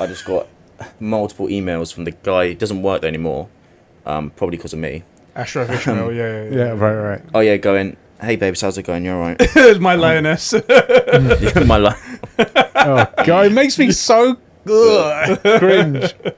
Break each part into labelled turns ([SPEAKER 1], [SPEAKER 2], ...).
[SPEAKER 1] I just got multiple emails from the guy. He doesn't work there anymore, um, probably because of me.
[SPEAKER 2] Ashraf Ishmael, yeah, yeah,
[SPEAKER 3] Yeah, right, right.
[SPEAKER 1] Oh yeah, going. Hey babes, how's it going? You're right.
[SPEAKER 2] There's my lioness.
[SPEAKER 1] yeah, my life.
[SPEAKER 3] Oh god, it makes me so
[SPEAKER 2] Ugh.
[SPEAKER 3] cringe.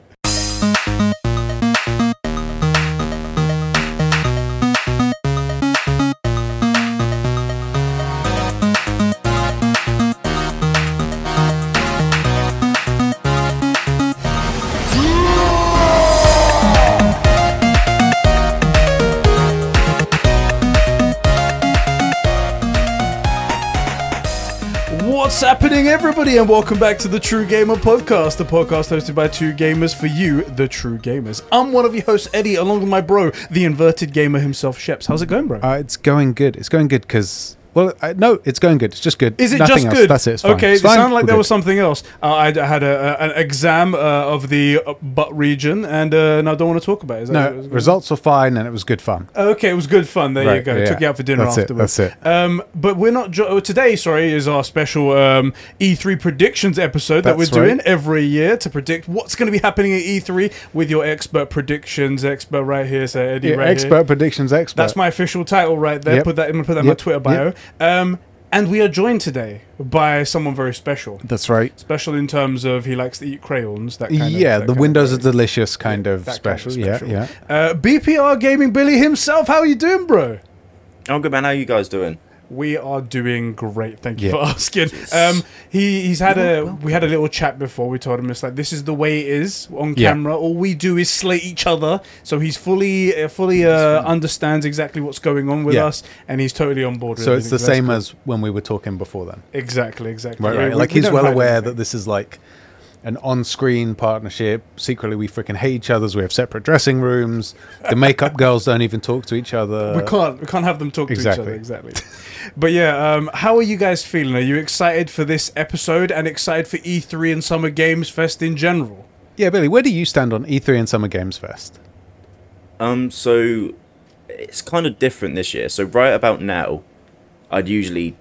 [SPEAKER 2] What's happening, everybody, and welcome back to the True Gamer Podcast, the podcast hosted by two gamers for you, the true gamers. I'm one of your hosts, Eddie, along with my bro, the inverted gamer himself, Sheps. How's it going, bro?
[SPEAKER 3] Uh, it's going good. It's going good because well, I, no, it's going good. It's just good.
[SPEAKER 2] Is it
[SPEAKER 3] Nothing
[SPEAKER 2] just
[SPEAKER 3] else.
[SPEAKER 2] good?
[SPEAKER 3] That's it. It's fine.
[SPEAKER 2] Okay,
[SPEAKER 3] It's
[SPEAKER 2] it
[SPEAKER 3] fine.
[SPEAKER 2] sounded like
[SPEAKER 3] We're
[SPEAKER 2] there was
[SPEAKER 3] good.
[SPEAKER 2] something else. Uh, I d- had a, a, an exam uh, of the uh, butt region, and, uh, and I don't want to talk about it. Is that-
[SPEAKER 3] No, results were fine, and it was good fun.
[SPEAKER 2] Okay, it was good fun. There you
[SPEAKER 3] Right,
[SPEAKER 2] go.
[SPEAKER 3] yeah.
[SPEAKER 2] Took you out for dinner
[SPEAKER 3] That's it,
[SPEAKER 2] afterwards.
[SPEAKER 3] that's
[SPEAKER 2] it. Um, but we're not jo- oh, today. Sorry, is our special um, E3 predictions episode that
[SPEAKER 3] That's
[SPEAKER 2] we're doing
[SPEAKER 3] right.
[SPEAKER 2] every year to predict what's going to be happening at E3 with your expert predictions expert right here. So Eddie,
[SPEAKER 3] Yeah,
[SPEAKER 2] right here.
[SPEAKER 3] expert predictions, expert.
[SPEAKER 2] That's my official title right there.
[SPEAKER 3] Yep.
[SPEAKER 2] Put that. I'm gonna put that in
[SPEAKER 3] Yep,
[SPEAKER 2] my Twitter bio. Um, and we are joined today by someone very special.
[SPEAKER 3] That's right.
[SPEAKER 2] Special in terms of he likes to eat crayons. That kind of-
[SPEAKER 3] Yeah,
[SPEAKER 2] that
[SPEAKER 3] the
[SPEAKER 2] kind of
[SPEAKER 3] Windows
[SPEAKER 2] guy.
[SPEAKER 3] are delicious kind of
[SPEAKER 2] that kind
[SPEAKER 3] special.
[SPEAKER 2] of special.
[SPEAKER 3] Yeah, yeah.
[SPEAKER 2] Uh, BPR Gaming Billy himself. How are you doing, bro?
[SPEAKER 1] I'm good, man. How you guys doing?
[SPEAKER 2] We are doing great. Thank you
[SPEAKER 3] Yeah.
[SPEAKER 2] for asking. Um, he he's had a we had a little chat before. We told him it's like this is the way it is on
[SPEAKER 3] Yeah.
[SPEAKER 2] camera. All we do is slate each other. So he's fully uh, fully uh, understands exactly what's going on with
[SPEAKER 3] Yeah.
[SPEAKER 2] us, and he's totally on board. with
[SPEAKER 3] So it's the
[SPEAKER 2] everything. That's
[SPEAKER 3] same
[SPEAKER 2] good.
[SPEAKER 3] as when we were talking before then.
[SPEAKER 2] exactly exactly
[SPEAKER 3] Right,
[SPEAKER 2] Yeah,
[SPEAKER 3] right.
[SPEAKER 2] we-
[SPEAKER 3] Like
[SPEAKER 2] we
[SPEAKER 3] he's
[SPEAKER 2] don't
[SPEAKER 3] well
[SPEAKER 2] hide
[SPEAKER 3] aware that
[SPEAKER 2] anything.
[SPEAKER 3] this is like an on-screen partnership. Secretly, we freaking hate each other. so we have separate dressing rooms. The makeup girls don't even talk to each other.
[SPEAKER 2] we can't we can't have them talk to
[SPEAKER 3] Exactly.
[SPEAKER 2] each other exactly. but yeah, um, how are you guys feeling? Are you excited for this episode and excited for E3 and Summer Games Fest in general?
[SPEAKER 3] Yeah, Billy, where do you stand on E3 and Summer Games Fest?
[SPEAKER 1] Um, so it's kind of different this year. So right about now, I'd usually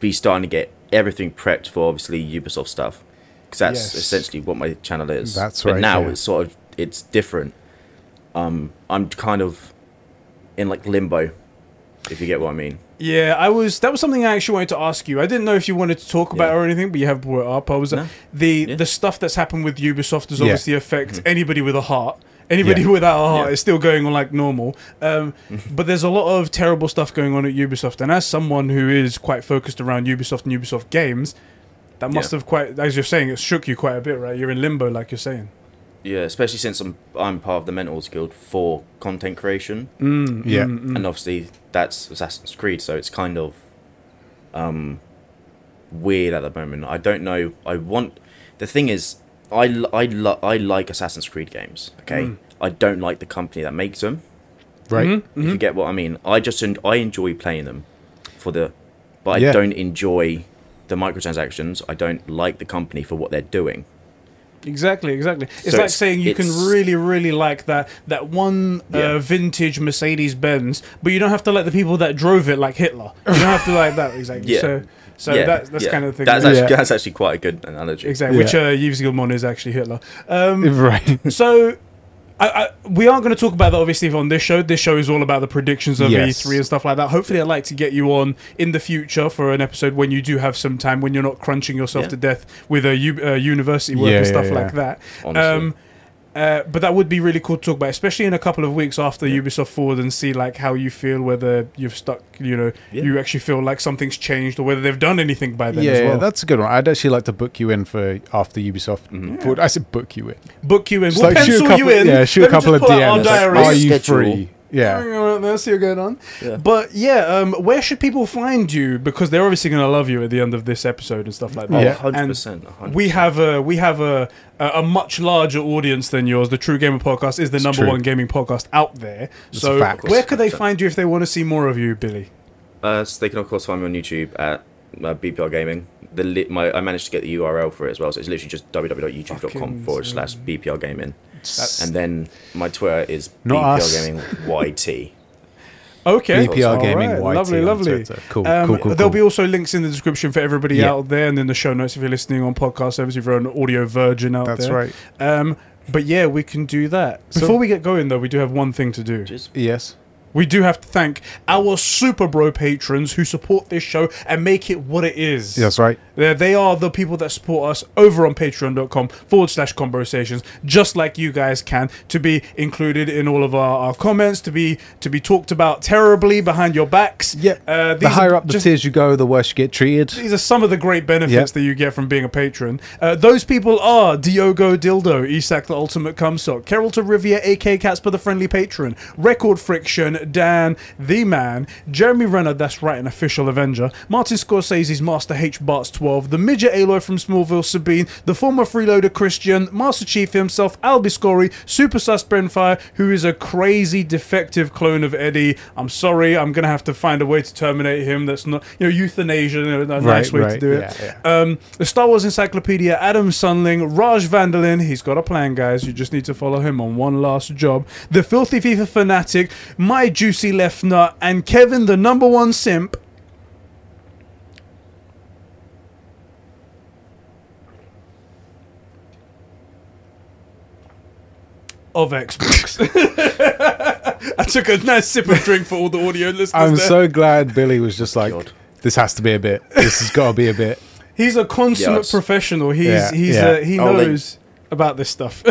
[SPEAKER 1] be starting to get everything prepped for obviously Ubisoft stuff because that's
[SPEAKER 2] Yes.
[SPEAKER 1] essentially what my channel is.
[SPEAKER 3] That's
[SPEAKER 1] but
[SPEAKER 3] right,
[SPEAKER 1] Now
[SPEAKER 3] yeah.
[SPEAKER 1] it's sort of it's different. Um, I'm kind of in like limbo, if you get what I mean.
[SPEAKER 2] Yeah, I was. That was something I actually wanted to ask you. I didn't know if you wanted to talk about
[SPEAKER 1] Yeah.
[SPEAKER 2] it or anything, but you have brought it up. I was
[SPEAKER 1] No.
[SPEAKER 2] the
[SPEAKER 1] Yeah. Mm-hmm.
[SPEAKER 2] the stuff that's happened with Ubisoft does
[SPEAKER 3] Yeah.
[SPEAKER 2] obviously affect anybody with a heart. Anybody
[SPEAKER 3] Yeah.
[SPEAKER 2] without a heart
[SPEAKER 1] Yeah.
[SPEAKER 2] is still going on like normal. Um, but there's a lot of terrible stuff going on at Ubisoft, and as someone who is quite focused around Ubisoft and Ubisoft games, that must
[SPEAKER 1] Yeah.
[SPEAKER 2] have quite, as you're saying, it shook you quite a bit, right? You're in limbo, like you're saying.
[SPEAKER 1] Yeah, especially since I'm I'm part of the Mentors Guild for content creation.
[SPEAKER 2] Mm.
[SPEAKER 3] yeah,
[SPEAKER 1] and obviously that's Assassin's Creed, so it's kind of um, weird at the moment. I don't know. I want the thing is, I l- I, lo- I like Assassin's Creed games. Okay,
[SPEAKER 2] Mm.
[SPEAKER 1] I don't like the company that makes them.
[SPEAKER 3] right.
[SPEAKER 1] If
[SPEAKER 2] Mm-hmm.
[SPEAKER 1] you get what I mean, I just en- I enjoy playing them for the, but I
[SPEAKER 3] Yeah.
[SPEAKER 1] don't enjoy the microtransactions. I don't like the company for what they're doing.
[SPEAKER 2] Exactly, exactly. It's
[SPEAKER 1] So
[SPEAKER 2] like
[SPEAKER 1] it's-
[SPEAKER 2] saying you can
[SPEAKER 1] it's-
[SPEAKER 2] really, really like that that one uh,
[SPEAKER 1] Yeah.
[SPEAKER 2] vintage Mercedes Benz, but you don't have to like the people that drove it, like Hitler. You don't have to like that exactly.
[SPEAKER 1] Yeah.
[SPEAKER 2] So, so
[SPEAKER 1] yeah,
[SPEAKER 2] that, that's
[SPEAKER 1] yeah.
[SPEAKER 2] kind of the thing.
[SPEAKER 1] That's
[SPEAKER 2] that-
[SPEAKER 1] actually,
[SPEAKER 3] Yeah.
[SPEAKER 1] that's actually quite a good analogy.
[SPEAKER 2] exactly. Which uh, Yves Gilmon is actually Hitler. Um,
[SPEAKER 3] Right.
[SPEAKER 2] so. I, I, we aren't going to talk about that obviously on this show. This show is all about the predictions of
[SPEAKER 3] Yes.
[SPEAKER 2] E3 and stuff like that. Hopefully, I'd like to get you on in the future for an episode when you do have some time, when you're not crunching yourself
[SPEAKER 1] Yeah.
[SPEAKER 2] to death with a u- uh, university work
[SPEAKER 3] Yeah,
[SPEAKER 2] and
[SPEAKER 3] yeah,
[SPEAKER 2] stuff
[SPEAKER 3] yeah.
[SPEAKER 2] like that.
[SPEAKER 1] Honestly.
[SPEAKER 2] Um, uh, but that would be really cool to talk about, especially in a couple of weeks after Ubisoft Forward, and see like how you feel, whether you've stuck, you know,
[SPEAKER 1] Yeah.
[SPEAKER 2] you actually feel like something's changed, or whether they've done anything by then
[SPEAKER 3] yeah,
[SPEAKER 2] as
[SPEAKER 3] yeah,
[SPEAKER 2] well.
[SPEAKER 3] that's a good one. I'd actually like to book you in for after Ubisoft. Forward. I said book you in.
[SPEAKER 2] Book you in,
[SPEAKER 3] Just
[SPEAKER 2] we'll
[SPEAKER 3] shoot
[SPEAKER 2] pencil
[SPEAKER 3] couple,
[SPEAKER 2] you in.
[SPEAKER 3] Yeah, shoot
[SPEAKER 2] Let
[SPEAKER 3] a
[SPEAKER 2] me just
[SPEAKER 3] couple of
[SPEAKER 2] pull out our
[SPEAKER 3] DMs. Like,
[SPEAKER 2] diaries.
[SPEAKER 3] are you
[SPEAKER 1] Schedule.
[SPEAKER 3] free? Yeah.
[SPEAKER 2] Let's see what's going on.
[SPEAKER 1] Yeah.
[SPEAKER 2] But yeah, um, where should people find you? Because they're obviously going to love you at the end of this episode and stuff like that.
[SPEAKER 3] Yeah.
[SPEAKER 1] Oh, 100%. 100%.
[SPEAKER 2] We have a we have a a a much larger audience than yours. The True Gamer Podcast is the number
[SPEAKER 3] true.
[SPEAKER 2] one gaming podcast out there.
[SPEAKER 3] It's
[SPEAKER 2] so
[SPEAKER 3] a fact.
[SPEAKER 2] where could they
[SPEAKER 1] So-
[SPEAKER 2] find you if they want to see more of you, Billy?
[SPEAKER 1] Uh, so they can of course find me on YouTube at uh, BPR Gaming. The li- my I managed to get the URL for it as well, so it's literally just
[SPEAKER 2] Fucking
[SPEAKER 1] www.youtube.com forward slash BPR Gaming.
[SPEAKER 3] That's-
[SPEAKER 1] And then my Twitter is
[SPEAKER 3] Not
[SPEAKER 1] BPR
[SPEAKER 3] us.
[SPEAKER 1] Gaming YT.
[SPEAKER 2] Okay.
[SPEAKER 3] BPR
[SPEAKER 2] All
[SPEAKER 3] Gaming
[SPEAKER 2] right.
[SPEAKER 3] YT
[SPEAKER 2] Lovely,
[SPEAKER 3] on
[SPEAKER 2] lovely.
[SPEAKER 3] Twitter. Cool,
[SPEAKER 2] Um,
[SPEAKER 3] cool, cool,
[SPEAKER 2] There'll be
[SPEAKER 3] cool.
[SPEAKER 2] also links in the description for everybody
[SPEAKER 3] Yeah.
[SPEAKER 2] out there, and in the show notes if you're listening on podcast service. If you're an audio virgin out
[SPEAKER 3] That's
[SPEAKER 2] there,
[SPEAKER 3] right.
[SPEAKER 2] Um, but yeah, we can do that.
[SPEAKER 3] So-
[SPEAKER 2] Before we get going, though, we do have one thing to do.
[SPEAKER 1] Just
[SPEAKER 3] Yes.
[SPEAKER 2] We do have to thank our super bro patrons who support this show and make it what it is.
[SPEAKER 3] That's right.
[SPEAKER 2] They- They are the people that support us over on patreon.com forward slash conversations, just like you guys can, to be included in all of our, our comments, to be to be talked about terribly behind your backs.
[SPEAKER 3] Yeah.
[SPEAKER 2] Uh,
[SPEAKER 3] the
[SPEAKER 2] these
[SPEAKER 3] higher
[SPEAKER 2] are
[SPEAKER 3] up the
[SPEAKER 2] just-
[SPEAKER 3] tiers you go, the worse you get treated.
[SPEAKER 2] these are some of the great benefits
[SPEAKER 3] Yeah.
[SPEAKER 2] that you get from being a patron. Uh, those people are Diogo Dildo, Isak the Ultimate Cumsock, Carol to Riviera, AK Casper the Friendly Patron, Record Friction, Dan the Man, Jeremy Renner, that's right, an official Avenger, Martin Scorsese's Master H Bart's 12, the Midget Aloy from Smallville Sabine, the former freeloader Christian, Master Chief himself, Albiscori, Super Sus Brenfire, who is a crazy defective clone of Eddie. I'm sorry, I'm gonna have to find a way to terminate him. That's not, you know, euthanasia. You know,
[SPEAKER 3] Right,
[SPEAKER 2] nice way to
[SPEAKER 3] right,
[SPEAKER 2] do it.
[SPEAKER 3] yeah,
[SPEAKER 2] Um, the Star Wars Encyclopedia, Adam Sunling, Raj Vandalin, he's got a plan, guys. You just need to follow him on one last job. The Filthy FIFA Fanatic, My Juicy Left Nut, and Kevin, the number one simp. Of Xbox. I took a nice sip of drink for all the audio listeners.
[SPEAKER 3] I'm
[SPEAKER 2] there.
[SPEAKER 3] so glad Billy was just like,
[SPEAKER 1] God.
[SPEAKER 3] this has to be a bit. This has got to be a bit.
[SPEAKER 2] He's a consummate
[SPEAKER 1] Yes.
[SPEAKER 2] professional. He's
[SPEAKER 3] Yeah,
[SPEAKER 2] he's
[SPEAKER 3] yeah.
[SPEAKER 2] uh he
[SPEAKER 1] Oh, they-
[SPEAKER 2] knows about this stuff.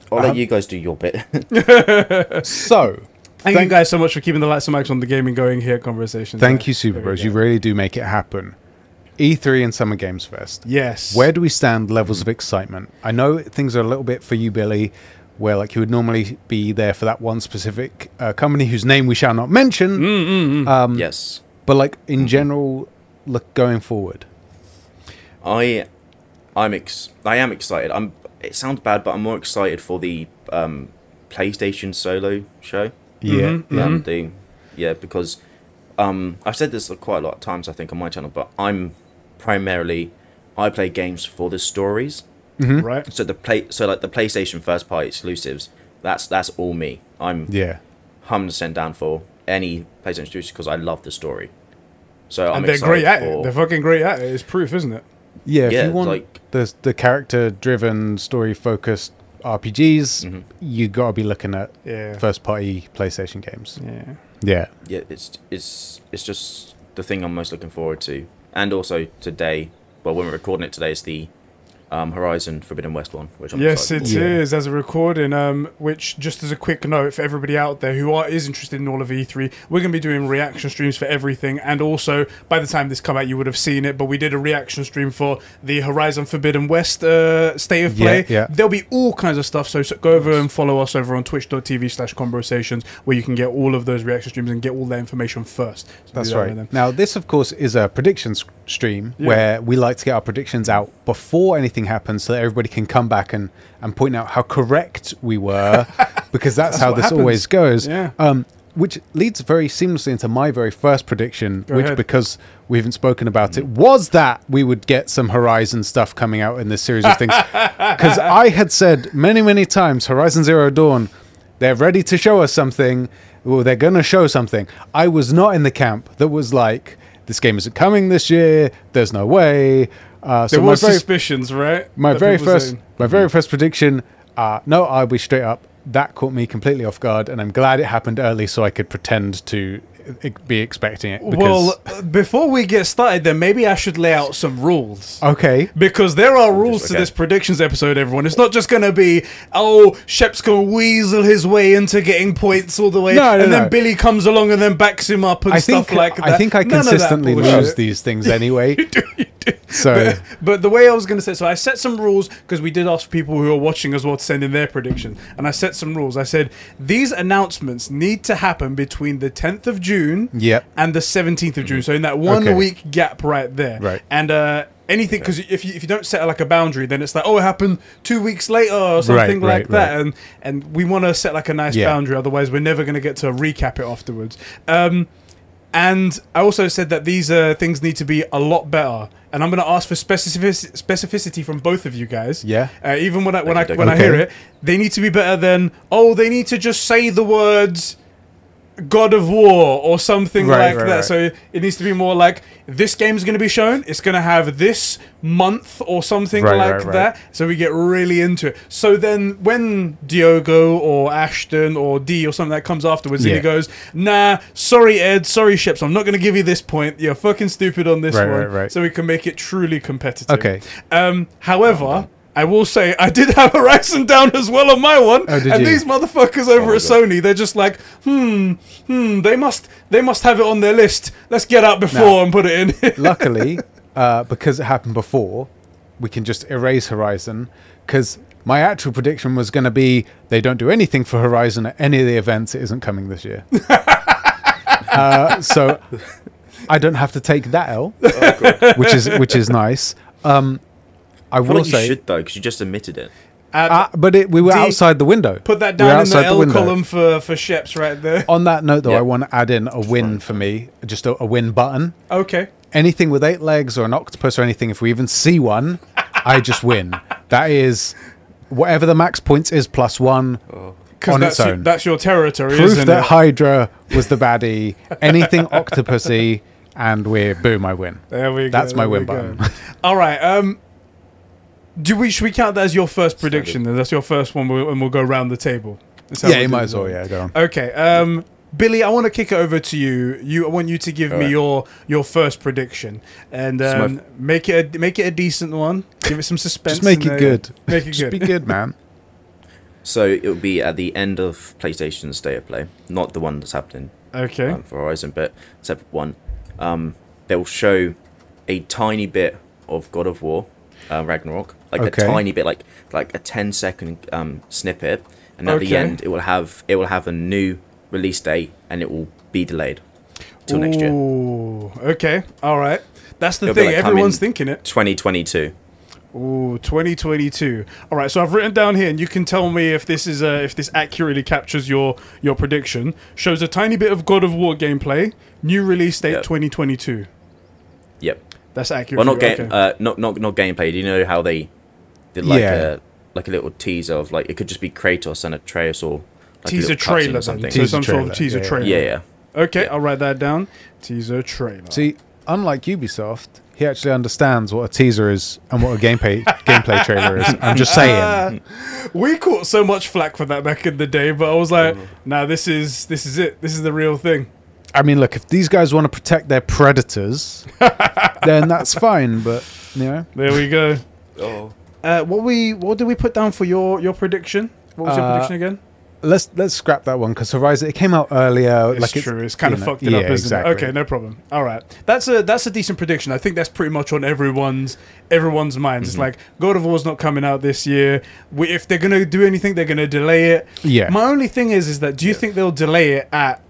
[SPEAKER 1] I'll
[SPEAKER 3] Um,
[SPEAKER 1] let you guys do your bit.
[SPEAKER 3] So,
[SPEAKER 2] Thank you
[SPEAKER 3] Thank-
[SPEAKER 2] guys so much for keeping the lights and mics on the gaming going here conversation.
[SPEAKER 3] thank you, Super Bros. You
[SPEAKER 2] really
[SPEAKER 3] really do make it happen. E3 and Summer Games Fest.
[SPEAKER 2] yes.
[SPEAKER 3] Where do we stand levels of excitement? I know things are a little bit for you, Billy, where like you would normally be there for that one specific uh, company whose name we shall not mention. Um,
[SPEAKER 1] yes.
[SPEAKER 3] But like in general, look going forward.
[SPEAKER 1] I I'm ex- I am excited. I'm it sounds bad, but I'm more excited for the um PlayStation solo show.
[SPEAKER 3] Yeah,
[SPEAKER 2] Mm-hmm.
[SPEAKER 1] Um, the, yeah, because um I've said this quite a lot of times I think on my channel, but I'm primarily I play games for the stories.
[SPEAKER 2] right?
[SPEAKER 1] So the play so like the PlayStation first party exclusives, that's that's all me. I'm
[SPEAKER 3] yeah.
[SPEAKER 1] hundred percent down for any PlayStation exclusive because I love the story. So I'm
[SPEAKER 2] and they're
[SPEAKER 1] excited
[SPEAKER 2] great at
[SPEAKER 1] for-
[SPEAKER 2] it. They're fucking great at it. It's proof, isn't it?
[SPEAKER 3] Yeah, if
[SPEAKER 1] Yeah,
[SPEAKER 3] you want
[SPEAKER 1] like-
[SPEAKER 3] the the character driven, story focused RPGs, you gotta be looking at
[SPEAKER 2] Yeah.
[SPEAKER 3] first party PlayStation games.
[SPEAKER 2] Yeah.
[SPEAKER 3] Yeah.
[SPEAKER 1] yeah, it's it's it's just the thing I'm most looking forward to, and also today. Well, when we're recording it today, it's the um, Horizon Forbidden West one, which I'm
[SPEAKER 2] Yes, it
[SPEAKER 1] excited
[SPEAKER 2] is
[SPEAKER 3] Yeah.
[SPEAKER 2] as a recording. Um, which just as a quick note for everybody out there who are is interested in all of E3, we're going to be doing reaction streams for everything, and also by the time this come out, you would have seen it. But we did a reaction stream for the Horizon Forbidden West uh, State of
[SPEAKER 3] Yeah,
[SPEAKER 2] Play.
[SPEAKER 3] yeah.
[SPEAKER 2] There'll be all kinds of stuff. So, so go over and follow us over on Twitch.tv/slash Conversations, where you can get all of those reaction streams and get all that information first. So do
[SPEAKER 3] That's
[SPEAKER 2] that
[SPEAKER 3] right.
[SPEAKER 2] with them.
[SPEAKER 3] Now, this, of course, is a predictions stream
[SPEAKER 2] Yeah.
[SPEAKER 3] where we like to get our predictions out before anything happens so that everybody can come back and, and point out how correct we were, because that's, how
[SPEAKER 2] what
[SPEAKER 3] this
[SPEAKER 2] happens.
[SPEAKER 3] always goes.
[SPEAKER 2] Yeah.
[SPEAKER 3] Um, which leads very seamlessly into my very first prediction,
[SPEAKER 2] Go
[SPEAKER 3] which,
[SPEAKER 2] ahead.
[SPEAKER 3] because we haven't spoken about it, was that we would get some Horizon stuff coming out in this series of things. Because
[SPEAKER 2] Ah,
[SPEAKER 3] I had said many, many times Horizon Zero Dawn, they're ready to show us something. Well, they're going to show something. I was not in the camp that was like, this game isn't coming this year. There's no way. Uh, so
[SPEAKER 2] There
[SPEAKER 3] my
[SPEAKER 2] were
[SPEAKER 3] very,
[SPEAKER 2] suspicions, right?
[SPEAKER 3] my
[SPEAKER 2] That
[SPEAKER 3] very
[SPEAKER 2] people
[SPEAKER 3] first,
[SPEAKER 2] saying- Mm-hmm.
[SPEAKER 3] my very first prediction. Uh, no, I'll be straight up. That caught me completely off guard, and I'm glad it happened early so I could pretend to uh, be expecting it. Because,
[SPEAKER 2] Well, uh, before we get started, then maybe I should lay out some rules.
[SPEAKER 3] okay,
[SPEAKER 2] Because there are rules to
[SPEAKER 1] okay.
[SPEAKER 2] this predictions episode, everyone. It's not just going to be, oh, Shep's going to weasel his way into getting points all the way,
[SPEAKER 3] No, no,
[SPEAKER 2] and then
[SPEAKER 3] no.
[SPEAKER 2] Billy comes along and then backs him up and
[SPEAKER 3] I
[SPEAKER 2] stuff
[SPEAKER 3] think
[SPEAKER 2] like that.
[SPEAKER 3] I think I
[SPEAKER 2] None of that
[SPEAKER 3] consistently
[SPEAKER 2] bullshit.
[SPEAKER 3] lose these things anyway. So
[SPEAKER 2] But the way I was going to say, so I set some rules because we did ask people who are watching as well to send in their prediction, and I set some rules. I said these announcements need to happen between the 10th of June
[SPEAKER 3] Yep.
[SPEAKER 2] and the 17th of June, so in that one
[SPEAKER 3] Okay.
[SPEAKER 2] week gap right there.
[SPEAKER 3] Right.
[SPEAKER 2] And uh, anything because if you if you don't set like a boundary, then it's like oh it happened two weeks later or something
[SPEAKER 3] right,
[SPEAKER 2] like that,
[SPEAKER 3] right.
[SPEAKER 2] and and we want to set like a nice
[SPEAKER 3] Yeah.
[SPEAKER 2] boundary, otherwise we're never going to get to recap it afterwards. Um, and I also said that these uh, things need to be a lot better. And I'm going to ask for specificity, specificity from both of you guys.
[SPEAKER 3] Yeah.
[SPEAKER 2] Uh, even when I when I
[SPEAKER 1] Okay,
[SPEAKER 2] when I
[SPEAKER 3] okay.
[SPEAKER 2] hear it, they need to be better than oh they need to just say the words God of War or something
[SPEAKER 3] Right,
[SPEAKER 2] like
[SPEAKER 3] right,
[SPEAKER 2] that.
[SPEAKER 3] right.
[SPEAKER 2] So it needs to be more like this game's going to be shown. It's going to have this month or something
[SPEAKER 3] Right,
[SPEAKER 2] like
[SPEAKER 3] right, right.
[SPEAKER 2] that. So we get really into it. So then when Diogo or Ashton or D or something that comes afterwards, and
[SPEAKER 3] Yeah.
[SPEAKER 2] he goes, "Nah, sorry Ed, sorry Ships, I'm not going to give you this point. You're fucking stupid on this
[SPEAKER 3] Right,
[SPEAKER 2] one."
[SPEAKER 3] right, right.
[SPEAKER 2] So we can make it truly competitive.
[SPEAKER 3] Okay.
[SPEAKER 2] Um, however. I will say I did have Horizon down as well on my one,
[SPEAKER 3] Oh, did
[SPEAKER 2] and
[SPEAKER 3] you?
[SPEAKER 2] these motherfuckers over
[SPEAKER 1] my
[SPEAKER 2] at
[SPEAKER 1] God.
[SPEAKER 2] Sony, they're just like, hmm, hmm, they must they must have it on their list. Let's get out before
[SPEAKER 3] No.
[SPEAKER 2] and put it in.
[SPEAKER 3] Luckily, uh, because it happened before, we can just erase Horizon. Because my actual prediction was going to be they don't do anything for Horizon at any of the events. It isn't coming this year. uh, so I don't have to take that L,
[SPEAKER 2] Oh,
[SPEAKER 3] which is which is nice. Um, I
[SPEAKER 1] I feel
[SPEAKER 3] will
[SPEAKER 1] like you
[SPEAKER 3] say,
[SPEAKER 1] should though, because you just admitted it.
[SPEAKER 2] And
[SPEAKER 3] uh, but it, we were
[SPEAKER 2] D-
[SPEAKER 3] outside the window.
[SPEAKER 2] put that
[SPEAKER 3] We were
[SPEAKER 2] down in
[SPEAKER 3] outside
[SPEAKER 2] the L
[SPEAKER 3] window.
[SPEAKER 2] column for for Sheps right there.
[SPEAKER 3] On that note, though,
[SPEAKER 1] Yeah.
[SPEAKER 3] I want to add in a win for me, just a, a win button.
[SPEAKER 2] Okay,
[SPEAKER 3] anything with eight legs or an octopus or anything, if we even see one, I just win. That is whatever the max points is plus one
[SPEAKER 2] because
[SPEAKER 3] on
[SPEAKER 2] Oh. that's
[SPEAKER 3] its
[SPEAKER 2] your,
[SPEAKER 3] own.
[SPEAKER 2] that's your territory,
[SPEAKER 3] Proof
[SPEAKER 2] isn't
[SPEAKER 3] that
[SPEAKER 2] it?
[SPEAKER 3] Hydra was the baddie. Anything octopusy, and we're boom. I win.
[SPEAKER 2] there we go.
[SPEAKER 3] That's my
[SPEAKER 2] there we
[SPEAKER 3] win
[SPEAKER 2] go.
[SPEAKER 3] button.
[SPEAKER 2] All right. Um, do we should we count that as your first prediction? Then that's your first one, we'll- and we'll go round the table. That's how
[SPEAKER 3] yeah,
[SPEAKER 2] we'll
[SPEAKER 3] you
[SPEAKER 2] do
[SPEAKER 3] might
[SPEAKER 2] this
[SPEAKER 3] as well.
[SPEAKER 2] one.
[SPEAKER 3] Yeah, go on.
[SPEAKER 2] Okay, um, Billy, I want to kick it over to you. You, I want you to give me
[SPEAKER 1] Alright.
[SPEAKER 2] your your first prediction and
[SPEAKER 1] It's my
[SPEAKER 2] um,
[SPEAKER 1] f-
[SPEAKER 2] make it a, make it a decent one. Give it some suspense.
[SPEAKER 3] Just make
[SPEAKER 2] and,
[SPEAKER 3] it
[SPEAKER 2] uh,
[SPEAKER 3] good.
[SPEAKER 2] Make it
[SPEAKER 3] Just be
[SPEAKER 2] good.
[SPEAKER 3] good, man.
[SPEAKER 1] So it will be at the end of PlayStation's State of Play, not the one that's happening
[SPEAKER 2] Okay.
[SPEAKER 1] um, for Horizon, but separate one. Um, they'll show a tiny bit of God of War, uh, Ragnarok, like
[SPEAKER 3] Okay.
[SPEAKER 1] a tiny bit, like like a 10 second um, snippet, and at
[SPEAKER 2] Okay.
[SPEAKER 1] the end it will have it will have a new release date, and it will be delayed till next year,
[SPEAKER 2] Ooh, okay. All right. That's the
[SPEAKER 1] It'll be
[SPEAKER 2] thing.
[SPEAKER 1] like coming-
[SPEAKER 2] Everyone's thinking it.
[SPEAKER 1] 2022.
[SPEAKER 2] Ooh, 2022. All right, so I've written down here, and you can tell me if this is uh, if this accurately captures your your prediction. Shows a tiny bit of God of War gameplay. New release date
[SPEAKER 1] Yep. 2022. Yep.
[SPEAKER 2] That's accurate.
[SPEAKER 1] Well,
[SPEAKER 2] for
[SPEAKER 1] not
[SPEAKER 2] you,
[SPEAKER 1] game,
[SPEAKER 2] okay.
[SPEAKER 1] uh, not not not gameplay. Do you know how they did like
[SPEAKER 3] Yeah.
[SPEAKER 1] a like a little teaser of like it could just be Kratos and Atreus or like a
[SPEAKER 2] teaser
[SPEAKER 1] little cutscene
[SPEAKER 2] trailer
[SPEAKER 1] or something.
[SPEAKER 2] Then. So
[SPEAKER 3] Teaser
[SPEAKER 2] some sort
[SPEAKER 3] trailer,
[SPEAKER 2] of teaser
[SPEAKER 3] yeah, yeah.
[SPEAKER 2] trailer.
[SPEAKER 1] Yeah, yeah.
[SPEAKER 2] Okay,
[SPEAKER 1] Yeah.
[SPEAKER 2] I'll write that down. Teaser trailer.
[SPEAKER 3] See, unlike Ubisoft, he actually understands what a teaser is and what a gameplay gameplay trailer is. I'm just saying.
[SPEAKER 2] Uh, we caught so much flack for that back in the day, but I was like,
[SPEAKER 1] Mm-hmm.
[SPEAKER 2] "Nah, this is this is it. This is the real thing."
[SPEAKER 3] I mean, look, if these guys want to protect their predators, then that's fine. But you know,
[SPEAKER 2] There we go.
[SPEAKER 1] Oh.
[SPEAKER 2] Uh, what we what did we put down for your your prediction? What was your
[SPEAKER 3] Uh,
[SPEAKER 2] prediction again?
[SPEAKER 3] let's let's scrap that one because Horizon it came out earlier.
[SPEAKER 2] It's
[SPEAKER 3] like
[SPEAKER 2] true. It's, kind
[SPEAKER 3] you
[SPEAKER 2] of
[SPEAKER 3] know,
[SPEAKER 2] fucked it up,
[SPEAKER 3] yeah,
[SPEAKER 2] isn't
[SPEAKER 3] exactly.
[SPEAKER 2] it? Okay, no problem. All right, that's a that's a decent prediction. I think that's pretty much on everyone's everyone's minds.
[SPEAKER 3] Mm-hmm.
[SPEAKER 2] It's like God of War's not coming out this year. We, if they're gonna do anything, they're gonna delay it.
[SPEAKER 3] Yeah.
[SPEAKER 2] My only thing is, is that do you
[SPEAKER 1] Yeah.
[SPEAKER 2] think they'll delay it at?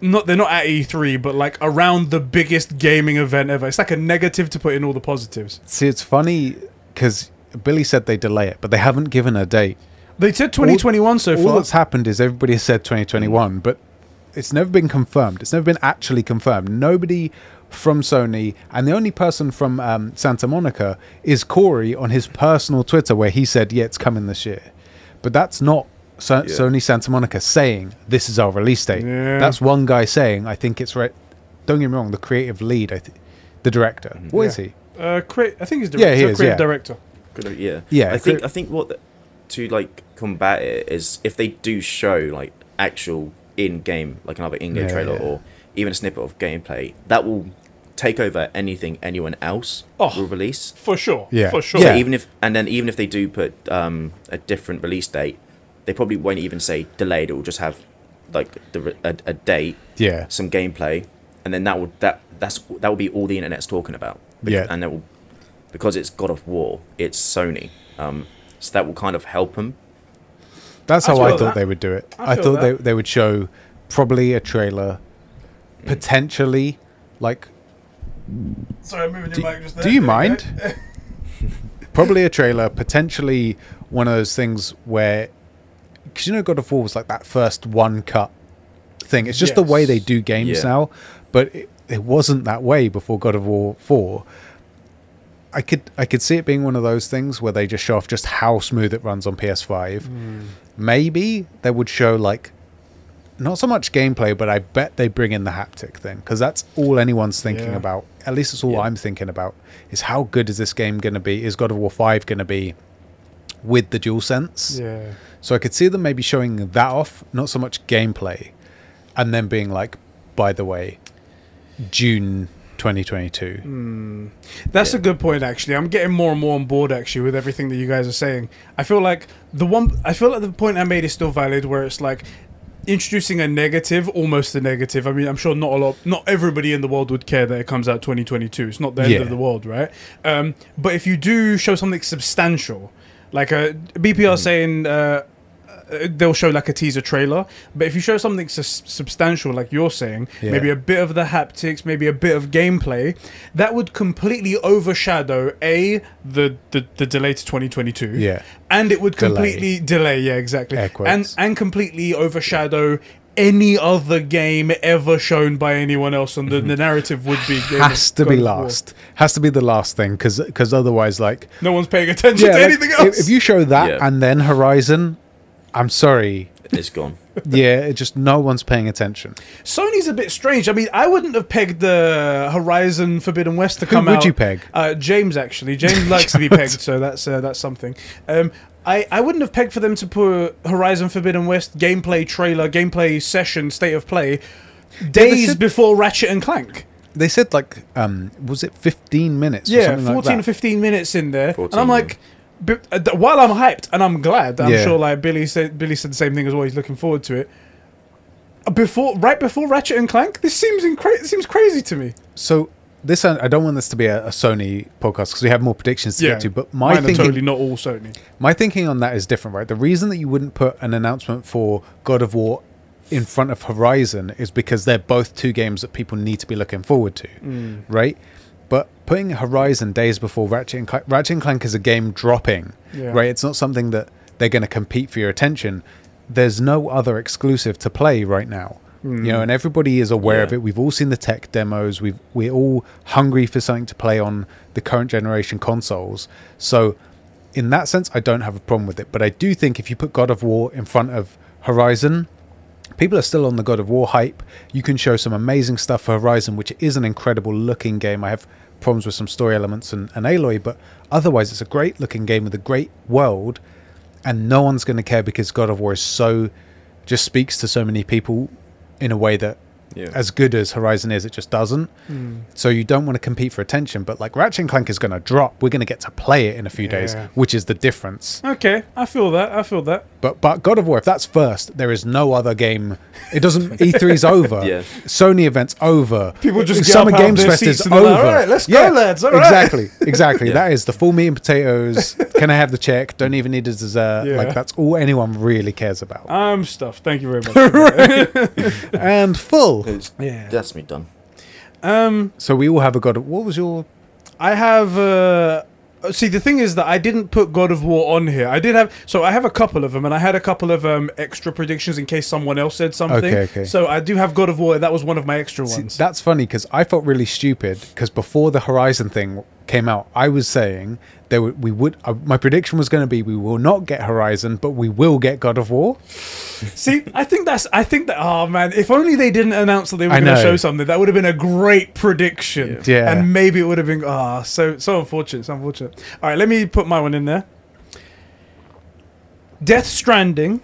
[SPEAKER 2] Not they're not at E3, but like around the biggest gaming event ever. It's like a negative to put in all the positives.
[SPEAKER 3] See, it's funny because Billy said they delay it, but they haven't given a date.
[SPEAKER 2] They said 2021 so
[SPEAKER 3] All
[SPEAKER 2] far.
[SPEAKER 3] that's happened is everybody has said 2021, but it's never been confirmed. It's never been actually confirmed. Nobody from Sony, and the only person from um, Santa Monica is Corey on his personal Twitter, where he said, "Yeah, it's coming this year," but that's not. So-
[SPEAKER 1] Yeah.
[SPEAKER 3] Sony Santa Monica saying this is our release date.
[SPEAKER 2] Yeah.
[SPEAKER 3] That's one guy saying. I think it's right. Don't get me wrong. The creative lead, I th- the director. What is
[SPEAKER 2] Yeah.
[SPEAKER 3] he?
[SPEAKER 2] Uh, crea- I think he's
[SPEAKER 3] Yeah,
[SPEAKER 2] director.
[SPEAKER 3] he is,
[SPEAKER 2] creative
[SPEAKER 3] yeah.
[SPEAKER 2] director.
[SPEAKER 1] Good, idea, yeah.
[SPEAKER 3] Yeah,
[SPEAKER 1] I think
[SPEAKER 3] cre-
[SPEAKER 1] I think what the, to like combat it is if they do show like actual in-game, like another in-game
[SPEAKER 3] Yeah,
[SPEAKER 1] trailer
[SPEAKER 3] yeah.
[SPEAKER 1] or even a snippet of gameplay, that will take over anything anyone else
[SPEAKER 2] Oh.
[SPEAKER 1] will release.
[SPEAKER 2] For sure.
[SPEAKER 3] Yeah.
[SPEAKER 2] For sure.
[SPEAKER 1] So
[SPEAKER 3] Yeah.
[SPEAKER 1] even if and then even if they do put um, a different release date, they probably won't even say delayed. It will just have like the re- a, a date,
[SPEAKER 3] Yeah.
[SPEAKER 1] some gameplay, and then that would that that's that will be all the internet's talking about. Bec-
[SPEAKER 3] Yeah.
[SPEAKER 1] and it will because it's God of War, it's Sony. Um, so that will kind of help them.
[SPEAKER 3] That's
[SPEAKER 2] I
[SPEAKER 3] how I
[SPEAKER 2] feel
[SPEAKER 3] thought
[SPEAKER 2] that.
[SPEAKER 3] they would do it.
[SPEAKER 2] I
[SPEAKER 3] I,
[SPEAKER 2] feel
[SPEAKER 3] thought they,
[SPEAKER 2] that.
[SPEAKER 3] they would show probably a trailer,
[SPEAKER 2] Mm.
[SPEAKER 3] potentially like.
[SPEAKER 2] Sorry, I'm moving your
[SPEAKER 3] Do,
[SPEAKER 2] mic just there.
[SPEAKER 3] do you
[SPEAKER 2] Okay.
[SPEAKER 3] mind? probably a trailer, potentially one of those things where, because you know, God of War was like that first one cut thing. It's just the way they
[SPEAKER 2] Yes.
[SPEAKER 3] do games
[SPEAKER 1] Yeah.
[SPEAKER 3] now, but it, it wasn't that way before God of War Four. I could I could see it being one of those things where they just show off just
[SPEAKER 2] Mm.
[SPEAKER 3] how smooth it runs on PS5. Maybe they would show like not so much gameplay, but I bet they bring in the haptic thing because that's all anyone's thinking
[SPEAKER 2] Yeah.
[SPEAKER 3] about. At least it's all
[SPEAKER 1] Yeah.
[SPEAKER 3] I'm thinking about is how good is this game going to be? Is God of War Five going to be with the Dual Sense?
[SPEAKER 2] Yeah.
[SPEAKER 3] So I could see them maybe showing that off, not so much gameplay, and then being like, by the way, June 2022.
[SPEAKER 2] Mm. That's
[SPEAKER 1] Yeah.
[SPEAKER 2] a good point, actually. I'm getting more and more on board, actually, with everything that you guys are saying. I feel like the one, I feel like the point I made is still valid, where it's like introducing a negative, almost a negative. I mean, I'm sure not a lot, not everybody in the world would care that it comes out 2022. It's not the end
[SPEAKER 3] Yeah.
[SPEAKER 2] of the world, right? Um, but if you do show something substantial, like a BPR saying. Uh, uh, they'll show like a teaser trailer. But if you show something sus- substantial, like you're saying,
[SPEAKER 3] Yeah.
[SPEAKER 2] maybe a bit of the haptics, maybe a bit of gameplay, that would completely overshadow a the the, the delay to 2022.
[SPEAKER 3] Yeah.
[SPEAKER 2] and it would
[SPEAKER 3] Delay.
[SPEAKER 2] completely delay. Yeah, exactly.
[SPEAKER 3] Air
[SPEAKER 2] And
[SPEAKER 3] quotes.
[SPEAKER 2] and completely overshadow. Any other game ever shown by anyone else, and the, the narrative would be Game of-
[SPEAKER 3] Mm-hmm. Has to
[SPEAKER 2] God
[SPEAKER 3] be
[SPEAKER 2] of War.
[SPEAKER 3] last. Has to be the last thing because otherwise, like,
[SPEAKER 2] No one's paying attention to
[SPEAKER 3] like,
[SPEAKER 2] anything
[SPEAKER 3] if-
[SPEAKER 2] else.
[SPEAKER 3] If, you show that
[SPEAKER 1] Yeah.
[SPEAKER 3] and then Horizon, I'm sorry.
[SPEAKER 1] It's gone.
[SPEAKER 3] Yeah, it just no one's paying attention.
[SPEAKER 2] Sony's a bit strange. I mean, I wouldn't have pegged the Horizon Forbidden West to come out.
[SPEAKER 3] would you peg?
[SPEAKER 2] Uh, James actually. James likes to be pegged, so that's uh, that's something. Um, I, I wouldn't have pegged for them to put Horizon Forbidden West gameplay trailer, gameplay session, state of play days
[SPEAKER 3] should-
[SPEAKER 2] before Ratchet and Clank.
[SPEAKER 3] They said like, um, was it 15 minutes? or
[SPEAKER 2] Yeah,
[SPEAKER 3] something
[SPEAKER 2] 14
[SPEAKER 3] like that.
[SPEAKER 2] 15 minutes in there. and
[SPEAKER 1] 14,
[SPEAKER 2] I'm like, bi- uh, th- while I'm hyped and I'm glad, I'm
[SPEAKER 3] Yeah.
[SPEAKER 2] sure like Billy said, Billy said the same thing as well. He's looking forward to it. Uh, Before, right before Ratchet and Clank, this seems incra- seems crazy to me.
[SPEAKER 3] So this, I don't want this to be a, a Sony podcast because we have more predictions to get to. But my
[SPEAKER 2] Mine are
[SPEAKER 3] thinking,
[SPEAKER 2] totally not all Sony.
[SPEAKER 3] My thinking on that is different, right? The reason that you wouldn't put an announcement for God of War in front of Horizon is because they're both two games that people need to be looking forward to, right? But putting Horizon days before Ratchet and Clank, Ratchet and Clank is a game dropping,
[SPEAKER 2] Yeah.
[SPEAKER 3] right? It's not something that they're going to compete for your attention. There's no other exclusive to play right now. You know, and everybody is aware of
[SPEAKER 1] Yeah.
[SPEAKER 3] it. We've all seen the tech demos. We've we're all hungry for something to play on the current generation consoles. So, in that sense, I don't have a problem with it. But I do think if you put God of War in front of Horizon, people are still on the God of War hype. You can show some amazing stuff for Horizon, which is an incredible looking game. I have problems with some story elements and, and Aloy, but otherwise, it's a great looking game with a great world, and no one's going to care because God of War is so just speaks to so many people in a way that.
[SPEAKER 1] Yeah.
[SPEAKER 3] As good as Horizon is, it just doesn't. So you don't want to compete for attention. But like Ratchet and Clank is going to drop. We're going to get to play it in a few days,
[SPEAKER 2] Yeah.
[SPEAKER 3] which is the difference.
[SPEAKER 2] Okay, I feel that. I feel that.
[SPEAKER 3] But but God of War, if that's first, there is no other game. It doesn't. E3's over.
[SPEAKER 1] Yeah.
[SPEAKER 3] Sony events over.
[SPEAKER 2] People just get
[SPEAKER 3] Summer
[SPEAKER 2] up out of
[SPEAKER 3] Games
[SPEAKER 2] their
[SPEAKER 3] Fest is
[SPEAKER 2] seats and
[SPEAKER 3] over.
[SPEAKER 2] they're like, "All right, let's go, lads, all right."
[SPEAKER 3] exactly, exactly.
[SPEAKER 1] Yeah.
[SPEAKER 3] That is the full meat and potatoes. Can I have the check? Don't even need a dessert.
[SPEAKER 2] Yeah.
[SPEAKER 3] Like that's all anyone really cares about.
[SPEAKER 2] I'm stuffed. Um, Thank you very much.
[SPEAKER 3] and full.
[SPEAKER 1] It's-
[SPEAKER 2] Yeah.
[SPEAKER 1] That's me done.
[SPEAKER 2] um,
[SPEAKER 3] So we all have a God of. What was your?
[SPEAKER 2] I have. Uh, see, the thing is that I didn't put God of War on here. I did have. So I have a couple of them, and I had a couple of um, extra predictions in case someone else said something.
[SPEAKER 3] Okay, okay.
[SPEAKER 2] So I do have God of War. That was one of my extra
[SPEAKER 3] See,
[SPEAKER 2] ones.
[SPEAKER 3] that's funny because I felt really stupid because before the Horizon thing came out, I was saying there were, we would. Uh, my prediction was going to be we will not get Horizon, but we will get God of War.
[SPEAKER 2] see, I think that's. I think that. Oh man, if only they didn't announce that they were
[SPEAKER 3] I
[SPEAKER 2] going to
[SPEAKER 3] know.
[SPEAKER 2] show something, that would have been a great prediction.
[SPEAKER 3] Yeah. Yeah.
[SPEAKER 2] And maybe it would have been. Ah, so so unfortunate. So unfortunate. All right, let me put my one in there. Death Stranding.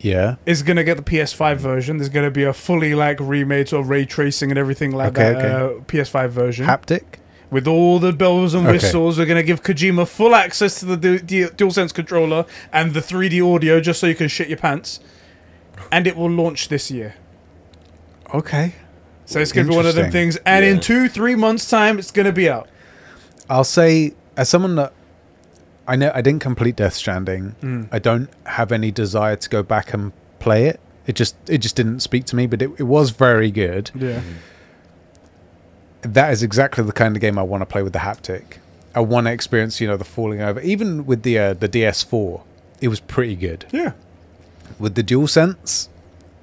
[SPEAKER 3] Yeah.
[SPEAKER 2] is going to get the PS5 version. There's going to be a fully like remade sort of ray tracing and everything like
[SPEAKER 3] Okay,
[SPEAKER 2] that Uh, PS5 version
[SPEAKER 3] Haptic.
[SPEAKER 2] with all the bells and
[SPEAKER 3] Okay.
[SPEAKER 2] whistles. We're going to give Kojima full access to the du- du- DualSense controller and the 3D audio just so you can shit your pants. And it will launch this year.
[SPEAKER 3] Okay.
[SPEAKER 2] So it's going to be one of them
[SPEAKER 3] Interesting.
[SPEAKER 2] things. And in
[SPEAKER 1] Yeah.
[SPEAKER 2] two, three months' time, it's going to be out.
[SPEAKER 3] I'll say as someone that I know I didn't complete Death Stranding. I don't have any desire to go back and play it. It just it just didn't speak to me, but it, it was very good.
[SPEAKER 2] Yeah.
[SPEAKER 3] That is exactly the kind of game I want to play with the haptic. I want to experience, you know, the falling over. Even with the uh, the DS4, it was pretty good.
[SPEAKER 2] Yeah.
[SPEAKER 3] With the DualSense,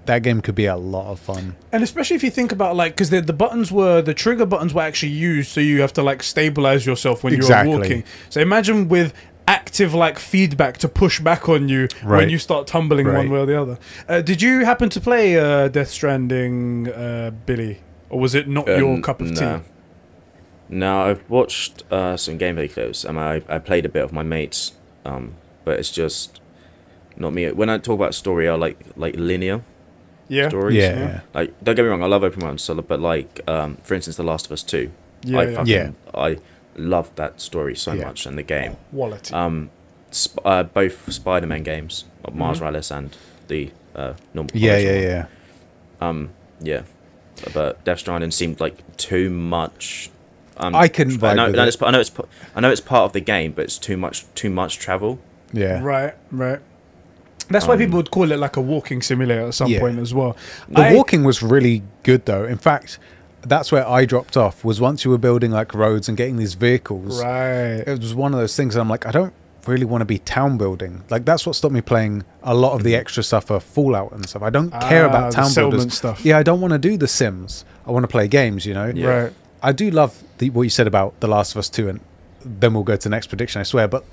[SPEAKER 3] that game could be a lot of fun.
[SPEAKER 2] And especially if you think about like, because the, the buttons were the trigger buttons were actually used, so you have to like stabilize yourself when
[SPEAKER 3] Exactly.
[SPEAKER 2] you're walking. So imagine with active like feedback to push back on you when
[SPEAKER 3] Right.
[SPEAKER 2] you start tumbling one
[SPEAKER 3] Right.
[SPEAKER 2] way or the other. Uh, did you happen to play uh, Death Stranding, uh, Billy, or was it not your
[SPEAKER 1] Um,
[SPEAKER 2] cup of
[SPEAKER 1] no.
[SPEAKER 2] tea?
[SPEAKER 1] No, I've watched uh, some gameplay clips, and I, I played a bit of my mates, um, but it's just not me. When I talk about story, I like like linear
[SPEAKER 2] Yeah,
[SPEAKER 1] stories.
[SPEAKER 3] Yeah.
[SPEAKER 2] yeah.
[SPEAKER 3] yeah.
[SPEAKER 1] Like, don't get me wrong, I love open world stuff, but like, um, for instance, The Last of Us Two.
[SPEAKER 2] yeah,
[SPEAKER 1] I
[SPEAKER 2] yeah.
[SPEAKER 1] fucking
[SPEAKER 3] Yeah.
[SPEAKER 1] I love that story so
[SPEAKER 3] Yeah.
[SPEAKER 1] much and the game.
[SPEAKER 2] quality.
[SPEAKER 1] Um, sp- uh, both Spider-Man games, uh,
[SPEAKER 2] Mm-hmm.
[SPEAKER 1] Miles Morales and the uh, normal.
[SPEAKER 3] Yeah,
[SPEAKER 1] original
[SPEAKER 3] yeah,
[SPEAKER 1] one.
[SPEAKER 3] yeah.
[SPEAKER 1] Yeah, but Death Stranding seemed like too much. Um,
[SPEAKER 3] I couldn't
[SPEAKER 1] I
[SPEAKER 3] vibe
[SPEAKER 1] know,
[SPEAKER 3] with
[SPEAKER 1] no,
[SPEAKER 3] it.
[SPEAKER 1] It's, I know it's p- I know it's part of the game, but it's too much too much travel.
[SPEAKER 3] Yeah.
[SPEAKER 2] Right, right. That's why
[SPEAKER 1] Um,
[SPEAKER 2] people would call it like a walking simulator at some
[SPEAKER 3] Yeah.
[SPEAKER 2] point as well.
[SPEAKER 3] The
[SPEAKER 2] I-
[SPEAKER 3] walking was really good though. In fact, that's where I dropped off was once you were building like roads and getting these vehicles.
[SPEAKER 2] Right.
[SPEAKER 3] It was one of those things I'm like, I don't really want to be town building. Like that's what stopped me playing a lot of the extra stuff for Fallout and stuff. I don't care
[SPEAKER 2] Ah,
[SPEAKER 3] about
[SPEAKER 2] the
[SPEAKER 3] town
[SPEAKER 2] settlement
[SPEAKER 3] builders.
[SPEAKER 2] stuff.
[SPEAKER 3] Yeah, I don't want to do the Sims. I want to play games, you know.
[SPEAKER 1] Yeah.
[SPEAKER 2] Right.
[SPEAKER 3] I do love the, what you said about The Last of Us 2, and then we'll go to the next prediction, I swear. But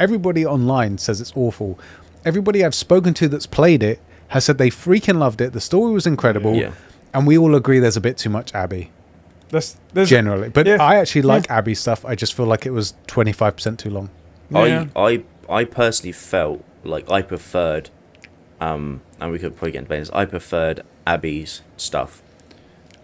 [SPEAKER 3] everybody online says it's awful. Everybody I've spoken to that's played it has said they freaking loved it. The story was incredible.
[SPEAKER 1] Yeah.
[SPEAKER 3] And we all agree there's a bit too much Abby,
[SPEAKER 2] That's there's
[SPEAKER 3] generally. But
[SPEAKER 2] Yeah.
[SPEAKER 3] I actually
[SPEAKER 2] Yeah.
[SPEAKER 3] like Abby stuff. I just feel like it was 25% too long.
[SPEAKER 2] Yeah.
[SPEAKER 1] I I I personally felt like I preferred, um, and we could probably get into this. I preferred Abby's stuff.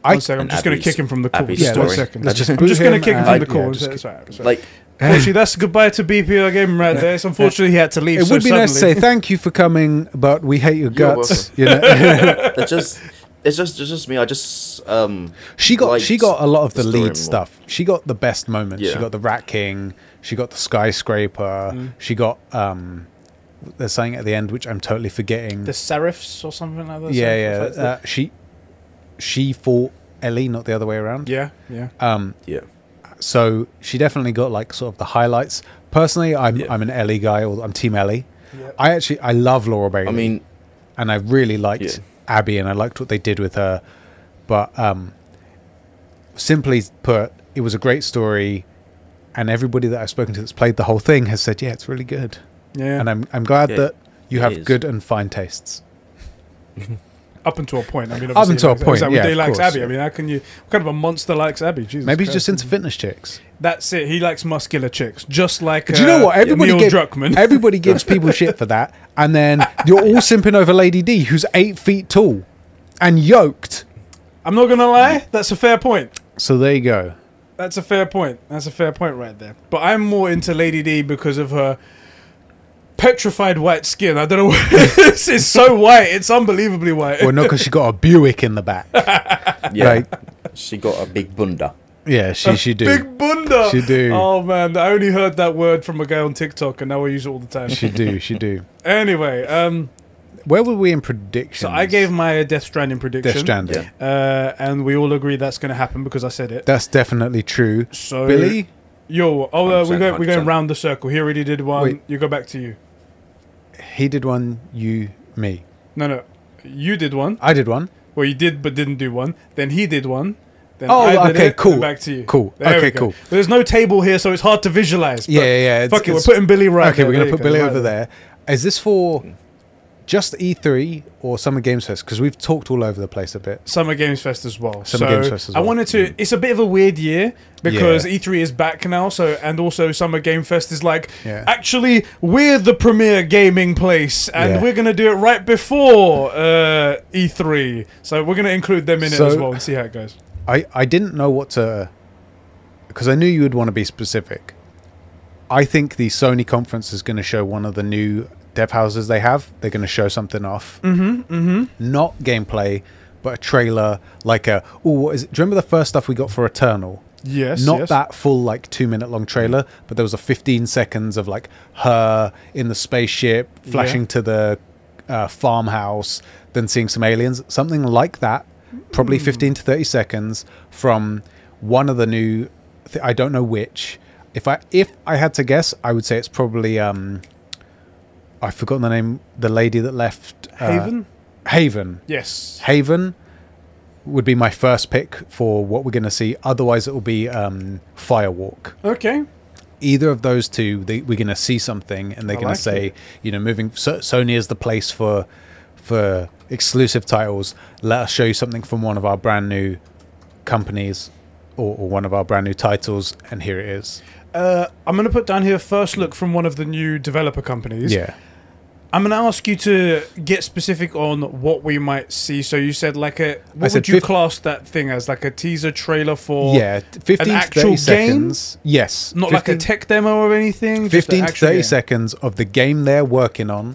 [SPEAKER 3] I,
[SPEAKER 2] One second, I'm
[SPEAKER 1] and
[SPEAKER 2] just going to
[SPEAKER 1] Abby's-
[SPEAKER 2] kick him from the call.
[SPEAKER 1] Abby's
[SPEAKER 2] just one
[SPEAKER 1] story.
[SPEAKER 2] second.
[SPEAKER 3] Let's just
[SPEAKER 2] I'm
[SPEAKER 3] boot
[SPEAKER 2] just going to
[SPEAKER 3] him
[SPEAKER 2] kick him from
[SPEAKER 3] and-
[SPEAKER 2] the
[SPEAKER 3] yeah,
[SPEAKER 2] call.
[SPEAKER 3] just
[SPEAKER 2] That's right, that's right.
[SPEAKER 1] Like
[SPEAKER 2] Unfortunately, that's goodbye to BPR game right there. It's unfortunately he had to leave.
[SPEAKER 3] it
[SPEAKER 2] so
[SPEAKER 3] would be nice to say
[SPEAKER 2] suddenly-
[SPEAKER 3] thank you for coming, but we hate your
[SPEAKER 1] You're
[SPEAKER 3] guts. You know?
[SPEAKER 1] it's just it's just it's just me. I just um
[SPEAKER 3] She got
[SPEAKER 1] liked
[SPEAKER 3] she got a lot of the,
[SPEAKER 1] the story
[SPEAKER 3] lead
[SPEAKER 1] more.
[SPEAKER 3] stuff. She got the best moments. She
[SPEAKER 1] Yeah. Mm.
[SPEAKER 3] got the Rat King. She got the skyscraper. She got um, there's something at the end which I'm totally forgetting.
[SPEAKER 2] the serifs or something like that.
[SPEAKER 3] yeah,
[SPEAKER 2] Serif,
[SPEAKER 3] yeah.
[SPEAKER 2] that's the-
[SPEAKER 3] Uh, she she fought Ellie, not the other way around.
[SPEAKER 2] yeah, yeah.
[SPEAKER 3] Uh,
[SPEAKER 1] yeah
[SPEAKER 3] So she definitely got like sort of the highlights. Personally, I'm
[SPEAKER 1] Yeah.
[SPEAKER 3] I'm an Ellie guy. Or I'm Team Ellie.
[SPEAKER 2] Yeah.
[SPEAKER 3] I actually I love Laura Bailey
[SPEAKER 1] I mean
[SPEAKER 3] and I really liked
[SPEAKER 1] Yeah.
[SPEAKER 3] Abby and I liked what they did with her. But um, simply put, it was a great story, and everybody that I've spoken to that's played the whole thing has said, "Yeah, it's really good."
[SPEAKER 2] yeah.
[SPEAKER 3] And I'm I'm glad
[SPEAKER 1] Yeah,
[SPEAKER 3] that you
[SPEAKER 1] it
[SPEAKER 3] have
[SPEAKER 1] is.
[SPEAKER 3] good and fine tastes.
[SPEAKER 2] up until a point. I mean,
[SPEAKER 3] Up
[SPEAKER 2] obviously,
[SPEAKER 3] until a
[SPEAKER 2] like-
[SPEAKER 3] point,
[SPEAKER 2] Exactly,
[SPEAKER 3] yeah,
[SPEAKER 2] Day
[SPEAKER 3] of
[SPEAKER 2] likes
[SPEAKER 3] course.
[SPEAKER 2] Abby. I mean, how can you? What kind of a monster likes Abby? Jesus.
[SPEAKER 3] Maybe he's
[SPEAKER 2] Christ.
[SPEAKER 3] just into fitness chicks.
[SPEAKER 2] That's it. He likes muscular chicks, just like.
[SPEAKER 3] Do you know what? Everybody
[SPEAKER 2] Uh, Neil
[SPEAKER 3] gave-
[SPEAKER 2] Druckmann.
[SPEAKER 3] everybody gives people shit for that, and then you're all simping over Lady D, who's eight feet tall and yoked.
[SPEAKER 2] I'm not gonna lie. That's a fair point.
[SPEAKER 3] So there you go.
[SPEAKER 2] That's a fair point. That's a fair point right there. But I'm more into Lady D because of her petrified white skin. I don't know. what- this is so white. It's unbelievably white.
[SPEAKER 3] Well, not because she got a Buick in the back.
[SPEAKER 1] yeah
[SPEAKER 3] Like,
[SPEAKER 1] she got a big bunda.
[SPEAKER 3] yeah, she she do.
[SPEAKER 2] Big bunda.
[SPEAKER 3] She do.
[SPEAKER 2] Oh man, I only heard that word from a guy on TikTok, and now I use it all the time.
[SPEAKER 3] She do, she do.
[SPEAKER 2] anyway, um,
[SPEAKER 3] Where were we in predictions?
[SPEAKER 2] so I gave my Death Stranding prediction.
[SPEAKER 3] Death Stranding.
[SPEAKER 1] Yeah.
[SPEAKER 2] uh, and we all agree that's going to happen because I said it.
[SPEAKER 3] That's definitely true.
[SPEAKER 2] So
[SPEAKER 3] Billy,
[SPEAKER 2] yo, oh, uh, we
[SPEAKER 1] 100%,
[SPEAKER 2] go, we're going
[SPEAKER 1] 100%.
[SPEAKER 2] round the circle. He already did one.
[SPEAKER 3] Wait.
[SPEAKER 2] You go back to you.
[SPEAKER 3] he did one. You, me.
[SPEAKER 2] No, no, you did one.
[SPEAKER 3] I did one.
[SPEAKER 2] Well, you did but didn't do one. Then he did one. Then
[SPEAKER 3] Oh,
[SPEAKER 2] I did
[SPEAKER 3] okay,
[SPEAKER 2] it,
[SPEAKER 3] cool,
[SPEAKER 2] then Back to you.
[SPEAKER 3] cool.
[SPEAKER 2] There we
[SPEAKER 3] Okay,
[SPEAKER 2] go.
[SPEAKER 3] cool.
[SPEAKER 2] But there's no table here, so it's hard to visualize. but
[SPEAKER 3] Yeah, yeah, yeah. It's-
[SPEAKER 2] Fuck it, we're
[SPEAKER 3] it's-
[SPEAKER 2] putting Billy right.
[SPEAKER 3] okay,
[SPEAKER 2] there.
[SPEAKER 3] we're gonna
[SPEAKER 2] There you
[SPEAKER 3] put
[SPEAKER 2] go,
[SPEAKER 3] Billy
[SPEAKER 2] right
[SPEAKER 3] over there. Is this for just E3 or Summer Games Fest? Because we've talked all over the place a bit.
[SPEAKER 2] Summer Games Fest as well.
[SPEAKER 3] Summer
[SPEAKER 2] so
[SPEAKER 3] Games Fest as
[SPEAKER 2] I
[SPEAKER 3] well. Mm.
[SPEAKER 2] wanted to. It's a bit of a weird year because
[SPEAKER 3] Yeah.
[SPEAKER 2] E3 is back now. So and also Summer Game Fest is like
[SPEAKER 3] Yeah.
[SPEAKER 2] actually we're the premier gaming place and
[SPEAKER 3] Yeah.
[SPEAKER 2] we're gonna do it right before uh, E3. So we're gonna include them in
[SPEAKER 3] So-
[SPEAKER 2] it as well and see how it goes.
[SPEAKER 3] I I didn't know what to because I knew you would want to be specific. I think the Sony conference is going to show one of the new dev houses they have. They're going to show something off. Mm-hmm, mm-hmm. Not gameplay, but a trailer, like a oh, what is it? Do you remember the first stuff we got for Eternal?
[SPEAKER 2] Yes,
[SPEAKER 3] Not
[SPEAKER 2] yes.
[SPEAKER 3] that full like two minute long trailer, but there was a 15 seconds of like her in the spaceship flashing to the uh, farmhouse, then seeing some aliens, something like that. Probably
[SPEAKER 2] Hmm.
[SPEAKER 3] 15 to 30 seconds from one of the new. Th- I don't know which. If I if I had to guess, I would say it's probably um. I've forgotten the name. The lady that left uh,
[SPEAKER 2] Haven.
[SPEAKER 3] Haven.
[SPEAKER 2] Yes.
[SPEAKER 3] Haven would be my first pick for what we're going to see. Otherwise, it will be um, Firewalk.
[SPEAKER 2] Okay.
[SPEAKER 3] either of those two, they, we're going to see something, and they're
[SPEAKER 2] I
[SPEAKER 3] going
[SPEAKER 2] like
[SPEAKER 3] to say,
[SPEAKER 2] it.
[SPEAKER 3] you know, moving so, Sony is the place for for exclusive titles. Let us show you something from one of our brand new companies or, or one of our brand new titles, and here it is.
[SPEAKER 2] Uh, I'm going to put down here first look from one of the new developer companies.
[SPEAKER 3] Yeah,
[SPEAKER 2] I'm going to ask you to get specific on what we might see. So you said like a what
[SPEAKER 3] said
[SPEAKER 2] would you
[SPEAKER 3] fif-
[SPEAKER 2] class that thing as like a teaser trailer for?
[SPEAKER 3] yeah, fifteen to
[SPEAKER 2] actual
[SPEAKER 3] thirty
[SPEAKER 2] game?
[SPEAKER 3] seconds. Yes,
[SPEAKER 2] Not like a
[SPEAKER 3] 15
[SPEAKER 2] tech demo or anything. just an
[SPEAKER 3] 15 to
[SPEAKER 2] actual
[SPEAKER 3] 30
[SPEAKER 2] game.
[SPEAKER 3] seconds of the game they're working on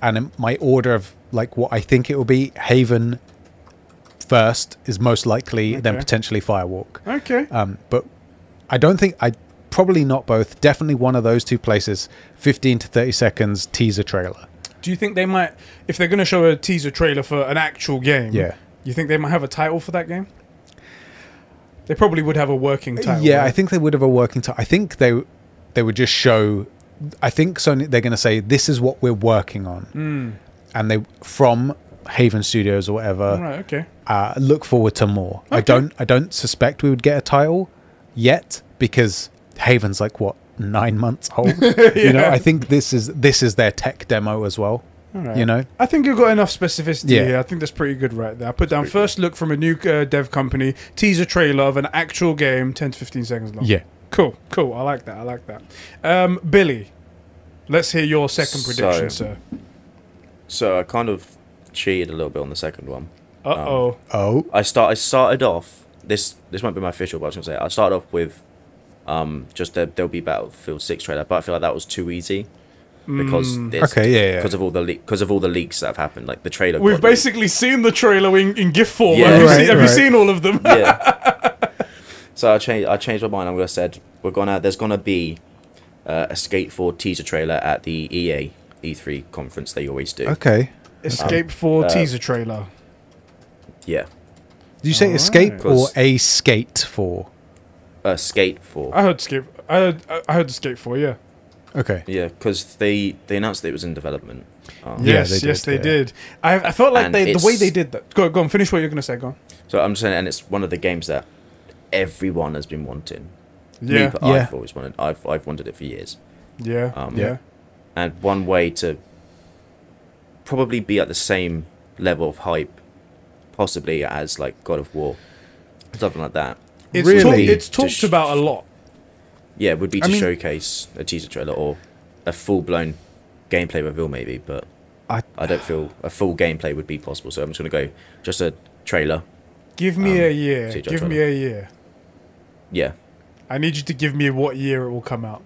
[SPEAKER 3] and in my order of like what i think it will be haven first is most likely then
[SPEAKER 2] Okay.
[SPEAKER 3] potentially firewalk
[SPEAKER 2] Okay.
[SPEAKER 3] um, but i don't think i probably not both definitely one of those two places 15 to 30 seconds teaser trailer
[SPEAKER 2] Do you think they might, if they're going to show a teaser trailer for an actual game?
[SPEAKER 3] Yeah.
[SPEAKER 2] You think they might have a title for that game? They probably would have a working title.
[SPEAKER 3] yeah i
[SPEAKER 2] right?
[SPEAKER 3] think they would have a working title i think they they would just show i think sony they're going to say this is what we're working on
[SPEAKER 2] Hmm.
[SPEAKER 3] and they from haven studios or whatever
[SPEAKER 2] Right. Okay.
[SPEAKER 3] uh, look forward to more. I
[SPEAKER 2] Okay.
[SPEAKER 3] don't I don't suspect we would get a title yet because Haven's like what nine months old. You know,
[SPEAKER 2] Yeah.
[SPEAKER 3] I think this is this is their tech demo as well.
[SPEAKER 2] All right.
[SPEAKER 3] You know,
[SPEAKER 2] I think you've got enough specificity
[SPEAKER 3] Yeah.
[SPEAKER 2] here. I think that's pretty good right there. I put down first look from a new uh, dev company, teaser trailer of an actual game, 10 to 15 seconds long.
[SPEAKER 3] yeah.
[SPEAKER 2] Cool, cool. I like that. I like that. Um, Billy, let's hear your second
[SPEAKER 1] So-
[SPEAKER 2] prediction, sir.
[SPEAKER 1] So I kind of cheated a little bit on the second one.
[SPEAKER 2] Uh oh.
[SPEAKER 3] Oh,
[SPEAKER 1] I start. I started off. This this won't be my official, but I was gonna say I started off with, um, just there, there'll be Battlefield Six trailer, but I feel like that was too easy because there's-
[SPEAKER 3] Okay, yeah, yeah.
[SPEAKER 1] because of all the because of all the leaks that have happened, like the trailer. got
[SPEAKER 2] We've
[SPEAKER 1] leaked.
[SPEAKER 2] basically seen the trailer in, in GIF form.
[SPEAKER 1] Yeah.
[SPEAKER 2] have you,
[SPEAKER 1] Right, Um,
[SPEAKER 2] seen, have you
[SPEAKER 3] right.
[SPEAKER 2] seen all of them?
[SPEAKER 1] yeah. So I changed. I changed my mind. I'm gonna said we're gonna. There's gonna be uh, a skateboard teaser trailer at the E EA E3 conference they always do.
[SPEAKER 3] okay.
[SPEAKER 2] Escape 4
[SPEAKER 1] uh,
[SPEAKER 2] teaser trailer.
[SPEAKER 1] Yeah,
[SPEAKER 3] Did you say
[SPEAKER 2] All
[SPEAKER 3] escape
[SPEAKER 2] right.
[SPEAKER 3] or
[SPEAKER 1] Because-
[SPEAKER 3] a skate for?
[SPEAKER 1] uh, skate for.
[SPEAKER 2] I heard Escape. I heard, I I heard Escape 4, yeah.
[SPEAKER 3] Okay.
[SPEAKER 1] Yeah, because they they announced it was in development. Um,
[SPEAKER 3] Yeah,
[SPEAKER 2] yes,
[SPEAKER 3] they did,
[SPEAKER 2] yes, they
[SPEAKER 3] yeah.
[SPEAKER 2] did. I, I felt like
[SPEAKER 1] And
[SPEAKER 2] they, the way
[SPEAKER 1] it's-
[SPEAKER 2] they did that. Go, go on, finish what you're going to say. Go on.
[SPEAKER 1] So I'm just saying, and it's one of the games that everyone has been wanting. Me,
[SPEAKER 2] Yeah,
[SPEAKER 1] but
[SPEAKER 3] Yeah.
[SPEAKER 1] I've always wanted. I've I've wanted it for years.
[SPEAKER 2] yeah,
[SPEAKER 1] Um,
[SPEAKER 2] yeah.
[SPEAKER 3] Yeah.
[SPEAKER 1] And one way to probably be at the same level of hype, possibly as like God of War, something like that.
[SPEAKER 2] It's
[SPEAKER 3] Really?
[SPEAKER 2] talk- it's talked
[SPEAKER 1] Just-
[SPEAKER 2] about a lot.
[SPEAKER 1] Yeah, would be
[SPEAKER 3] I
[SPEAKER 1] to
[SPEAKER 3] mean-
[SPEAKER 1] showcase a teaser trailer or a full blown gameplay reveal, maybe. But
[SPEAKER 3] I-
[SPEAKER 1] I don't feel a full gameplay would be possible. So I'm just gonna go just a trailer.
[SPEAKER 2] Give me
[SPEAKER 1] Um,
[SPEAKER 2] a year.
[SPEAKER 1] CGI
[SPEAKER 2] Give me
[SPEAKER 1] trailer.
[SPEAKER 2] a year.
[SPEAKER 1] Yeah.
[SPEAKER 2] I need you to give me what year it will come out.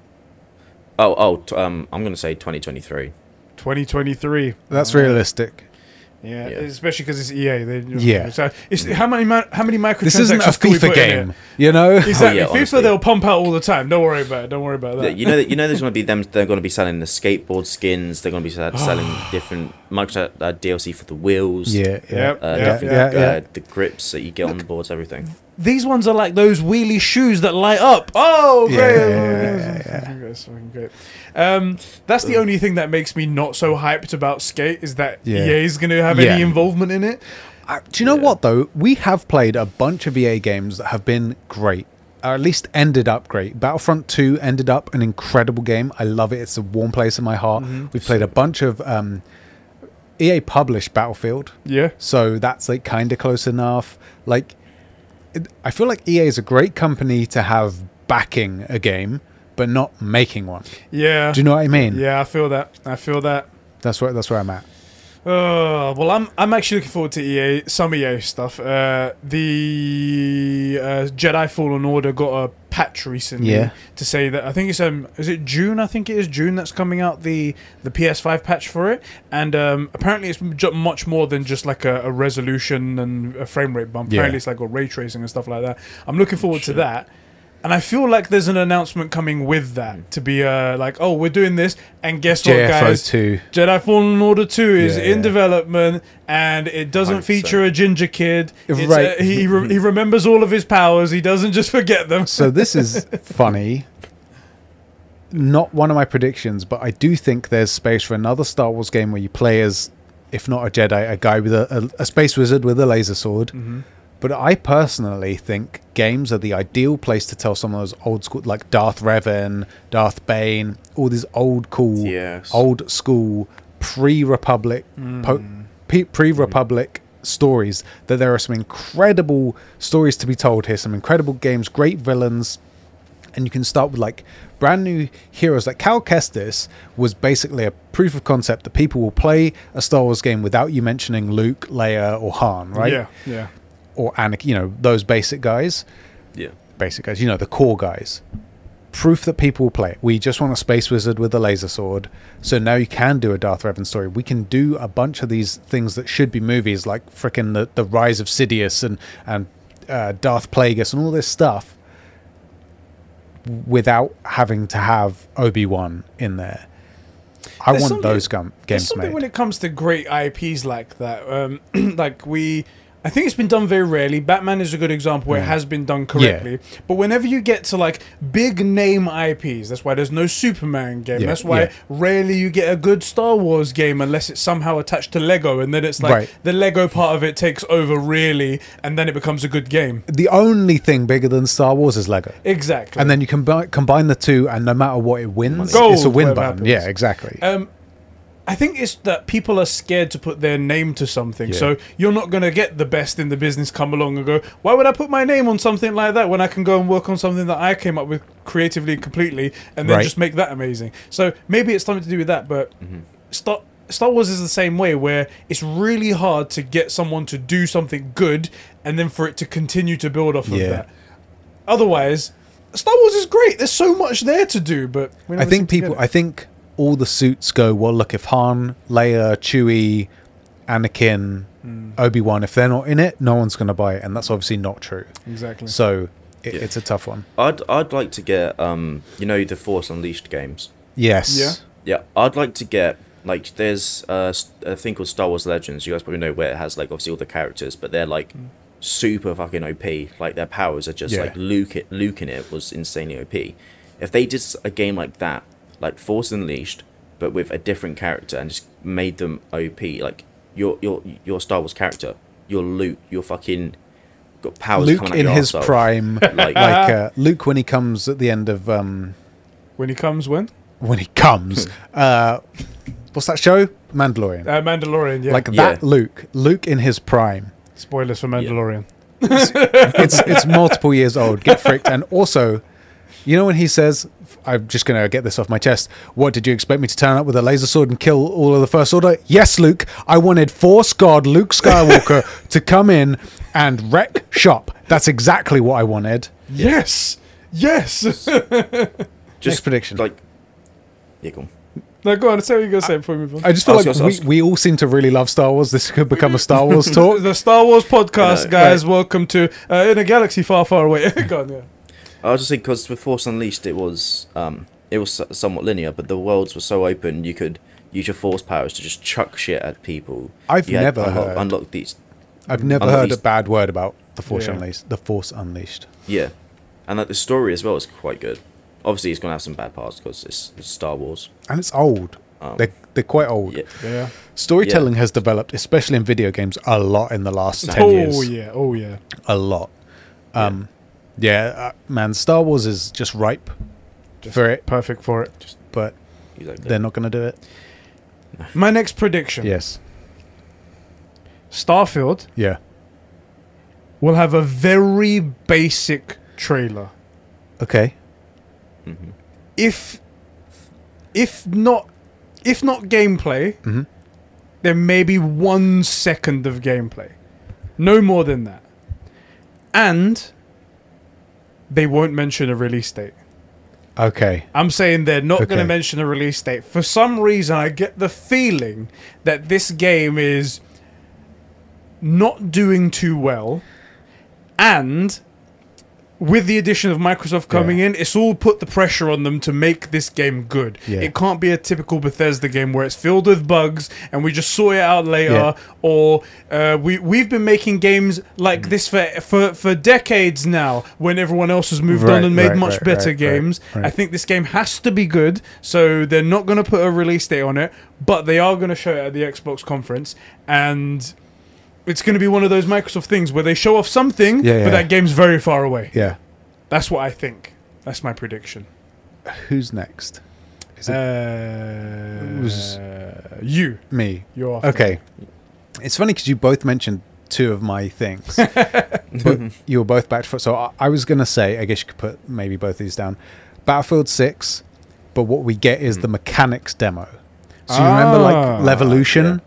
[SPEAKER 1] Oh oh. T- um, I'm gonna say 2023.
[SPEAKER 2] 2023.
[SPEAKER 3] That's realistic.
[SPEAKER 2] Yeah,
[SPEAKER 1] Yeah.
[SPEAKER 2] especially because it's EA. They,
[SPEAKER 3] Yeah.
[SPEAKER 2] So it's, how many mi- how many microtransactions?
[SPEAKER 3] This isn't a
[SPEAKER 2] can we
[SPEAKER 3] FIFA
[SPEAKER 2] put in here?
[SPEAKER 3] game, you know.
[SPEAKER 2] Exactly.
[SPEAKER 1] Oh, yeah,
[SPEAKER 2] FIFA
[SPEAKER 1] honestly.
[SPEAKER 2] they'll pump out all the time. Don't worry about it. Don't worry about
[SPEAKER 1] Yeah,
[SPEAKER 2] that.
[SPEAKER 1] you know that you know there's going to be them. They're going to be selling the skateboard skins. They're going to be sell- selling different micro uh, DLC for the wheels.
[SPEAKER 3] Yeah, yeah,
[SPEAKER 2] Yep,
[SPEAKER 1] Uh,
[SPEAKER 2] yeah,
[SPEAKER 1] different,
[SPEAKER 3] yeah, yeah.
[SPEAKER 1] Uh, the grips that you get on the boards, everything.
[SPEAKER 2] These ones are like those wheelie shoes that light up. Oh, great.
[SPEAKER 3] Yeah, yeah,
[SPEAKER 2] That's fucking great. Um, that's the only thing that makes me not so hyped about Skate is that
[SPEAKER 3] Yeah.
[SPEAKER 2] EA is going to have
[SPEAKER 3] Yeah.
[SPEAKER 2] any involvement in it.
[SPEAKER 3] Uh, do you know
[SPEAKER 1] Yeah.
[SPEAKER 3] what though? We have played a bunch of EA games that have been great, or at least ended up great. Battlefront Two ended up an incredible game. I love it. It's a warm place in my heart. We've played a bunch of um, EA published Battlefield,
[SPEAKER 2] Yeah.
[SPEAKER 3] so that's like kind of close enough. Like, it, I feel like EA is a great company to have backing a game, but not making one.
[SPEAKER 2] Yeah.
[SPEAKER 3] Do you know what I mean?
[SPEAKER 2] yeah, I feel that. I feel that.
[SPEAKER 3] That's where that's where I'm at.
[SPEAKER 2] Uh, well, I'm I'm actually looking forward to EA some EA stuff. Uh, the uh, Jedi Fallen Order got a patch recently
[SPEAKER 3] Yeah.
[SPEAKER 2] to say that I think it's um is it June I think it is June that's coming out the the PS5 patch for it, and um, apparently it's ju- much more than just like a, a resolution and a frame rate bump.
[SPEAKER 3] Yeah.
[SPEAKER 2] Apparently it's like got ray tracing and stuff like that. I'm looking forward to that. And I feel like there's an announcement coming with
[SPEAKER 3] Mm.
[SPEAKER 2] that to be uh, like, oh, we're doing this, and guess what,
[SPEAKER 3] JFO
[SPEAKER 2] guys?
[SPEAKER 3] Two.
[SPEAKER 2] Jedi Fallen Order 2 is
[SPEAKER 3] Yeah,
[SPEAKER 2] in
[SPEAKER 3] yeah.
[SPEAKER 2] development and it doesn't
[SPEAKER 1] 100%.
[SPEAKER 2] feature a ginger kid. It's a-
[SPEAKER 3] Right.
[SPEAKER 2] he, re- he remembers all of his powers, he doesn't just forget them.
[SPEAKER 3] So this is funny. Not one of my predictions, but I do think there's space for another Star Wars game where you play as, if not a Jedi, a guy with a, a, a space wizard with a laser sword, But I personally think games are the ideal place to tell some of those old school, like Darth Revan, Darth Bane, all these old cool,
[SPEAKER 1] Yes.
[SPEAKER 3] old school pre-republic, po- pe- pre-republic stories. That there are some incredible stories to be told here, some incredible games, great villains, and you can start with like brand new heroes. Like Cal Kestis was basically a proof of concept that people will play a Star Wars game without you mentioning Luke, Leia, or Han, right?
[SPEAKER 2] Yeah, yeah.
[SPEAKER 3] Or Anakin, you know, those basic guys,
[SPEAKER 1] Yeah.
[SPEAKER 3] basic guys, you know, the core guys. Proof that people will play it. We just want a space wizard with a laser sword. So now you can do a Darth Revan story. We can do a bunch of these things that should be movies, like frickin' the, the Rise of Sidious and, and uh, Darth Plagueis and all this stuff without having to have Obi Wan in there. I
[SPEAKER 2] There's
[SPEAKER 3] want
[SPEAKER 2] something-
[SPEAKER 3] those gum,
[SPEAKER 2] There's
[SPEAKER 3] games
[SPEAKER 2] something
[SPEAKER 3] made.
[SPEAKER 2] when it comes to great IPs like that. Um, like we, I think it's been done very rarely. Batman is a good example where it
[SPEAKER 3] Mm.
[SPEAKER 2] has been done correctly. But whenever you get to like big name IPs, that's why there's no Superman game.
[SPEAKER 3] Yeah,
[SPEAKER 2] That's why
[SPEAKER 3] yeah.
[SPEAKER 2] rarely you get a good Star Wars game unless it's somehow attached to Lego, and then it's like
[SPEAKER 3] Right.
[SPEAKER 2] the Lego part of it takes over really, and then it becomes a good game.
[SPEAKER 3] the only thing bigger than Star Wars is Lego.
[SPEAKER 2] Exactly.
[SPEAKER 3] And then you combi- combine the two, and no matter what it wins,
[SPEAKER 2] Gold,
[SPEAKER 3] it's a win
[SPEAKER 2] whatever
[SPEAKER 3] button.
[SPEAKER 2] happens.
[SPEAKER 3] Yeah, exactly.
[SPEAKER 2] Um, I think it's that people are scared to put their name to something.
[SPEAKER 3] Yeah.
[SPEAKER 2] So you're not going to get the best in the business come along and go, why would I put my name on something like that when I can go and work on something that I came up with creatively and completely and then
[SPEAKER 3] Right. Mm-hmm.
[SPEAKER 2] just make that amazing? So maybe it's something to do with that, but Star, Star Wars is the same way where it's really hard to get someone to do something good and then for it to continue to build off
[SPEAKER 3] Yeah.
[SPEAKER 2] of that. Otherwise, Star Wars is great. There's so much there to do, but we
[SPEAKER 3] I
[SPEAKER 2] never seem
[SPEAKER 3] think
[SPEAKER 2] to get
[SPEAKER 3] people.
[SPEAKER 2] it.
[SPEAKER 3] I think all the suits go well. Look, if Han, Leia, Chewie, Anakin,
[SPEAKER 2] Hmm.
[SPEAKER 3] Obi Wan, if they're not in it, no one's going to buy it, and that's obviously not true.
[SPEAKER 2] exactly.
[SPEAKER 3] So it, it's a tough one.
[SPEAKER 1] I'd I'd like to get um you know the Force Unleashed games.
[SPEAKER 3] Yes.
[SPEAKER 2] Yeah.
[SPEAKER 1] Yeah, I'd like to get like there's uh, s- a thing called Star Wars Legends. You guys probably know where it has like obviously all the characters, but they're like super fucking OP. Like their powers are just
[SPEAKER 3] Mm. Yeah.
[SPEAKER 1] like Luke. It, Luke in it was insanely OP. If they did s- a game like that, like Force Unleashed, but with a different character and just made them OP, like your your your Star Wars character, your Luke, your fucking got powers.
[SPEAKER 3] Luke
[SPEAKER 1] coming out
[SPEAKER 3] in
[SPEAKER 1] your
[SPEAKER 3] his
[SPEAKER 1] arsehole.
[SPEAKER 3] prime, like,
[SPEAKER 1] Like-
[SPEAKER 3] uh, Luke when he comes at the end of um,
[SPEAKER 2] When he comes, when
[SPEAKER 3] when he comes. uh, what's that show? Mandalorian.
[SPEAKER 2] uh, Mandalorian, yeah.
[SPEAKER 3] like
[SPEAKER 1] Yeah.
[SPEAKER 3] that Luke. Luke in his prime.
[SPEAKER 2] spoilers for Mandalorian.
[SPEAKER 3] it's it's multiple years old. Get fricked. And also, you know when he says, "I'm just gonna get this off my chest." What did you expect me to turn up with a laser sword and kill all of the First Order? Yes, Luke. I wanted Force God Luke Skywalker to come in and wreck shop. That's exactly what I wanted.
[SPEAKER 2] Yes, yes.
[SPEAKER 1] Just
[SPEAKER 3] prediction.
[SPEAKER 1] Like, yeah, go on.
[SPEAKER 2] no, go on. Say what you're gonna say before we move on.
[SPEAKER 3] I just
[SPEAKER 1] I
[SPEAKER 3] feel
[SPEAKER 1] was
[SPEAKER 3] like
[SPEAKER 1] gonna
[SPEAKER 3] we,
[SPEAKER 1] ask-
[SPEAKER 3] we all seem to really love Star Wars. This could become a Star Wars talk.
[SPEAKER 2] the Star Wars podcast,
[SPEAKER 1] No,
[SPEAKER 2] guys. Welcome to uh, in a galaxy far, far away. go on, yeah.
[SPEAKER 1] I was just saying because with Force Unleashed, it was um, it was so- somewhat linear, but the worlds were so open you could use your force powers to just chuck shit at people.
[SPEAKER 3] I've
[SPEAKER 1] You had
[SPEAKER 3] never
[SPEAKER 1] unlock,
[SPEAKER 3] heard.
[SPEAKER 1] unlock these,
[SPEAKER 3] I've never heard a
[SPEAKER 1] Unleashed.
[SPEAKER 3] bad word about the Force
[SPEAKER 2] Yeah.
[SPEAKER 3] Unleashed. The Force Unleashed.
[SPEAKER 1] yeah, and like the story as well is quite good. Obviously, it's gonna have some bad parts because it's, it's Star Wars.
[SPEAKER 3] and it's old.
[SPEAKER 1] Um,
[SPEAKER 3] they're, they're quite old.
[SPEAKER 1] Yeah,
[SPEAKER 2] Yeah.
[SPEAKER 3] Storytelling has developed, especially in video games, a lot in the last 10
[SPEAKER 2] oh
[SPEAKER 3] years.
[SPEAKER 2] yeah. Oh yeah.
[SPEAKER 3] A lot. Um, yeah, uh, man, Star Wars is just ripe for it,
[SPEAKER 2] Perfect for it.
[SPEAKER 3] but
[SPEAKER 1] exactly.
[SPEAKER 3] they're not going to do it.
[SPEAKER 2] My next prediction:
[SPEAKER 3] Yes.
[SPEAKER 2] Starfield
[SPEAKER 3] Yeah.
[SPEAKER 2] will have a very basic trailer.
[SPEAKER 3] Okay.
[SPEAKER 2] If if not if not gameplay,
[SPEAKER 3] Mhm.
[SPEAKER 2] then maybe one second of gameplay. No more than that. And they won't mention a release date.
[SPEAKER 3] Okay.
[SPEAKER 2] I'm saying they're not going to
[SPEAKER 3] Okay.
[SPEAKER 2] mention a release date. For some reason, I get the feeling that this game is not doing too well. And with the addition of Microsoft coming
[SPEAKER 3] Yeah.
[SPEAKER 2] in, it's all put the pressure on them to make this game good.
[SPEAKER 3] Yeah.
[SPEAKER 2] It can't be a typical Bethesda game where it's filled with bugs and we just sort it out later,
[SPEAKER 3] Yeah. Mm.
[SPEAKER 2] or uh, we we've been making games like this for, for for decades now. When everyone else has moved
[SPEAKER 3] Right,
[SPEAKER 2] on and made
[SPEAKER 3] right,
[SPEAKER 2] much
[SPEAKER 3] right,
[SPEAKER 2] better
[SPEAKER 3] right,
[SPEAKER 2] games,
[SPEAKER 3] right,
[SPEAKER 2] I
[SPEAKER 3] right.
[SPEAKER 2] think this game has to be good. So they're not going to put a release date on it, but they are going to show it at the Xbox conference and it's going to be one of those Microsoft things where they show off something,
[SPEAKER 3] Yeah, yeah.
[SPEAKER 2] but that game's very far away.
[SPEAKER 3] Yeah.
[SPEAKER 2] That's what I think. That's my prediction.
[SPEAKER 3] Who's next? Is it
[SPEAKER 2] Uh,
[SPEAKER 3] was-
[SPEAKER 2] you.
[SPEAKER 3] me?
[SPEAKER 2] You're off.
[SPEAKER 3] Okay. It's funny because you both mentioned two of my things, but you were both Battlefield. So I, I was going to say, I guess you could put maybe both these down. Battlefield 6, but what we get is the mechanics demo. So you remember
[SPEAKER 2] Ah.
[SPEAKER 3] like Levolution?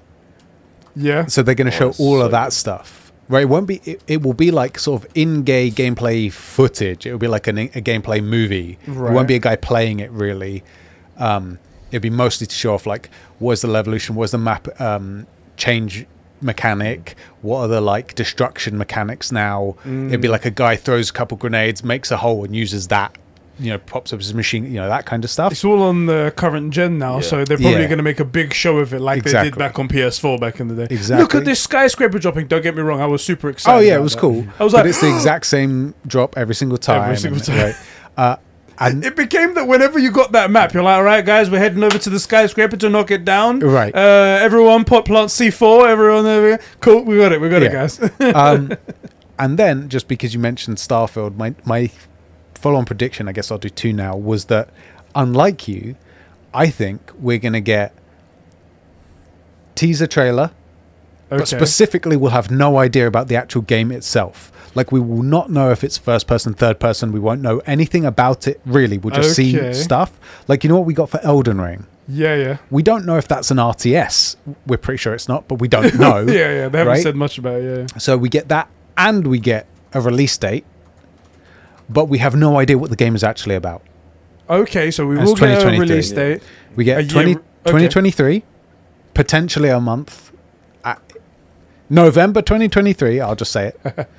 [SPEAKER 2] Yeah.
[SPEAKER 3] So they're going to
[SPEAKER 1] Oh,
[SPEAKER 3] show
[SPEAKER 1] that's
[SPEAKER 3] all
[SPEAKER 1] so
[SPEAKER 3] of that stuff. Right, it won't be. It, it will be like sort of in-game gameplay footage. It will be like an, in- a gameplay movie. It
[SPEAKER 2] Right.
[SPEAKER 3] won't be a guy playing it really. Um, it'd be mostly to show off like what's the evolution, what's the map um, change mechanic, what are the like destruction mechanics now. It'd
[SPEAKER 2] Mm.
[SPEAKER 3] be like a guy throws a couple grenades, makes a hole, and uses that. You know, pops up his machine. You know that kind of stuff.
[SPEAKER 2] It's all on the current gen now,
[SPEAKER 1] Yeah.
[SPEAKER 2] so they're probably
[SPEAKER 3] Yeah.
[SPEAKER 2] going to make a big show of it, like they did
[SPEAKER 3] Exactly.
[SPEAKER 2] back on PS4 back in the day. Look
[SPEAKER 3] Exactly.
[SPEAKER 2] at this skyscraper dropping. Don't get me wrong, I was super excited.
[SPEAKER 3] Oh yeah, it
[SPEAKER 2] about
[SPEAKER 3] was
[SPEAKER 2] that.
[SPEAKER 3] cool.
[SPEAKER 2] I was
[SPEAKER 3] but
[SPEAKER 2] like,
[SPEAKER 3] it's the exact same drop every single time.
[SPEAKER 2] single
[SPEAKER 3] and-
[SPEAKER 2] time.
[SPEAKER 3] right. Uh, and
[SPEAKER 2] It became that whenever you got that map, you're like, all right, guys, we're heading over to the skyscraper to knock it down.
[SPEAKER 3] Right.
[SPEAKER 2] Uh, everyone, pot plant C4. Everyone over here. Cool, we got it. We got it,
[SPEAKER 3] Yeah.
[SPEAKER 2] guys.
[SPEAKER 3] um, and then just because you mentioned Starfield, my my follow-on prediction, I guess I'll do two now, was that unlike you, I think we're gonna get teaser trailer, but
[SPEAKER 2] okay.
[SPEAKER 3] specifically we'll have no idea about the actual game itself. Like we will not know if it's first person, third person. We won't know anything about it really. We'll just
[SPEAKER 2] Okay.
[SPEAKER 3] see stuff. Like you know what we got for Elden Ring.
[SPEAKER 2] Yeah, yeah.
[SPEAKER 3] We don't know if that's an RTS. We're pretty sure it's not, but we don't know.
[SPEAKER 2] Yeah, yeah. They haven't
[SPEAKER 3] Oh. right?
[SPEAKER 2] said much about it. Yeah.
[SPEAKER 3] So we get that, and we get a release date, but we have no idea what the game is actually about.
[SPEAKER 2] Okay, so we
[SPEAKER 3] That's
[SPEAKER 2] will get a
[SPEAKER 3] 2023.
[SPEAKER 2] release
[SPEAKER 1] Yeah.
[SPEAKER 2] date.
[SPEAKER 3] We
[SPEAKER 2] A
[SPEAKER 3] get
[SPEAKER 2] year-
[SPEAKER 3] 20,
[SPEAKER 2] okay.
[SPEAKER 3] 2023, potentially a month, uh, November 2023, I'll just say it.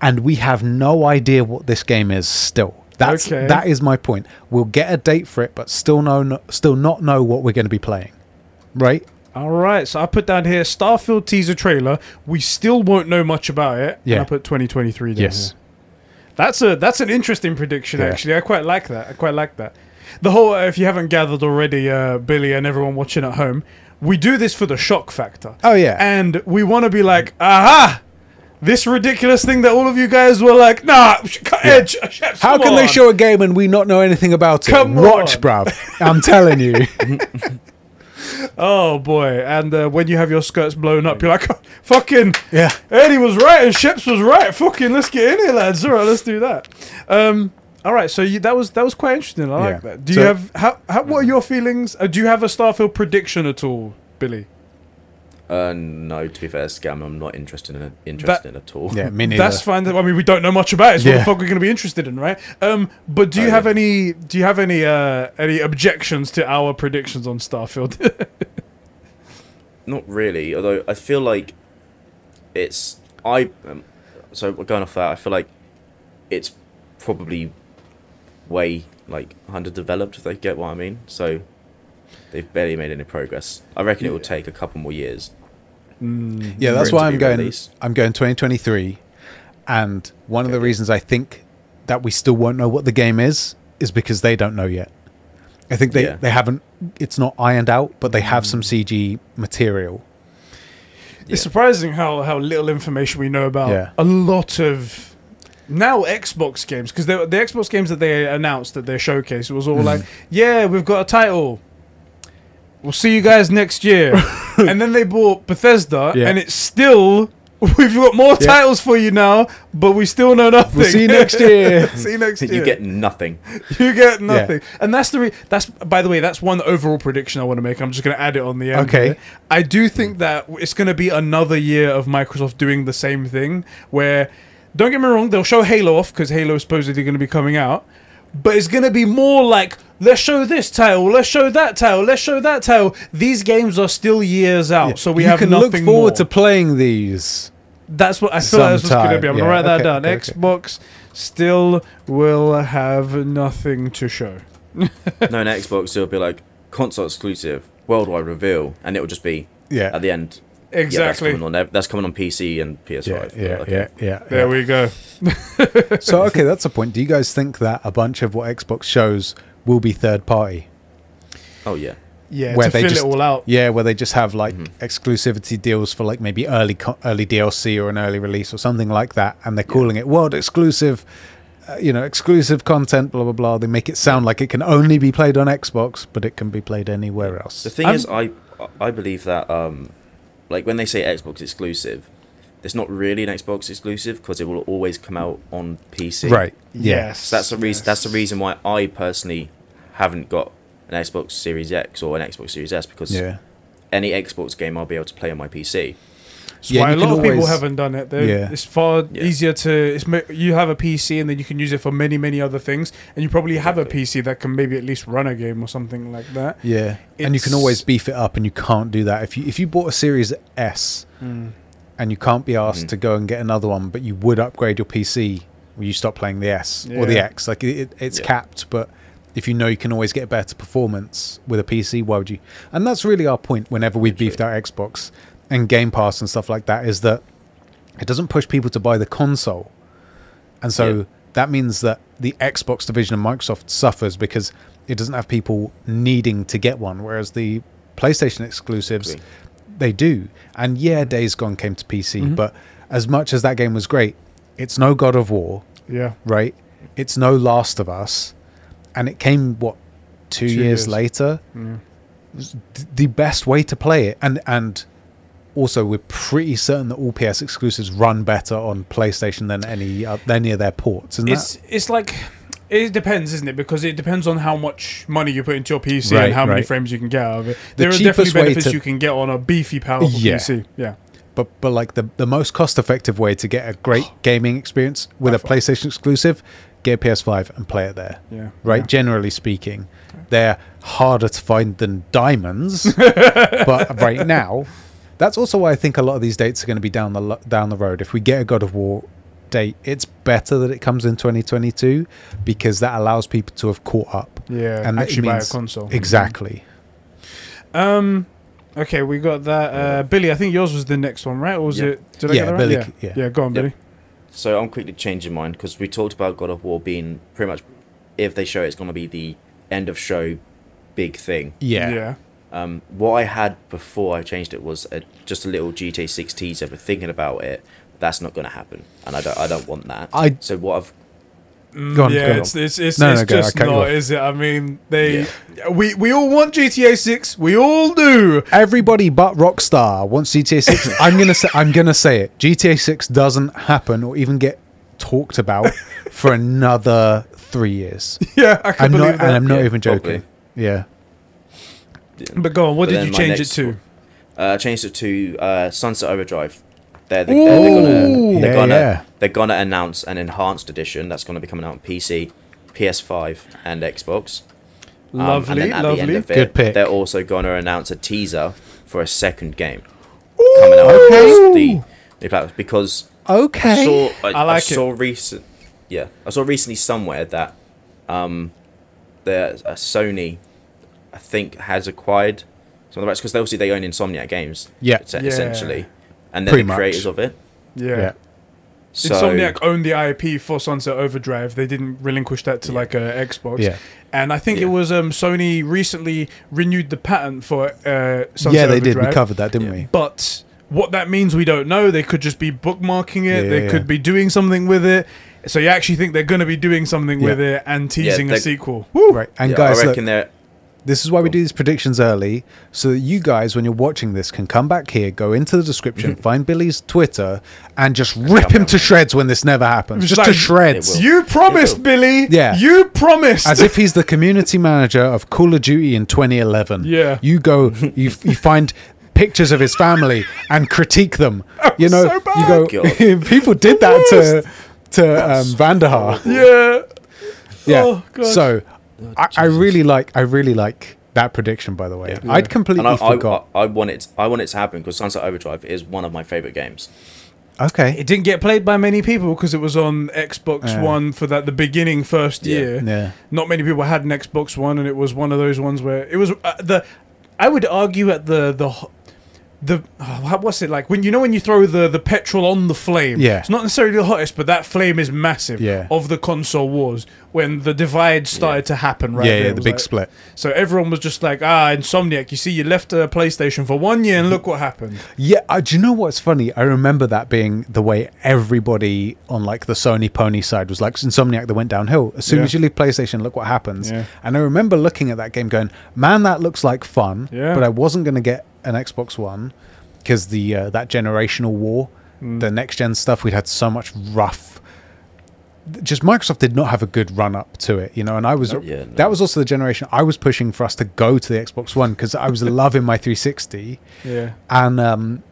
[SPEAKER 3] and we have no idea what this game is still. That's
[SPEAKER 2] Okay.
[SPEAKER 3] that is my point. We'll get a date for it, but still no, no still not know what we're going to be playing, right?
[SPEAKER 2] All right, so I put down here Starfield teaser trailer. We still won't know much about it.
[SPEAKER 3] Yeah.
[SPEAKER 2] And I put 2023 down
[SPEAKER 3] Yes.
[SPEAKER 2] here. That's a that's an interesting prediction
[SPEAKER 3] Yeah.
[SPEAKER 2] actually. I quite like that. I quite like that. The whole uh, if you haven't gathered already uh, Billy and everyone watching at home, we do this for the shock factor.
[SPEAKER 3] Oh, yeah.
[SPEAKER 2] And we want to be like, "Aha! This ridiculous thing that all of you guys were like, nah, sh- cut edge. Sheps,
[SPEAKER 3] How
[SPEAKER 2] come
[SPEAKER 3] can they
[SPEAKER 2] on."
[SPEAKER 3] show a game and we not know anything about it?
[SPEAKER 2] Come
[SPEAKER 3] Watch,
[SPEAKER 2] on.
[SPEAKER 3] bruv. I'm telling you.
[SPEAKER 2] Oh boy. And uh, when you have your skirts blown up, you're like, "Fucking
[SPEAKER 3] yeah.
[SPEAKER 2] Eddie was right and Ships was right. Fucking let's get in here, lads. All right, let's do that. Um, all right, so you, that was that was quite interesting. I like
[SPEAKER 3] Yeah.
[SPEAKER 2] that. Do
[SPEAKER 3] So- Mm.
[SPEAKER 2] you have how, how? What are your feelings? Uh, do you have a Starfield prediction at all, Billy?
[SPEAKER 1] Uh, no, to be fair, scam. I'm not interested in it, interested in it at all.
[SPEAKER 3] Yeah, me neither.
[SPEAKER 2] That's fine. I mean, we don't know much about it. So what
[SPEAKER 3] Yeah.
[SPEAKER 2] the fuck we're going to be interested in, right? Um, but do you
[SPEAKER 1] Oh,
[SPEAKER 2] have
[SPEAKER 1] yeah.
[SPEAKER 2] any? Do you have any uh, any objections to our predictions on Starfield?
[SPEAKER 1] Not really. Although I feel like it's I. Um, so going off that, I feel like it's probably way like underdeveloped. If they get what I mean, so they've barely made any progress. I reckon it will take a couple more years.
[SPEAKER 3] yeah,
[SPEAKER 1] for
[SPEAKER 3] that's
[SPEAKER 1] it to
[SPEAKER 3] why I'm
[SPEAKER 1] be
[SPEAKER 3] going.
[SPEAKER 1] released.
[SPEAKER 3] I'm going 2023, and one of the reasons I think that we still won't know what the game is is because they don't know yet. I think they
[SPEAKER 1] Yeah.
[SPEAKER 3] they haven't. It's not ironed out, but they have
[SPEAKER 2] Mm.
[SPEAKER 3] some CG material.
[SPEAKER 2] It's surprising how how little information we know about
[SPEAKER 3] Yeah.
[SPEAKER 2] a lot of now Xbox games because the Xbox games that they announced at their showcase was
[SPEAKER 3] Mm.
[SPEAKER 2] all like, yeah, we've got a title. We'll see you guys next year. and then they bought Bethesda,
[SPEAKER 3] Yeah.
[SPEAKER 2] and it's still we've got more
[SPEAKER 3] Yeah.
[SPEAKER 2] titles for you now, but we still know nothing.
[SPEAKER 3] We'll see you next year.
[SPEAKER 2] see you next year.
[SPEAKER 1] You get nothing.
[SPEAKER 2] You get nothing. And that's the re- that's by the way, that's one overall prediction I want to make. I'm just going to add it on the end.
[SPEAKER 3] Okay.
[SPEAKER 2] here. I do think that it's going to be another year of Microsoft doing the same thing where don't get me wrong, they'll show Halo off cuz Halo is supposedly going to be coming out, but it's going to be more like let's show this title, let's show that title, let's show that title. These games are still years out, so we
[SPEAKER 3] you
[SPEAKER 2] have
[SPEAKER 3] can
[SPEAKER 2] nothing
[SPEAKER 3] look
[SPEAKER 2] more.
[SPEAKER 3] forward to playing these.
[SPEAKER 2] That's what I thought that was going to
[SPEAKER 3] Sometime,
[SPEAKER 2] be. I'm
[SPEAKER 3] yeah.
[SPEAKER 2] gonna write that
[SPEAKER 3] Okay,
[SPEAKER 2] down.
[SPEAKER 3] okay, okay.
[SPEAKER 2] Xbox still will have nothing to show.
[SPEAKER 1] no, on Xbox it'll be like console exclusive, worldwide reveal, and it will just be
[SPEAKER 3] Yeah,
[SPEAKER 1] at the end. Yeah, that's
[SPEAKER 2] Exactly.
[SPEAKER 1] coming on. ev- That's coming on PC and
[SPEAKER 3] yeah,
[SPEAKER 1] PS5.
[SPEAKER 3] yeah,
[SPEAKER 1] Okay.
[SPEAKER 3] yeah, yeah.
[SPEAKER 2] there
[SPEAKER 3] yeah.
[SPEAKER 2] we go.
[SPEAKER 3] so okay, that's a point. Do you guys think that a bunch of what Xbox shows will be third party?
[SPEAKER 1] Oh yeah.
[SPEAKER 2] Yeah,
[SPEAKER 3] where
[SPEAKER 2] to
[SPEAKER 3] they
[SPEAKER 2] fill
[SPEAKER 3] just
[SPEAKER 2] it all out.
[SPEAKER 3] yeah where they just have like
[SPEAKER 1] Mm-hmm.
[SPEAKER 3] exclusivity deals for like maybe early co- early DLC or an early release or something like that, and they're calling it world exclusive, uh, you know, exclusive content, blah blah blah. They make it sound like it can only be played on Xbox, but it can be played anywhere else.
[SPEAKER 1] The thing
[SPEAKER 2] I'm-
[SPEAKER 1] is, I I believe that um, like when they say Xbox exclusive, it's not really an Xbox exclusive because it will always come out on PC.
[SPEAKER 3] Right? Yeah.
[SPEAKER 2] Yes.
[SPEAKER 1] So that's the reason. That's the
[SPEAKER 2] yes.
[SPEAKER 1] reason why I personally haven't got an Xbox Series X or an Xbox Series S because
[SPEAKER 3] Yeah.
[SPEAKER 1] any Xbox game I'll be able to play on my PC.
[SPEAKER 2] That's why
[SPEAKER 3] you
[SPEAKER 2] a
[SPEAKER 3] can
[SPEAKER 2] lot of people
[SPEAKER 3] always-
[SPEAKER 2] haven't done it. They're-
[SPEAKER 3] Yeah.
[SPEAKER 2] It's far
[SPEAKER 1] Yeah.
[SPEAKER 2] easier to. It's mo- you have a PC and then you can use it for many many other things, and you probably have a
[SPEAKER 1] Exactly.
[SPEAKER 2] PC that can maybe at least run a game or something like that.
[SPEAKER 3] Yeah, and you can
[SPEAKER 2] It's-
[SPEAKER 3] always beef it up, and you can't do that if you if you bought a Series S,
[SPEAKER 2] Mm.
[SPEAKER 3] and you can't be asked to go and get another one, but you would upgrade your PC. Well, you stop playing the S or the
[SPEAKER 2] Yeah.
[SPEAKER 3] X. Like it, it's
[SPEAKER 1] Yeah.
[SPEAKER 3] capped, but if you know you can always get better performance with a PC, why would you? And that's really our point. Whenever we've beefed out Xbox and Game Pass and stuff like that, is that it doesn't push people to buy the console. And so
[SPEAKER 1] Yeah.
[SPEAKER 3] that means that the Xbox division of Microsoft suffers because it doesn't have people needing to get one, whereas the PlayStation exclusives,
[SPEAKER 1] Agree. Mm-hmm.
[SPEAKER 3] they do. And yeah, Days Gone came to PC, but as much as that game was great, it's no God of War,
[SPEAKER 2] Yeah.
[SPEAKER 3] right? It's no Last of Us. And it came, what, two,
[SPEAKER 2] Two years.
[SPEAKER 3] years, later? Th- The best way to play it. And, and, also, we're pretty certain that all PS exclusives run better on PlayStation than any uh, any of their ports, isn't that?
[SPEAKER 2] It's it's like it depends, isn't it? Because it depends on how much money you put into your PC
[SPEAKER 3] Right,
[SPEAKER 2] and how many
[SPEAKER 3] right.
[SPEAKER 2] frames you can get out of it.
[SPEAKER 3] The
[SPEAKER 2] there are
[SPEAKER 3] cheapest
[SPEAKER 2] definitely
[SPEAKER 3] way
[SPEAKER 2] benefits
[SPEAKER 3] to-
[SPEAKER 2] you can get on a beefy, powerful
[SPEAKER 3] Yeah.
[SPEAKER 2] PC. Yeah.
[SPEAKER 3] but but like the the most cost effective way to get a great gaming experience with a
[SPEAKER 2] By far.
[SPEAKER 3] PlayStation exclusive, get a PS5 and play it there.
[SPEAKER 2] Yeah.
[SPEAKER 3] Right.
[SPEAKER 2] Yeah.
[SPEAKER 3] Generally speaking, they're harder to find than diamonds, but right now, that's also why I think a lot of these dates are going to be down the lo- down the road. If we get a God of War date, it's better that it comes in 2022 because that allows people to have caught up.
[SPEAKER 2] Yeah,
[SPEAKER 3] that
[SPEAKER 2] actually buy a console.
[SPEAKER 3] Exactly.
[SPEAKER 2] Um. Okay, we got that. Uh, Billy, I think yours was the next one, right? Or was
[SPEAKER 1] Yeah.
[SPEAKER 2] it? Did I
[SPEAKER 3] Yeah,
[SPEAKER 2] get that right?
[SPEAKER 3] Billy,
[SPEAKER 2] Yeah.
[SPEAKER 3] yeah.
[SPEAKER 2] Yeah. Go on,
[SPEAKER 1] Yep.
[SPEAKER 2] Billy.
[SPEAKER 1] So I'm quickly changing mine because we talked about God of War being pretty much, if they show it, it's going to be the end of show big thing.
[SPEAKER 3] yeah.
[SPEAKER 2] Yeah.
[SPEAKER 1] Um, what I had before I changed it was a, just a little GTA 6 teaser, but thinking about it, that's not going to happen, and I don't, I don't want that.
[SPEAKER 3] I-
[SPEAKER 1] so what I've
[SPEAKER 3] Mm, Go on,
[SPEAKER 2] yeah,
[SPEAKER 3] go on.
[SPEAKER 2] it's it's it's,
[SPEAKER 3] No,
[SPEAKER 2] it's
[SPEAKER 3] no, go, I
[SPEAKER 2] just
[SPEAKER 3] cut you
[SPEAKER 2] not,
[SPEAKER 3] off.
[SPEAKER 2] is it? I mean, they we we all want GTA Six, we all do.
[SPEAKER 3] Everybody but Rockstar wants GTA 6. I'm gonna say I'm gonna say it. GTA 6 doesn't happen or even get talked about for another three years.
[SPEAKER 2] Yeah, I can
[SPEAKER 3] I'm
[SPEAKER 2] believe
[SPEAKER 3] not, and
[SPEAKER 2] that.
[SPEAKER 3] I'm not
[SPEAKER 1] Yeah,
[SPEAKER 3] even joking.
[SPEAKER 1] probably.
[SPEAKER 3] Yeah,
[SPEAKER 2] but go on, what
[SPEAKER 1] But
[SPEAKER 2] did
[SPEAKER 1] then
[SPEAKER 2] you
[SPEAKER 1] my
[SPEAKER 2] change it
[SPEAKER 1] next
[SPEAKER 2] to?
[SPEAKER 1] one- uh, changed it to uh, Sunset Overdrive. They're, the, they're, they're
[SPEAKER 3] Ooh.
[SPEAKER 1] gonna they're
[SPEAKER 3] Yeah,
[SPEAKER 1] gonna
[SPEAKER 3] yeah.
[SPEAKER 1] they're gonna announce an enhanced edition that's gonna be coming out on PC, PS5, and Xbox. Um,
[SPEAKER 2] Lovely,
[SPEAKER 1] and then at
[SPEAKER 2] lovely.
[SPEAKER 1] The end of it,
[SPEAKER 3] Good pick.
[SPEAKER 1] They're also gonna announce a teaser for a second game coming out on the, the platform because
[SPEAKER 3] Okay.
[SPEAKER 1] saw I,
[SPEAKER 2] I
[SPEAKER 1] I
[SPEAKER 2] like it.
[SPEAKER 1] saw recent yeah I saw recently somewhere that um there's a Sony I think has acquired some of the rights because obviously they own Insomniac Games
[SPEAKER 3] Yeah.
[SPEAKER 1] es-
[SPEAKER 2] Yeah.
[SPEAKER 1] essentially and they're
[SPEAKER 3] Pretty
[SPEAKER 1] the
[SPEAKER 3] much.
[SPEAKER 1] creators of it
[SPEAKER 2] Yeah.
[SPEAKER 3] yeah.
[SPEAKER 1] so
[SPEAKER 2] Insomniac owned the IP for Sunset Overdrive. They didn't relinquish that to like a Xbox.
[SPEAKER 3] Yeah.
[SPEAKER 2] And I think it
[SPEAKER 1] Yeah.
[SPEAKER 2] was um, Sony recently renewed the patent for uh, Sunset
[SPEAKER 3] yeah, they
[SPEAKER 2] Overdrive.
[SPEAKER 3] did. We covered that, didn't
[SPEAKER 1] Yeah.
[SPEAKER 3] we?
[SPEAKER 2] But what that means, we don't know. They could just be bookmarking it.
[SPEAKER 3] Yeah,
[SPEAKER 2] they
[SPEAKER 3] yeah.
[SPEAKER 2] could be doing something with it. So you actually think they're going to be doing something with
[SPEAKER 3] Yeah.
[SPEAKER 2] it and teasing a
[SPEAKER 1] they-
[SPEAKER 2] sequel? Woo!
[SPEAKER 3] Right. And
[SPEAKER 1] yeah,
[SPEAKER 3] guys,
[SPEAKER 1] I
[SPEAKER 3] look,
[SPEAKER 1] reckon they're
[SPEAKER 3] This is why we do these predictions early, so that you guys, when you're watching this, can come back here, go into the description, find Billy's Twitter, and just rip him
[SPEAKER 1] Mm-hmm. down.
[SPEAKER 3] to shreds when this never happens.
[SPEAKER 2] It's
[SPEAKER 3] Just
[SPEAKER 2] like-
[SPEAKER 3] to shreds.
[SPEAKER 1] It will.
[SPEAKER 2] You promised,
[SPEAKER 1] will.
[SPEAKER 2] Billy.
[SPEAKER 3] Yeah.
[SPEAKER 2] You promised.
[SPEAKER 3] As if he's the community manager of Call of Duty in 2011.
[SPEAKER 2] Yeah.
[SPEAKER 3] You go, you, f- you find pictures of his family and critique them. You know,
[SPEAKER 2] so bad.
[SPEAKER 3] you go, people did that to to um, Vanderhaar.
[SPEAKER 2] yeah.
[SPEAKER 3] Yeah.
[SPEAKER 2] Oh, God.
[SPEAKER 3] so I, I really like I really like that prediction. By the way,
[SPEAKER 1] Yeah.
[SPEAKER 3] I'd completely
[SPEAKER 1] and I, I,
[SPEAKER 3] forgot.
[SPEAKER 1] I, I want it I want it to happen because Sunset Overdrive is one of my favorite games
[SPEAKER 3] okay.
[SPEAKER 2] It didn't get played by many people because it was on Xbox
[SPEAKER 3] Yeah.
[SPEAKER 2] One for that the beginning first
[SPEAKER 1] Yeah.
[SPEAKER 2] year.
[SPEAKER 3] Yeah.
[SPEAKER 2] Not many people had an Xbox One, and it was one of those ones where it was uh, the. I would argue at the the h- the oh, how- what's it like when you know when you throw the the petrol on the flame?
[SPEAKER 3] Yeah.
[SPEAKER 2] it's not necessarily the hottest, but that flame is massive.
[SPEAKER 3] Yeah.
[SPEAKER 2] of the console wars when the divide started to happen. Right,
[SPEAKER 3] Yeah,
[SPEAKER 2] there,
[SPEAKER 3] yeah,
[SPEAKER 2] it
[SPEAKER 3] the
[SPEAKER 2] was
[SPEAKER 3] big
[SPEAKER 2] like-
[SPEAKER 3] split.
[SPEAKER 2] So everyone was just like, ah, Insomniac. You see, you left a PlayStation for one year, and look what happened.
[SPEAKER 3] Yeah, uh, do you know what's funny? I remember that being the way everybody on like the Sony pony side was like Insomniac that went downhill. As soon
[SPEAKER 2] Yeah.
[SPEAKER 3] as you leave PlayStation, look what happens.
[SPEAKER 2] Yeah.
[SPEAKER 3] And I remember looking at that game going, "Man, that looks like fun."
[SPEAKER 2] Yeah.
[SPEAKER 3] But I wasn't going to get an Xbox One because the uh, that generational war,
[SPEAKER 2] Mm.
[SPEAKER 3] the next gen stuff, we'd had so much rough. Just Microsoft did not have a good run up to it, you know. And I was
[SPEAKER 1] Yeah, no.
[SPEAKER 3] that was also the generation I was pushing for us to go to the Xbox One because I was loving my 360
[SPEAKER 2] Yeah,
[SPEAKER 3] and um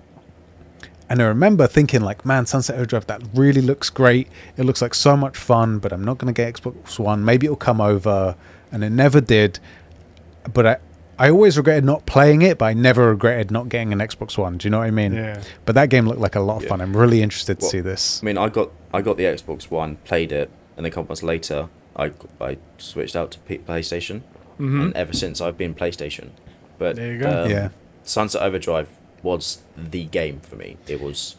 [SPEAKER 3] and I remember thinking like, man, Sunset Overdrive, that really looks great. It looks like so much fun, but I'm not going to get Xbox One. Maybe it'll come over, and it never did. But I, I always regretted not playing it, but I never regretted not getting an Xbox One. Do you know what I mean?
[SPEAKER 2] Yeah.
[SPEAKER 3] But that game looked like a lot of
[SPEAKER 1] Yeah.
[SPEAKER 3] fun. I'm really interested to
[SPEAKER 1] Well,
[SPEAKER 3] see this.
[SPEAKER 1] I mean, I got I got the Xbox One, played it, and then a couple months later, I I switched out to P- PlayStation, and ever since I've been PlayStation. But
[SPEAKER 2] Mm-hmm. There you go.
[SPEAKER 1] um,
[SPEAKER 3] yeah,
[SPEAKER 1] Sunset Overdrive was the game for me. It was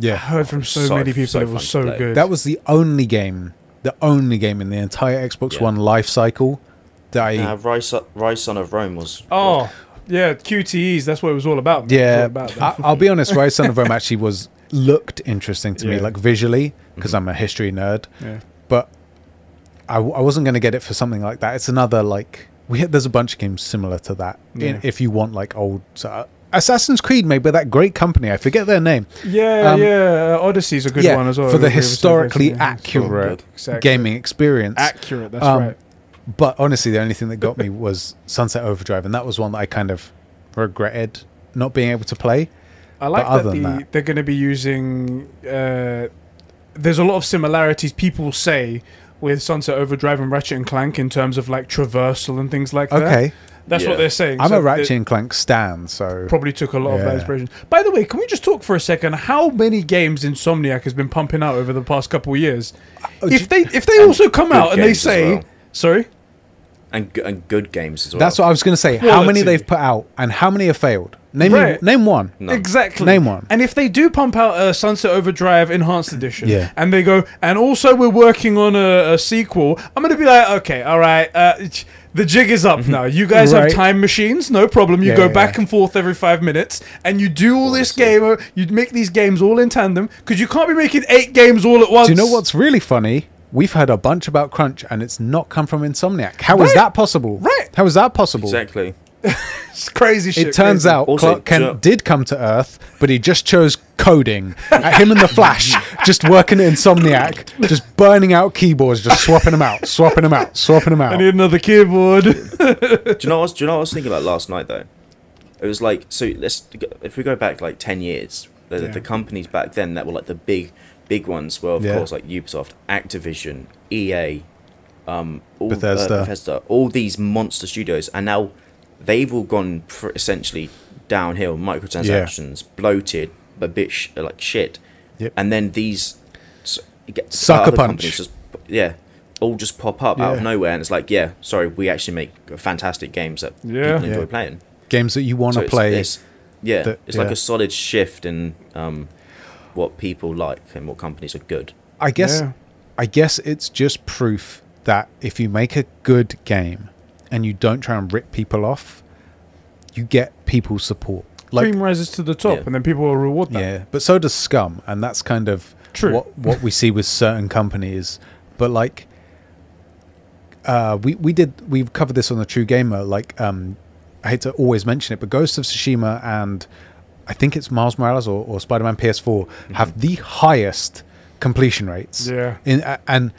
[SPEAKER 2] I
[SPEAKER 3] yeah.
[SPEAKER 2] heard from so,
[SPEAKER 1] So-
[SPEAKER 2] many people
[SPEAKER 1] so
[SPEAKER 2] it
[SPEAKER 1] fun to
[SPEAKER 2] was so
[SPEAKER 1] play.
[SPEAKER 2] good.
[SPEAKER 3] That was the only game, the only game in the entire Xbox
[SPEAKER 1] Yeah.
[SPEAKER 3] One life cycle that I
[SPEAKER 1] uh, Rise Son- Rise Son of Rome was
[SPEAKER 2] oh. Yeah, QTEs. That's what it was all about. man. It was all
[SPEAKER 3] Yeah, Ah.
[SPEAKER 2] about that.
[SPEAKER 3] I, I'll be honest. Rise Son of Rome actually was looked interesting to me,
[SPEAKER 2] Yeah. Mm-hmm.
[SPEAKER 3] like visually, because I'm a history nerd.
[SPEAKER 2] yeah.
[SPEAKER 3] But I, w- I wasn't going to get it for something like that. It's another like we had, there's a bunch of games similar to that. i-
[SPEAKER 2] Yeah.
[SPEAKER 3] if you want like old so, uh, Assassin's Creed, made by that great company. I forget their name.
[SPEAKER 2] Yeah,
[SPEAKER 3] Um,
[SPEAKER 2] yeah. uh, Odyssey's a good
[SPEAKER 3] yeah,
[SPEAKER 2] one as well.
[SPEAKER 3] for the
[SPEAKER 2] Everybody was saying that,
[SPEAKER 3] historically
[SPEAKER 2] yeah.
[SPEAKER 3] accurate
[SPEAKER 2] Exactly.
[SPEAKER 3] gaming experience.
[SPEAKER 2] Accurate, that's
[SPEAKER 3] Um,
[SPEAKER 2] right.
[SPEAKER 3] but honestly, the only thing that got me was Sunset Overdrive, and that was one that I kind of regretted not being able to play.
[SPEAKER 2] I like
[SPEAKER 3] other
[SPEAKER 2] that,
[SPEAKER 3] than
[SPEAKER 2] the,
[SPEAKER 3] that-
[SPEAKER 2] they're going to be using. Uh, there's a lot of similarities people say with Sunset Overdrive and Ratchet and Clank in terms of like traversal and things like that.
[SPEAKER 3] Okay,
[SPEAKER 2] that's
[SPEAKER 1] Yeah.
[SPEAKER 2] what they're saying.
[SPEAKER 3] I'm
[SPEAKER 2] So
[SPEAKER 3] a Ratchet
[SPEAKER 2] they
[SPEAKER 3] and Clank stan, so
[SPEAKER 2] Probably took a lot of that
[SPEAKER 3] Yeah.
[SPEAKER 2] inspiration. By the way, can we just talk for a second? How many games Insomniac has been pumping out over the past couple of years?
[SPEAKER 3] Oh,
[SPEAKER 2] if
[SPEAKER 3] d-
[SPEAKER 2] they if they
[SPEAKER 1] Uh, And
[SPEAKER 2] also come
[SPEAKER 1] good
[SPEAKER 2] out and they
[SPEAKER 1] games as
[SPEAKER 2] say,
[SPEAKER 1] well.
[SPEAKER 2] sorry,
[SPEAKER 1] and g- and good games as well.
[SPEAKER 3] That's what I was going to say. How
[SPEAKER 2] Quality.
[SPEAKER 3] many they've put out and how many have failed? Name me-
[SPEAKER 2] Right.
[SPEAKER 3] name one.
[SPEAKER 1] No.
[SPEAKER 2] Exactly.
[SPEAKER 3] Name one.
[SPEAKER 2] And if they do pump out a Sunset Overdrive Enhanced Edition,
[SPEAKER 3] Yeah.
[SPEAKER 2] and they go, and also we're working on a, a sequel, I'm going to be like, okay, all right, uh, the jig is up now. You guys have
[SPEAKER 3] Right.
[SPEAKER 2] time machines, no problem. You
[SPEAKER 3] Yeah,
[SPEAKER 2] go
[SPEAKER 3] yeah,
[SPEAKER 2] back
[SPEAKER 3] yeah.
[SPEAKER 2] and forth every five minutes, and you do all this
[SPEAKER 1] Honestly.
[SPEAKER 2] game, uh, you make these games all in tandem, because you can't be making eight games all at once.
[SPEAKER 3] Do you know what's really funny? We've heard a bunch about Crunch and it's not come from Insomniac. How is
[SPEAKER 2] Right.
[SPEAKER 3] that possible?
[SPEAKER 2] Right.
[SPEAKER 3] How is that possible?
[SPEAKER 1] exactly.
[SPEAKER 2] It's crazy shit?
[SPEAKER 3] It turns
[SPEAKER 2] crazy.
[SPEAKER 3] out
[SPEAKER 1] Also,
[SPEAKER 3] Clark Kent
[SPEAKER 1] ju-
[SPEAKER 3] did come to Earth, but he just chose coding. At him and the Flash, just working at Insomniac, just burning out keyboards, just swapping them out, swapping them out, swapping them
[SPEAKER 2] I
[SPEAKER 3] out.
[SPEAKER 2] need another keyboard.
[SPEAKER 1] do you know? What I was, do you know what I was thinking about last night though? It was like so. Let's if we go back like ten years, the,
[SPEAKER 2] Yeah.
[SPEAKER 1] the companies back then that were like the big, big ones were of
[SPEAKER 3] Yeah.
[SPEAKER 1] course like Ubisoft, Activision, EA, um, all,
[SPEAKER 3] Bethesda.
[SPEAKER 1] uh, Bethesda, all these monster studios, and now they've all gone pr- essentially downhill. Microtransactions, bloated, a bit sh- like shit,
[SPEAKER 3] Yep.
[SPEAKER 1] and then these s- get-
[SPEAKER 3] Sucker
[SPEAKER 1] other
[SPEAKER 3] punch.
[SPEAKER 1] companies Just, yeah. All just pop up out of
[SPEAKER 3] Yeah.
[SPEAKER 1] nowhere, and it's like, yeah, sorry, we actually make fantastic games that
[SPEAKER 2] Yeah.
[SPEAKER 1] people enjoy
[SPEAKER 3] Yeah.
[SPEAKER 1] playing.
[SPEAKER 3] Games that you want
[SPEAKER 1] So
[SPEAKER 3] to
[SPEAKER 1] it's,
[SPEAKER 3] play.
[SPEAKER 1] it's- yeah,
[SPEAKER 3] that-
[SPEAKER 1] it's like
[SPEAKER 3] yeah.
[SPEAKER 1] a solid shift in um, what people like and what companies are good.
[SPEAKER 3] I guess
[SPEAKER 2] Yeah.
[SPEAKER 3] I guess it's just proof that if you make a good game and you don't try and rip people off, you get people's support. Like
[SPEAKER 2] Cream rises to the top,
[SPEAKER 1] Yeah.
[SPEAKER 2] and then people will reward that.
[SPEAKER 3] yeah, but so does Scum, and that's kind of
[SPEAKER 2] True.
[SPEAKER 3] what what we see with certain companies. But like uh, we we did we've covered this on the True Gamer. Like um, I hate to always mention it, but Ghost of Tsushima and I think it's Miles Morales or, or Spider Man PS4 have the highest completion rates.
[SPEAKER 2] Mm-hmm. Yeah.
[SPEAKER 3] in a- and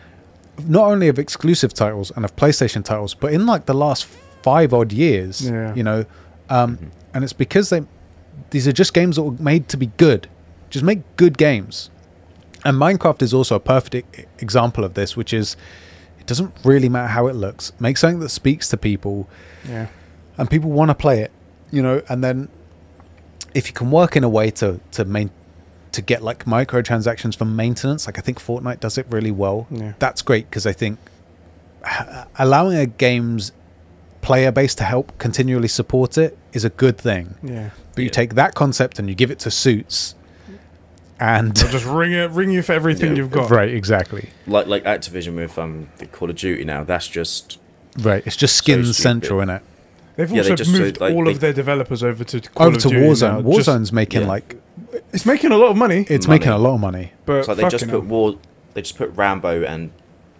[SPEAKER 3] not only of exclusive titles and of PlayStation titles, but in like the last five odd years,
[SPEAKER 2] Yeah.
[SPEAKER 3] you know, um, and it's because they these are just games that were made to be good. Just make good games. And Minecraft is also a perfect e- example of this, which is it doesn't really matter how it looks. Make something that speaks to people
[SPEAKER 2] yeah.
[SPEAKER 3] and people want to play it, you know, and then if you can work in a way to to main to get like microtransactions for maintenance, like I think Fortnite does it really well.
[SPEAKER 2] Yeah.
[SPEAKER 3] That's great because I think h- allowing a game's player base to help continually support it is a good thing.
[SPEAKER 2] Yeah.
[SPEAKER 3] But you
[SPEAKER 1] Yeah.
[SPEAKER 3] take that concept and you give it to suits, and
[SPEAKER 2] Just ring it, ring you for everything
[SPEAKER 1] Yeah.
[SPEAKER 2] you've got.
[SPEAKER 3] right, exactly,
[SPEAKER 1] Like like Activision with um the Call of Duty now. That's just
[SPEAKER 3] right. It's just skin
[SPEAKER 1] stupid.
[SPEAKER 3] central in it.
[SPEAKER 2] They've
[SPEAKER 1] Yeah, they
[SPEAKER 2] also
[SPEAKER 1] just-
[SPEAKER 2] moved
[SPEAKER 1] so, like,
[SPEAKER 2] all
[SPEAKER 1] they-
[SPEAKER 2] of their developers over to Call
[SPEAKER 3] Over
[SPEAKER 2] of
[SPEAKER 3] to
[SPEAKER 2] Duty
[SPEAKER 3] Warzone.
[SPEAKER 2] now, just-
[SPEAKER 3] Warzone's making
[SPEAKER 1] yeah.
[SPEAKER 3] like
[SPEAKER 2] it's making a lot of money,
[SPEAKER 3] it's
[SPEAKER 1] Money.
[SPEAKER 3] making a lot of money.
[SPEAKER 2] but
[SPEAKER 1] it's like they just
[SPEAKER 2] Uh, fucking
[SPEAKER 1] put
[SPEAKER 2] hell.
[SPEAKER 1] war. They just put Rambo and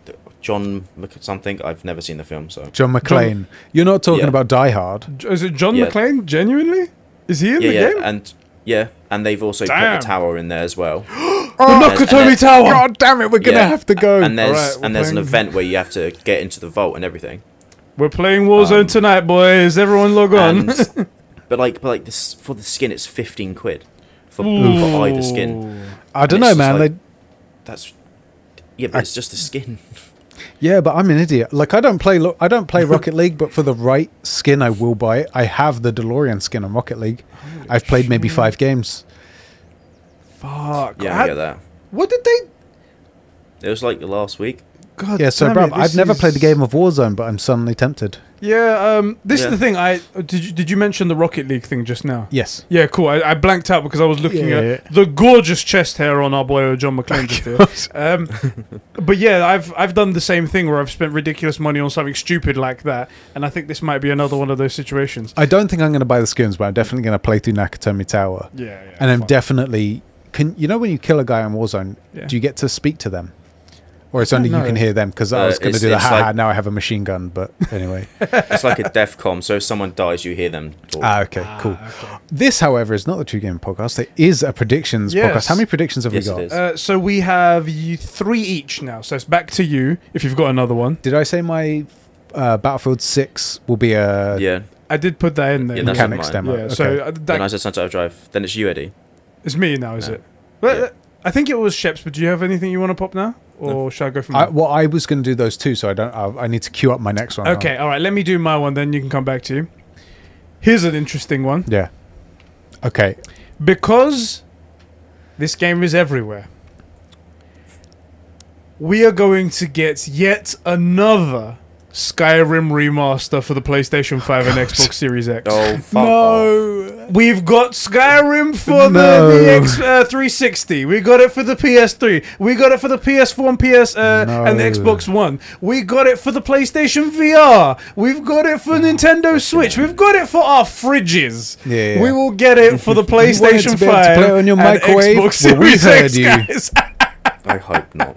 [SPEAKER 1] th- John Mc- something. I've never seen the film, so
[SPEAKER 3] John McClane. You're not talking
[SPEAKER 1] Yeah.
[SPEAKER 3] about Die Hard.
[SPEAKER 2] Is it John
[SPEAKER 1] Yeah.
[SPEAKER 2] McClane? Genuinely, is he in
[SPEAKER 1] yeah,
[SPEAKER 2] the
[SPEAKER 1] yeah,
[SPEAKER 2] game?
[SPEAKER 1] and yeah, and they've also
[SPEAKER 2] Damn.
[SPEAKER 1] put the tower in there as well.
[SPEAKER 3] Oh,
[SPEAKER 2] the
[SPEAKER 1] there's- and
[SPEAKER 2] Nakatomi
[SPEAKER 1] there's-
[SPEAKER 2] Tower.
[SPEAKER 3] God damn it, we're gonna
[SPEAKER 1] Yeah,
[SPEAKER 3] have to go.
[SPEAKER 1] And there's
[SPEAKER 2] Alright, we're
[SPEAKER 1] and there's an
[SPEAKER 2] playing-
[SPEAKER 1] event where you have to get into the vault and everything.
[SPEAKER 2] We're playing Warzone tonight, boys. Everyone log
[SPEAKER 1] Um,
[SPEAKER 2] on.
[SPEAKER 1] And, but like but like this for the skin, it's fifteen quid for, for either skin.
[SPEAKER 3] I don't
[SPEAKER 1] and
[SPEAKER 3] know,
[SPEAKER 1] it's
[SPEAKER 3] man.
[SPEAKER 1] just like-
[SPEAKER 3] they,
[SPEAKER 1] That's yeah, but it's just a skin.
[SPEAKER 3] Yeah, but I'm an idiot. Like I don't play lo- I don't play Rocket League, but for the right skin I will buy it. I have the DeLorean skin on Rocket League. I've played maybe 5 games.
[SPEAKER 2] Fuck.
[SPEAKER 1] Yeah,
[SPEAKER 2] How-
[SPEAKER 1] I get that.
[SPEAKER 2] What did they?
[SPEAKER 1] It was like last week.
[SPEAKER 2] God.
[SPEAKER 3] Yeah, so
[SPEAKER 2] damn
[SPEAKER 3] bro,
[SPEAKER 2] it,
[SPEAKER 3] I've
[SPEAKER 2] this
[SPEAKER 3] never
[SPEAKER 2] is-
[SPEAKER 3] played a game of Warzone, but I'm suddenly tempted.
[SPEAKER 2] Yeah. Um. This
[SPEAKER 1] Yeah.
[SPEAKER 2] is the thing. I did. You, did you mention the Rocket League thing just now?
[SPEAKER 3] Yes.
[SPEAKER 2] Yeah, cool. I, I blanked out because I was looking
[SPEAKER 3] Yeah,
[SPEAKER 2] at
[SPEAKER 3] yeah.
[SPEAKER 2] the gorgeous chest hair on our boy uh, John McClane just here. Um, but yeah, I've I've done the same thing where I've spent ridiculous money on something stupid like that, and I think this might be another one of those situations.
[SPEAKER 3] I don't think I'm going to buy the skins, but I'm definitely going to play through Nakatomi Tower.
[SPEAKER 2] Yeah, yeah.
[SPEAKER 3] And I'm
[SPEAKER 2] fine.
[SPEAKER 3] definitely can you know when you kill a guy in Warzone,
[SPEAKER 2] Yeah.
[SPEAKER 3] do you get to speak to them? Or it's only you
[SPEAKER 2] know.
[SPEAKER 3] can hear them because I
[SPEAKER 1] Uh,
[SPEAKER 3] was going to
[SPEAKER 1] it's-
[SPEAKER 3] do the
[SPEAKER 1] it's
[SPEAKER 3] ha ha.
[SPEAKER 1] like-
[SPEAKER 3] Now I have a machine gun, but anyway.
[SPEAKER 1] It's like a DEFCON. So if someone dies, you hear them. Talk.
[SPEAKER 3] Ah, okay, cool. This, however, is not the True Game Podcast. It is a predictions
[SPEAKER 2] Yes.
[SPEAKER 3] podcast. How many predictions have
[SPEAKER 1] Yes,
[SPEAKER 3] we
[SPEAKER 1] it
[SPEAKER 3] got?
[SPEAKER 1] is.
[SPEAKER 2] Uh, so we have you three each now. So it's back to you if you've got another one.
[SPEAKER 3] Did I say my uh, Battlefield 6 will be a
[SPEAKER 1] yeah.
[SPEAKER 2] I did put that in there.
[SPEAKER 1] Yeah, that's- mine.
[SPEAKER 3] mechanics demo?
[SPEAKER 2] Yeah,
[SPEAKER 3] Okay.
[SPEAKER 2] So uh,
[SPEAKER 1] Then
[SPEAKER 2] that,
[SPEAKER 1] I said Sunset Drive. Then it's you, Eddie.
[SPEAKER 2] it's me now, is
[SPEAKER 1] No.
[SPEAKER 2] it? Well,
[SPEAKER 1] Yeah.
[SPEAKER 2] uh, I think it was Sheps. But do you have anything you want to pop now, or shall I go from?
[SPEAKER 3] I,
[SPEAKER 2] mine?
[SPEAKER 3] well, I was going to do those two, so I don't. I, I need to queue up my next one. now.
[SPEAKER 2] Okay, all right. Let me do my one, then you can come back to you. Here's an interesting one
[SPEAKER 3] Yeah. Okay.
[SPEAKER 2] because this game is everywhere. We are going to get yet another Skyrim remaster for the PlayStation 5 and Xbox Series X.
[SPEAKER 1] Oh fuck off.
[SPEAKER 2] No, we've got Skyrim for the, the
[SPEAKER 3] No.
[SPEAKER 2] X, uh, 360. We got it for the PS3. We got it for the PS4 and PS uh, and the
[SPEAKER 3] No.
[SPEAKER 2] Xbox One. We got it for the PlayStation VR. We've got it
[SPEAKER 3] Oh,
[SPEAKER 2] for Nintendo Switch. We've got it for our fridges.
[SPEAKER 3] Yeah, yeah.
[SPEAKER 2] We will get it for the
[SPEAKER 3] You wanted
[SPEAKER 2] PlayStation
[SPEAKER 3] to be able to
[SPEAKER 2] 5
[SPEAKER 3] play it on your
[SPEAKER 2] and
[SPEAKER 3] microwave?
[SPEAKER 2] Xbox
[SPEAKER 3] Well, we
[SPEAKER 2] Series
[SPEAKER 3] heard
[SPEAKER 2] X,
[SPEAKER 3] you.
[SPEAKER 2] guys.
[SPEAKER 1] I hope not.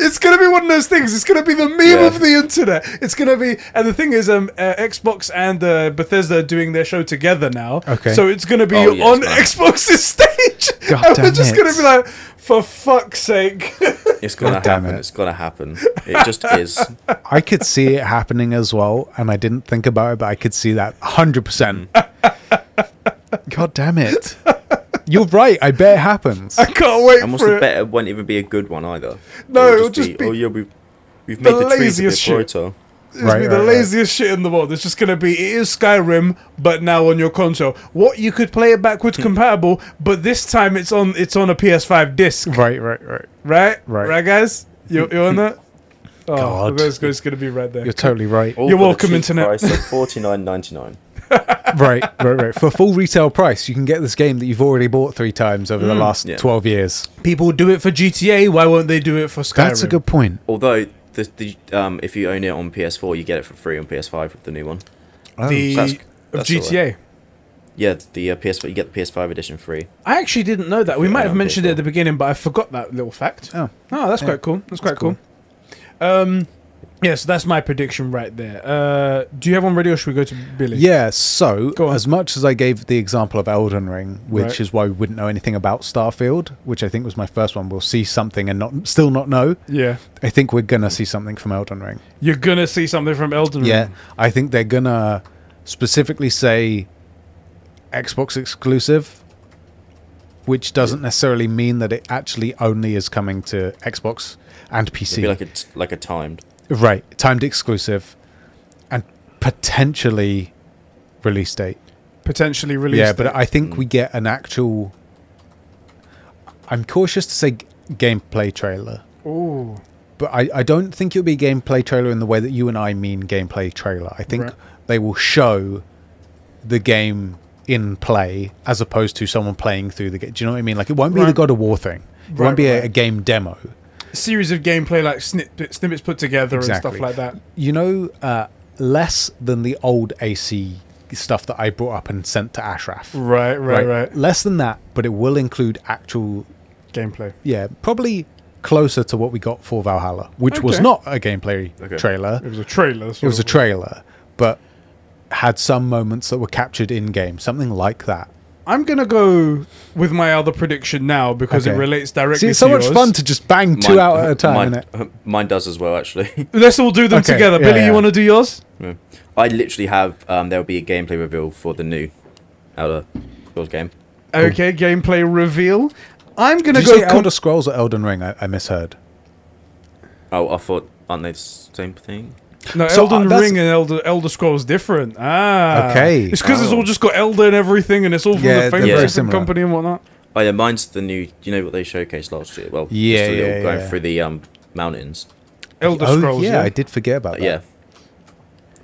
[SPEAKER 2] It's gonna be one of those things. It's gonna be the meme
[SPEAKER 1] Yeah.
[SPEAKER 2] of the internet. It's gonna be, and the thing is, um, uh, Xbox and uh, Bethesda are doing their show together now.
[SPEAKER 3] Okay.
[SPEAKER 2] So it's gonna be
[SPEAKER 1] Oh, yes,
[SPEAKER 2] on
[SPEAKER 1] man.
[SPEAKER 2] Xbox's stage.
[SPEAKER 3] God
[SPEAKER 2] and we're
[SPEAKER 3] damn
[SPEAKER 2] just
[SPEAKER 3] it.
[SPEAKER 2] gonna be like, for fuck's sake.
[SPEAKER 1] It's gonna
[SPEAKER 3] God damn
[SPEAKER 1] happen.
[SPEAKER 3] it.
[SPEAKER 1] It's gonna happen. It just is.
[SPEAKER 3] I could see it happening as well, and I didn't think about it, but I could see that 100%.
[SPEAKER 1] Mm.
[SPEAKER 3] God damn it. You're right. I bet it happens.
[SPEAKER 2] I can't wait
[SPEAKER 1] And what's
[SPEAKER 2] for
[SPEAKER 1] the
[SPEAKER 2] it.
[SPEAKER 1] bet? It won't even be a good one either.
[SPEAKER 2] No, it'll just be
[SPEAKER 1] oh yeah, we've we've made the, trees a bit
[SPEAKER 2] laziest shit.
[SPEAKER 1] brighter.
[SPEAKER 2] It's gonna be
[SPEAKER 3] Right,
[SPEAKER 2] the
[SPEAKER 3] right, right.
[SPEAKER 2] laziest shit in the world. It's just gonna be it is Skyrim, but now on your console. What you could play it backwards
[SPEAKER 3] Hmm.
[SPEAKER 2] compatible, but this time it's on it's on a PS5 disc.
[SPEAKER 3] Right, right, right.
[SPEAKER 2] Right?
[SPEAKER 3] Right.
[SPEAKER 2] guys? You, you on that? Oh,
[SPEAKER 3] God.
[SPEAKER 2] that's good. It's going to be right there.
[SPEAKER 3] You're totally right.
[SPEAKER 1] All
[SPEAKER 2] You're
[SPEAKER 1] for the
[SPEAKER 2] welcome,
[SPEAKER 1] cheap
[SPEAKER 2] internet.
[SPEAKER 1] Price of forty nine ninety nine.
[SPEAKER 3] right, right, right. For full retail price, you can get this game that you've already bought three times over the last
[SPEAKER 1] Yeah.
[SPEAKER 3] 12 years.
[SPEAKER 2] People do it for GTA. Why won't they do it for Skyrim?
[SPEAKER 3] That's a good point.
[SPEAKER 1] Although the, the um, if you own it on PS4, you get it for free on PS5 with the new one.
[SPEAKER 2] The
[SPEAKER 1] That's-
[SPEAKER 2] of
[SPEAKER 1] that's
[SPEAKER 2] GTA.
[SPEAKER 1] Yeah, the uh, PS4 you get the PS5 edition free.
[SPEAKER 2] I actually didn't know that. We
[SPEAKER 1] Yeah,
[SPEAKER 2] might have
[SPEAKER 1] okay,
[SPEAKER 2] mentioned it at
[SPEAKER 1] cool.
[SPEAKER 2] the beginning, but I forgot that little fact.
[SPEAKER 3] Oh.
[SPEAKER 2] Oh, that's
[SPEAKER 3] Yeah.
[SPEAKER 2] quite cool. That's quite cool. Um, yeah, so that's my prediction right there. Uh, do you have one ready, or should we go to Billy?
[SPEAKER 3] Yeah, so
[SPEAKER 2] Go on.
[SPEAKER 3] as much as I gave the example of Elden Ring, which
[SPEAKER 2] Right.
[SPEAKER 3] is why we wouldn't know anything about Starfield, which I think was my first one, we'll see something and not still not know.
[SPEAKER 2] Yeah.
[SPEAKER 3] I think we're gonna see something from Elden Ring.
[SPEAKER 2] You're gonna see something from Elden Ring.
[SPEAKER 3] Yeah, I think they're gonna specifically say Xbox exclusive, which doesn't necessarily mean that it actually only is coming to Xbox and
[SPEAKER 1] It'd
[SPEAKER 3] PC.
[SPEAKER 1] be like a t- like a timed.
[SPEAKER 3] Right, timed exclusive, and potentially release date.
[SPEAKER 2] Potentially released.
[SPEAKER 3] yeah, but I
[SPEAKER 2] Mm.
[SPEAKER 3] think we get an actual. I'm cautious to say g- gameplay trailer,
[SPEAKER 2] Ooh.
[SPEAKER 3] but I, I don't think it'll be a gameplay trailer in the way that you and I mean gameplay trailer. I think
[SPEAKER 2] Right.
[SPEAKER 3] they will show the game in play as opposed to someone playing through the game. Do you know what I mean? Like it won't be the
[SPEAKER 2] Right.
[SPEAKER 3] God of War thing. It
[SPEAKER 2] Right,
[SPEAKER 3] won't be
[SPEAKER 2] right.
[SPEAKER 3] a, a game demo.
[SPEAKER 2] series of gameplay like snippets, snippets put together and
[SPEAKER 3] Exactly.
[SPEAKER 2] stuff like that.
[SPEAKER 3] You know, uh, less than the old AC stuff that I brought up and sent to Ashraf.
[SPEAKER 2] Right, right, right.
[SPEAKER 3] Less than that, but it will include actual
[SPEAKER 2] Gameplay.
[SPEAKER 3] yeah, probably closer to what we got for Valhalla, which was
[SPEAKER 2] Okay.
[SPEAKER 3] not a gameplay
[SPEAKER 1] Okay.
[SPEAKER 3] trailer.
[SPEAKER 2] It was a trailer.
[SPEAKER 3] It was a trailer, but had some moments that were captured in game, something like that.
[SPEAKER 2] I'm gonna go with my other prediction now because it
[SPEAKER 3] Okay.
[SPEAKER 2] relates directly.
[SPEAKER 3] See,
[SPEAKER 2] to
[SPEAKER 3] it's so much
[SPEAKER 2] yours.
[SPEAKER 3] fun to just bang two out at a time.
[SPEAKER 1] Mine,
[SPEAKER 3] innit?
[SPEAKER 1] mine does as well, actually.
[SPEAKER 2] Let's all do them
[SPEAKER 3] Okay,
[SPEAKER 2] together.
[SPEAKER 3] yeah,
[SPEAKER 2] Billy,
[SPEAKER 3] yeah.
[SPEAKER 2] you want to do yours?
[SPEAKER 1] Yeah. I literally have. Um, there will be a gameplay reveal for the new Elder Scrolls game.
[SPEAKER 2] Okay, gameplay reveal. I'm gonna
[SPEAKER 3] Did you
[SPEAKER 2] go.
[SPEAKER 3] say
[SPEAKER 2] com-
[SPEAKER 3] Elder Scrolls or Elden Ring? I, I misheard.
[SPEAKER 1] Oh, I thought aren't they the same thing?
[SPEAKER 2] no,
[SPEAKER 3] So, uh,
[SPEAKER 2] Elden
[SPEAKER 3] that's-
[SPEAKER 2] Ring and Elder Elder Scrolls different. Ah,
[SPEAKER 3] Okay.
[SPEAKER 2] It's because it's
[SPEAKER 1] Oh.
[SPEAKER 2] all just got Elder and everything, and it's all from
[SPEAKER 3] Yeah,
[SPEAKER 2] the
[SPEAKER 3] they're
[SPEAKER 2] famous
[SPEAKER 1] very
[SPEAKER 2] different
[SPEAKER 3] similar.
[SPEAKER 2] company and whatnot.
[SPEAKER 1] Oh yeah, mine's the new. You know what they showcased last year? Well,
[SPEAKER 3] Yeah,
[SPEAKER 1] just a little
[SPEAKER 3] yeah,
[SPEAKER 1] going
[SPEAKER 3] yeah.
[SPEAKER 1] through the um mountains.
[SPEAKER 2] Elder
[SPEAKER 3] oh,
[SPEAKER 2] Scrolls.
[SPEAKER 3] yeah, I did forget about
[SPEAKER 1] But
[SPEAKER 3] that.
[SPEAKER 1] yeah,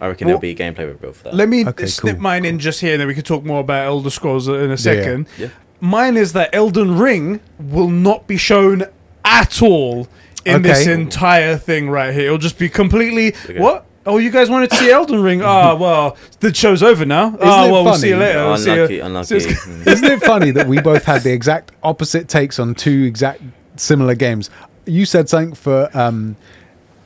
[SPEAKER 1] I reckon
[SPEAKER 2] Well-
[SPEAKER 1] there'll be a gameplay reveal for that.
[SPEAKER 2] Let me
[SPEAKER 3] Okay,
[SPEAKER 2] snip
[SPEAKER 3] cool,
[SPEAKER 2] mine in just here, and then we can talk more about Elder Scrolls in a second.
[SPEAKER 1] Yeah.
[SPEAKER 2] Mine is that Elden Ring will not be shown at all in this
[SPEAKER 3] Okay.
[SPEAKER 2] entire thing right here. It'll just be completely
[SPEAKER 1] Okay.
[SPEAKER 2] what? Oh, you guys wanted to see Elden Ring? Ah, well, the show's over now. Ah,
[SPEAKER 3] it
[SPEAKER 2] well, we'll see you
[SPEAKER 3] funny?
[SPEAKER 2] later. We'll see you-
[SPEAKER 1] unlucky,
[SPEAKER 2] see
[SPEAKER 1] unlucky.
[SPEAKER 2] you-
[SPEAKER 1] Mm.
[SPEAKER 3] Isn't it funny that we both had the exact opposite takes on two exact similar games? You said something for um,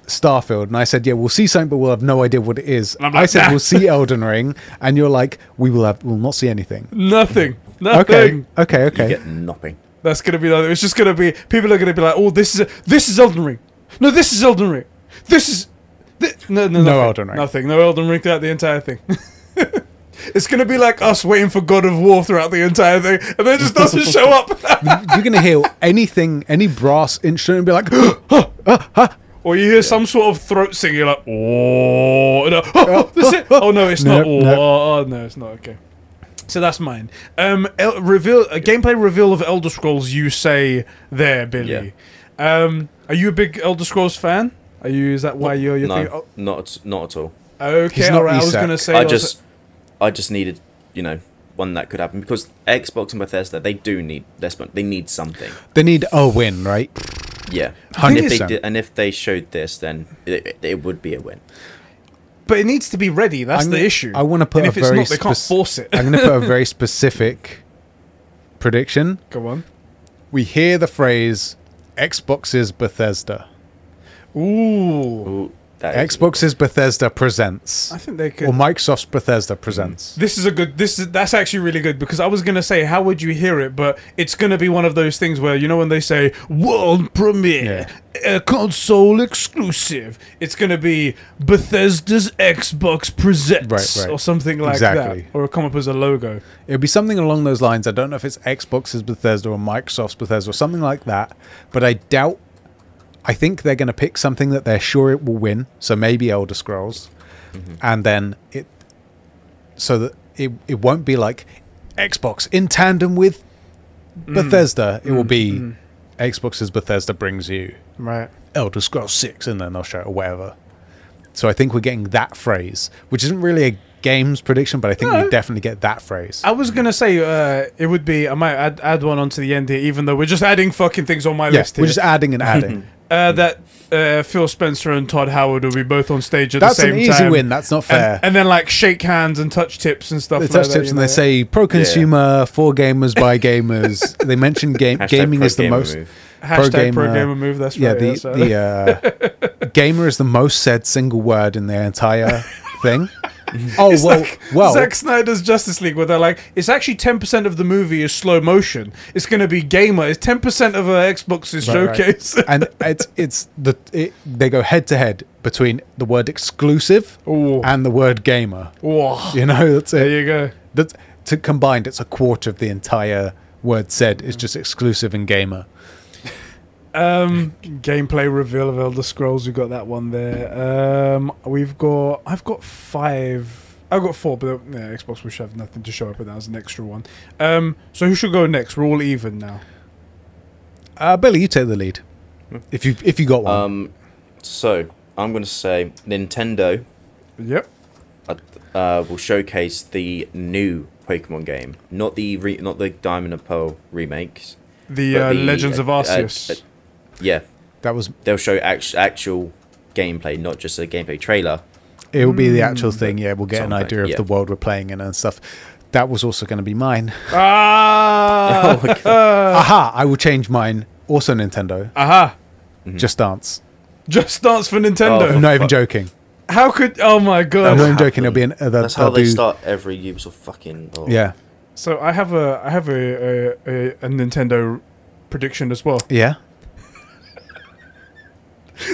[SPEAKER 3] Starfield, and I said, "Yeah, we'll see something, but we'll have no idea what it is."
[SPEAKER 2] And I'm
[SPEAKER 3] I
[SPEAKER 2] like,
[SPEAKER 3] said,
[SPEAKER 2] "Nah."
[SPEAKER 3] "We'll see Elden Ring," and you're like, "We will have, we'll not see anything."
[SPEAKER 2] Nothing. Nothing.
[SPEAKER 3] Okay, okay,
[SPEAKER 1] You
[SPEAKER 3] okay.
[SPEAKER 1] get nothing.
[SPEAKER 2] That's gonna be like it's just gonna be people are gonna be like, oh, this is this is Elden Ring. No, this is Elden Ring. This is thi- no no
[SPEAKER 3] No
[SPEAKER 2] nothing,
[SPEAKER 3] Elden Ring.
[SPEAKER 2] Nothing. No Elden Ring throughout the entire thing. it's gonna be like us waiting for God of War throughout the entire thing, and then it just doesn't show up.
[SPEAKER 3] You're gonna hear anything, any brass instrument, and be like,
[SPEAKER 2] or you hear some sort of throat singing you're like, oh, no, that's it. Oh no, it's
[SPEAKER 3] Nope,
[SPEAKER 2] not. Oh,
[SPEAKER 3] nope.
[SPEAKER 2] oh, oh, no, it's not. Okay. So that's mine. Um, El- reveal a gameplay reveal of Elder Scrolls. You say there, Billy. Um, are you a big Elder Scrolls fan? Are you? Is that why you're? you're thinking,
[SPEAKER 1] No, not at- not at all.
[SPEAKER 2] oh, okay,
[SPEAKER 3] He's not
[SPEAKER 2] all right. I was
[SPEAKER 3] Isak.
[SPEAKER 2] gonna say.
[SPEAKER 1] I
[SPEAKER 2] was-
[SPEAKER 1] just, I just needed, you know, one that could happen because Xbox and Bethesda they do need they sp- they need something.
[SPEAKER 3] "They need a win, right?"
[SPEAKER 1] Yeah,
[SPEAKER 3] Thing
[SPEAKER 1] and if
[SPEAKER 3] is-
[SPEAKER 1] they did, and if they showed this, then it, it would be a win.
[SPEAKER 2] but it needs to be ready. That's
[SPEAKER 3] I'm-
[SPEAKER 2] the issue.
[SPEAKER 3] I want to put
[SPEAKER 2] And
[SPEAKER 3] a
[SPEAKER 2] if it's
[SPEAKER 3] very
[SPEAKER 2] not, they can't
[SPEAKER 3] spec-
[SPEAKER 2] force it.
[SPEAKER 3] I'm going to put a very specific prediction.
[SPEAKER 2] Go on.
[SPEAKER 3] We hear the phrase Xbox is Bethesda. Oh
[SPEAKER 2] Ooh,
[SPEAKER 1] Ooh, that is-
[SPEAKER 3] Xbox is Bethesda presents.
[SPEAKER 2] I think Hmm. they could.
[SPEAKER 3] Or Microsoft's Bethesda presents.
[SPEAKER 2] This is a good. This is that's actually really good because I was gonna say how would you hear it, but it's gonna be one of those things where you know when they say world premiere, uh, console exclusive, it's gonna be Bethesda's Xbox presents
[SPEAKER 3] Right, right.
[SPEAKER 2] or something like
[SPEAKER 3] Exactly.
[SPEAKER 2] that, or come up as a logo.
[SPEAKER 3] It'll be something along those lines. I don't know if it's Xbox's Bethesda or Microsoft's Bethesda or something like that, but I doubt. I think they're going to pick something that they're sure it will win. So maybe Elder Scrolls,
[SPEAKER 2] Mm-hmm.
[SPEAKER 3] and then it, so that it it won't be like Xbox in tandem with
[SPEAKER 2] Hmm.
[SPEAKER 3] Bethesda. It will be Xbox's Bethesda brings you
[SPEAKER 2] Right.
[SPEAKER 3] Elder Scrolls Six, and then they'll show it or whatever. So I think we're getting that phrase, which isn't really a games prediction, but I think
[SPEAKER 2] No.
[SPEAKER 3] we definitely get that phrase.
[SPEAKER 2] I was gonna say uh, it would be. I might add, add one onto the end here, even though we're just adding fucking things on my
[SPEAKER 3] Yeah,
[SPEAKER 2] list. Here.
[SPEAKER 3] we're just adding and adding.
[SPEAKER 2] uh, that uh, Phil Spencer and Todd Howard will be both on stage at
[SPEAKER 3] That's
[SPEAKER 2] the same
[SPEAKER 3] an easy
[SPEAKER 2] time.
[SPEAKER 3] win. That's not fair.
[SPEAKER 2] And, and then like shake hands and touch tips and stuff.
[SPEAKER 3] they
[SPEAKER 2] like
[SPEAKER 3] touch
[SPEAKER 2] that,
[SPEAKER 3] tips
[SPEAKER 2] you
[SPEAKER 3] and
[SPEAKER 2] know.
[SPEAKER 3] they say pro consumer, for gamers, by gamers. they mention game
[SPEAKER 1] Hashtag
[SPEAKER 3] gaming
[SPEAKER 1] pro
[SPEAKER 3] is the
[SPEAKER 1] gamer
[SPEAKER 3] most.
[SPEAKER 1] move.
[SPEAKER 2] hashtag pro
[SPEAKER 3] gamer-
[SPEAKER 2] gamer move. That's
[SPEAKER 3] Yeah,
[SPEAKER 2] right.
[SPEAKER 3] the
[SPEAKER 2] that's right.
[SPEAKER 3] the uh, gamer is the most said single word in their entire thing. Oh well, well.
[SPEAKER 2] Zack Snyder's Justice League, where they're like, it's actually ten percent of the movie is slow motion. It's going to be gamer. It's ten percent of uh, Xbox's
[SPEAKER 3] Right, right.
[SPEAKER 2] showcase.
[SPEAKER 3] and it's it's the it, they go head to head between the word exclusive
[SPEAKER 2] Ooh.
[SPEAKER 3] and the word gamer.
[SPEAKER 2] Whoa,
[SPEAKER 3] You know, that's
[SPEAKER 2] there
[SPEAKER 3] it.
[SPEAKER 2] you go.
[SPEAKER 3] That's to combined, it's a quarter of the entire word said is just exclusive and gamer.
[SPEAKER 2] Um, gameplay reveal of Elder Scrolls. We've got that one there. Um, we've got. I've got five. I've got four, but yeah, Xbox will have nothing to show up, but that was an extra one. Um, so who should go next? We're all even now.
[SPEAKER 3] Uh, Billy, you take the lead. If you if you got one,
[SPEAKER 1] Um, so I'm gonna say Nintendo
[SPEAKER 2] Yep.
[SPEAKER 1] uh, uh, will showcase the new Pokemon game, not the re- not the Diamond and Pearl remakes.
[SPEAKER 2] The,
[SPEAKER 1] but
[SPEAKER 2] uh, Legends of
[SPEAKER 1] uh, uh,
[SPEAKER 2] Arceus.
[SPEAKER 1] uh, yeah,
[SPEAKER 3] That was
[SPEAKER 1] they'll show act- actual gameplay, not just a gameplay trailer.
[SPEAKER 3] it will be
[SPEAKER 2] Hmm.
[SPEAKER 3] the actual thing. Yeah, we'll get an
[SPEAKER 1] something,
[SPEAKER 3] idea of
[SPEAKER 1] yeah.
[SPEAKER 3] the world we're playing in and stuff. That was also going to be mine.
[SPEAKER 2] ah!
[SPEAKER 1] Oh my god!
[SPEAKER 3] Aha! I will change mine. Also Nintendo.
[SPEAKER 2] Aha!
[SPEAKER 1] Mm-hmm.
[SPEAKER 3] Just Dance.
[SPEAKER 2] Just Dance for Nintendo.
[SPEAKER 1] Oh,
[SPEAKER 3] I'm not even
[SPEAKER 1] fuck.
[SPEAKER 3] joking.
[SPEAKER 2] How could? Oh my
[SPEAKER 3] I'm
[SPEAKER 2] god!
[SPEAKER 3] not even joking. It'll be an, uh, they'll-
[SPEAKER 1] That's how
[SPEAKER 3] they'll
[SPEAKER 1] they
[SPEAKER 3] do-
[SPEAKER 1] start every Ubisoft fucking. Oh.
[SPEAKER 3] Yeah,
[SPEAKER 2] So I have a I have a a, a, a Nintendo prediction as well.
[SPEAKER 3] yeah.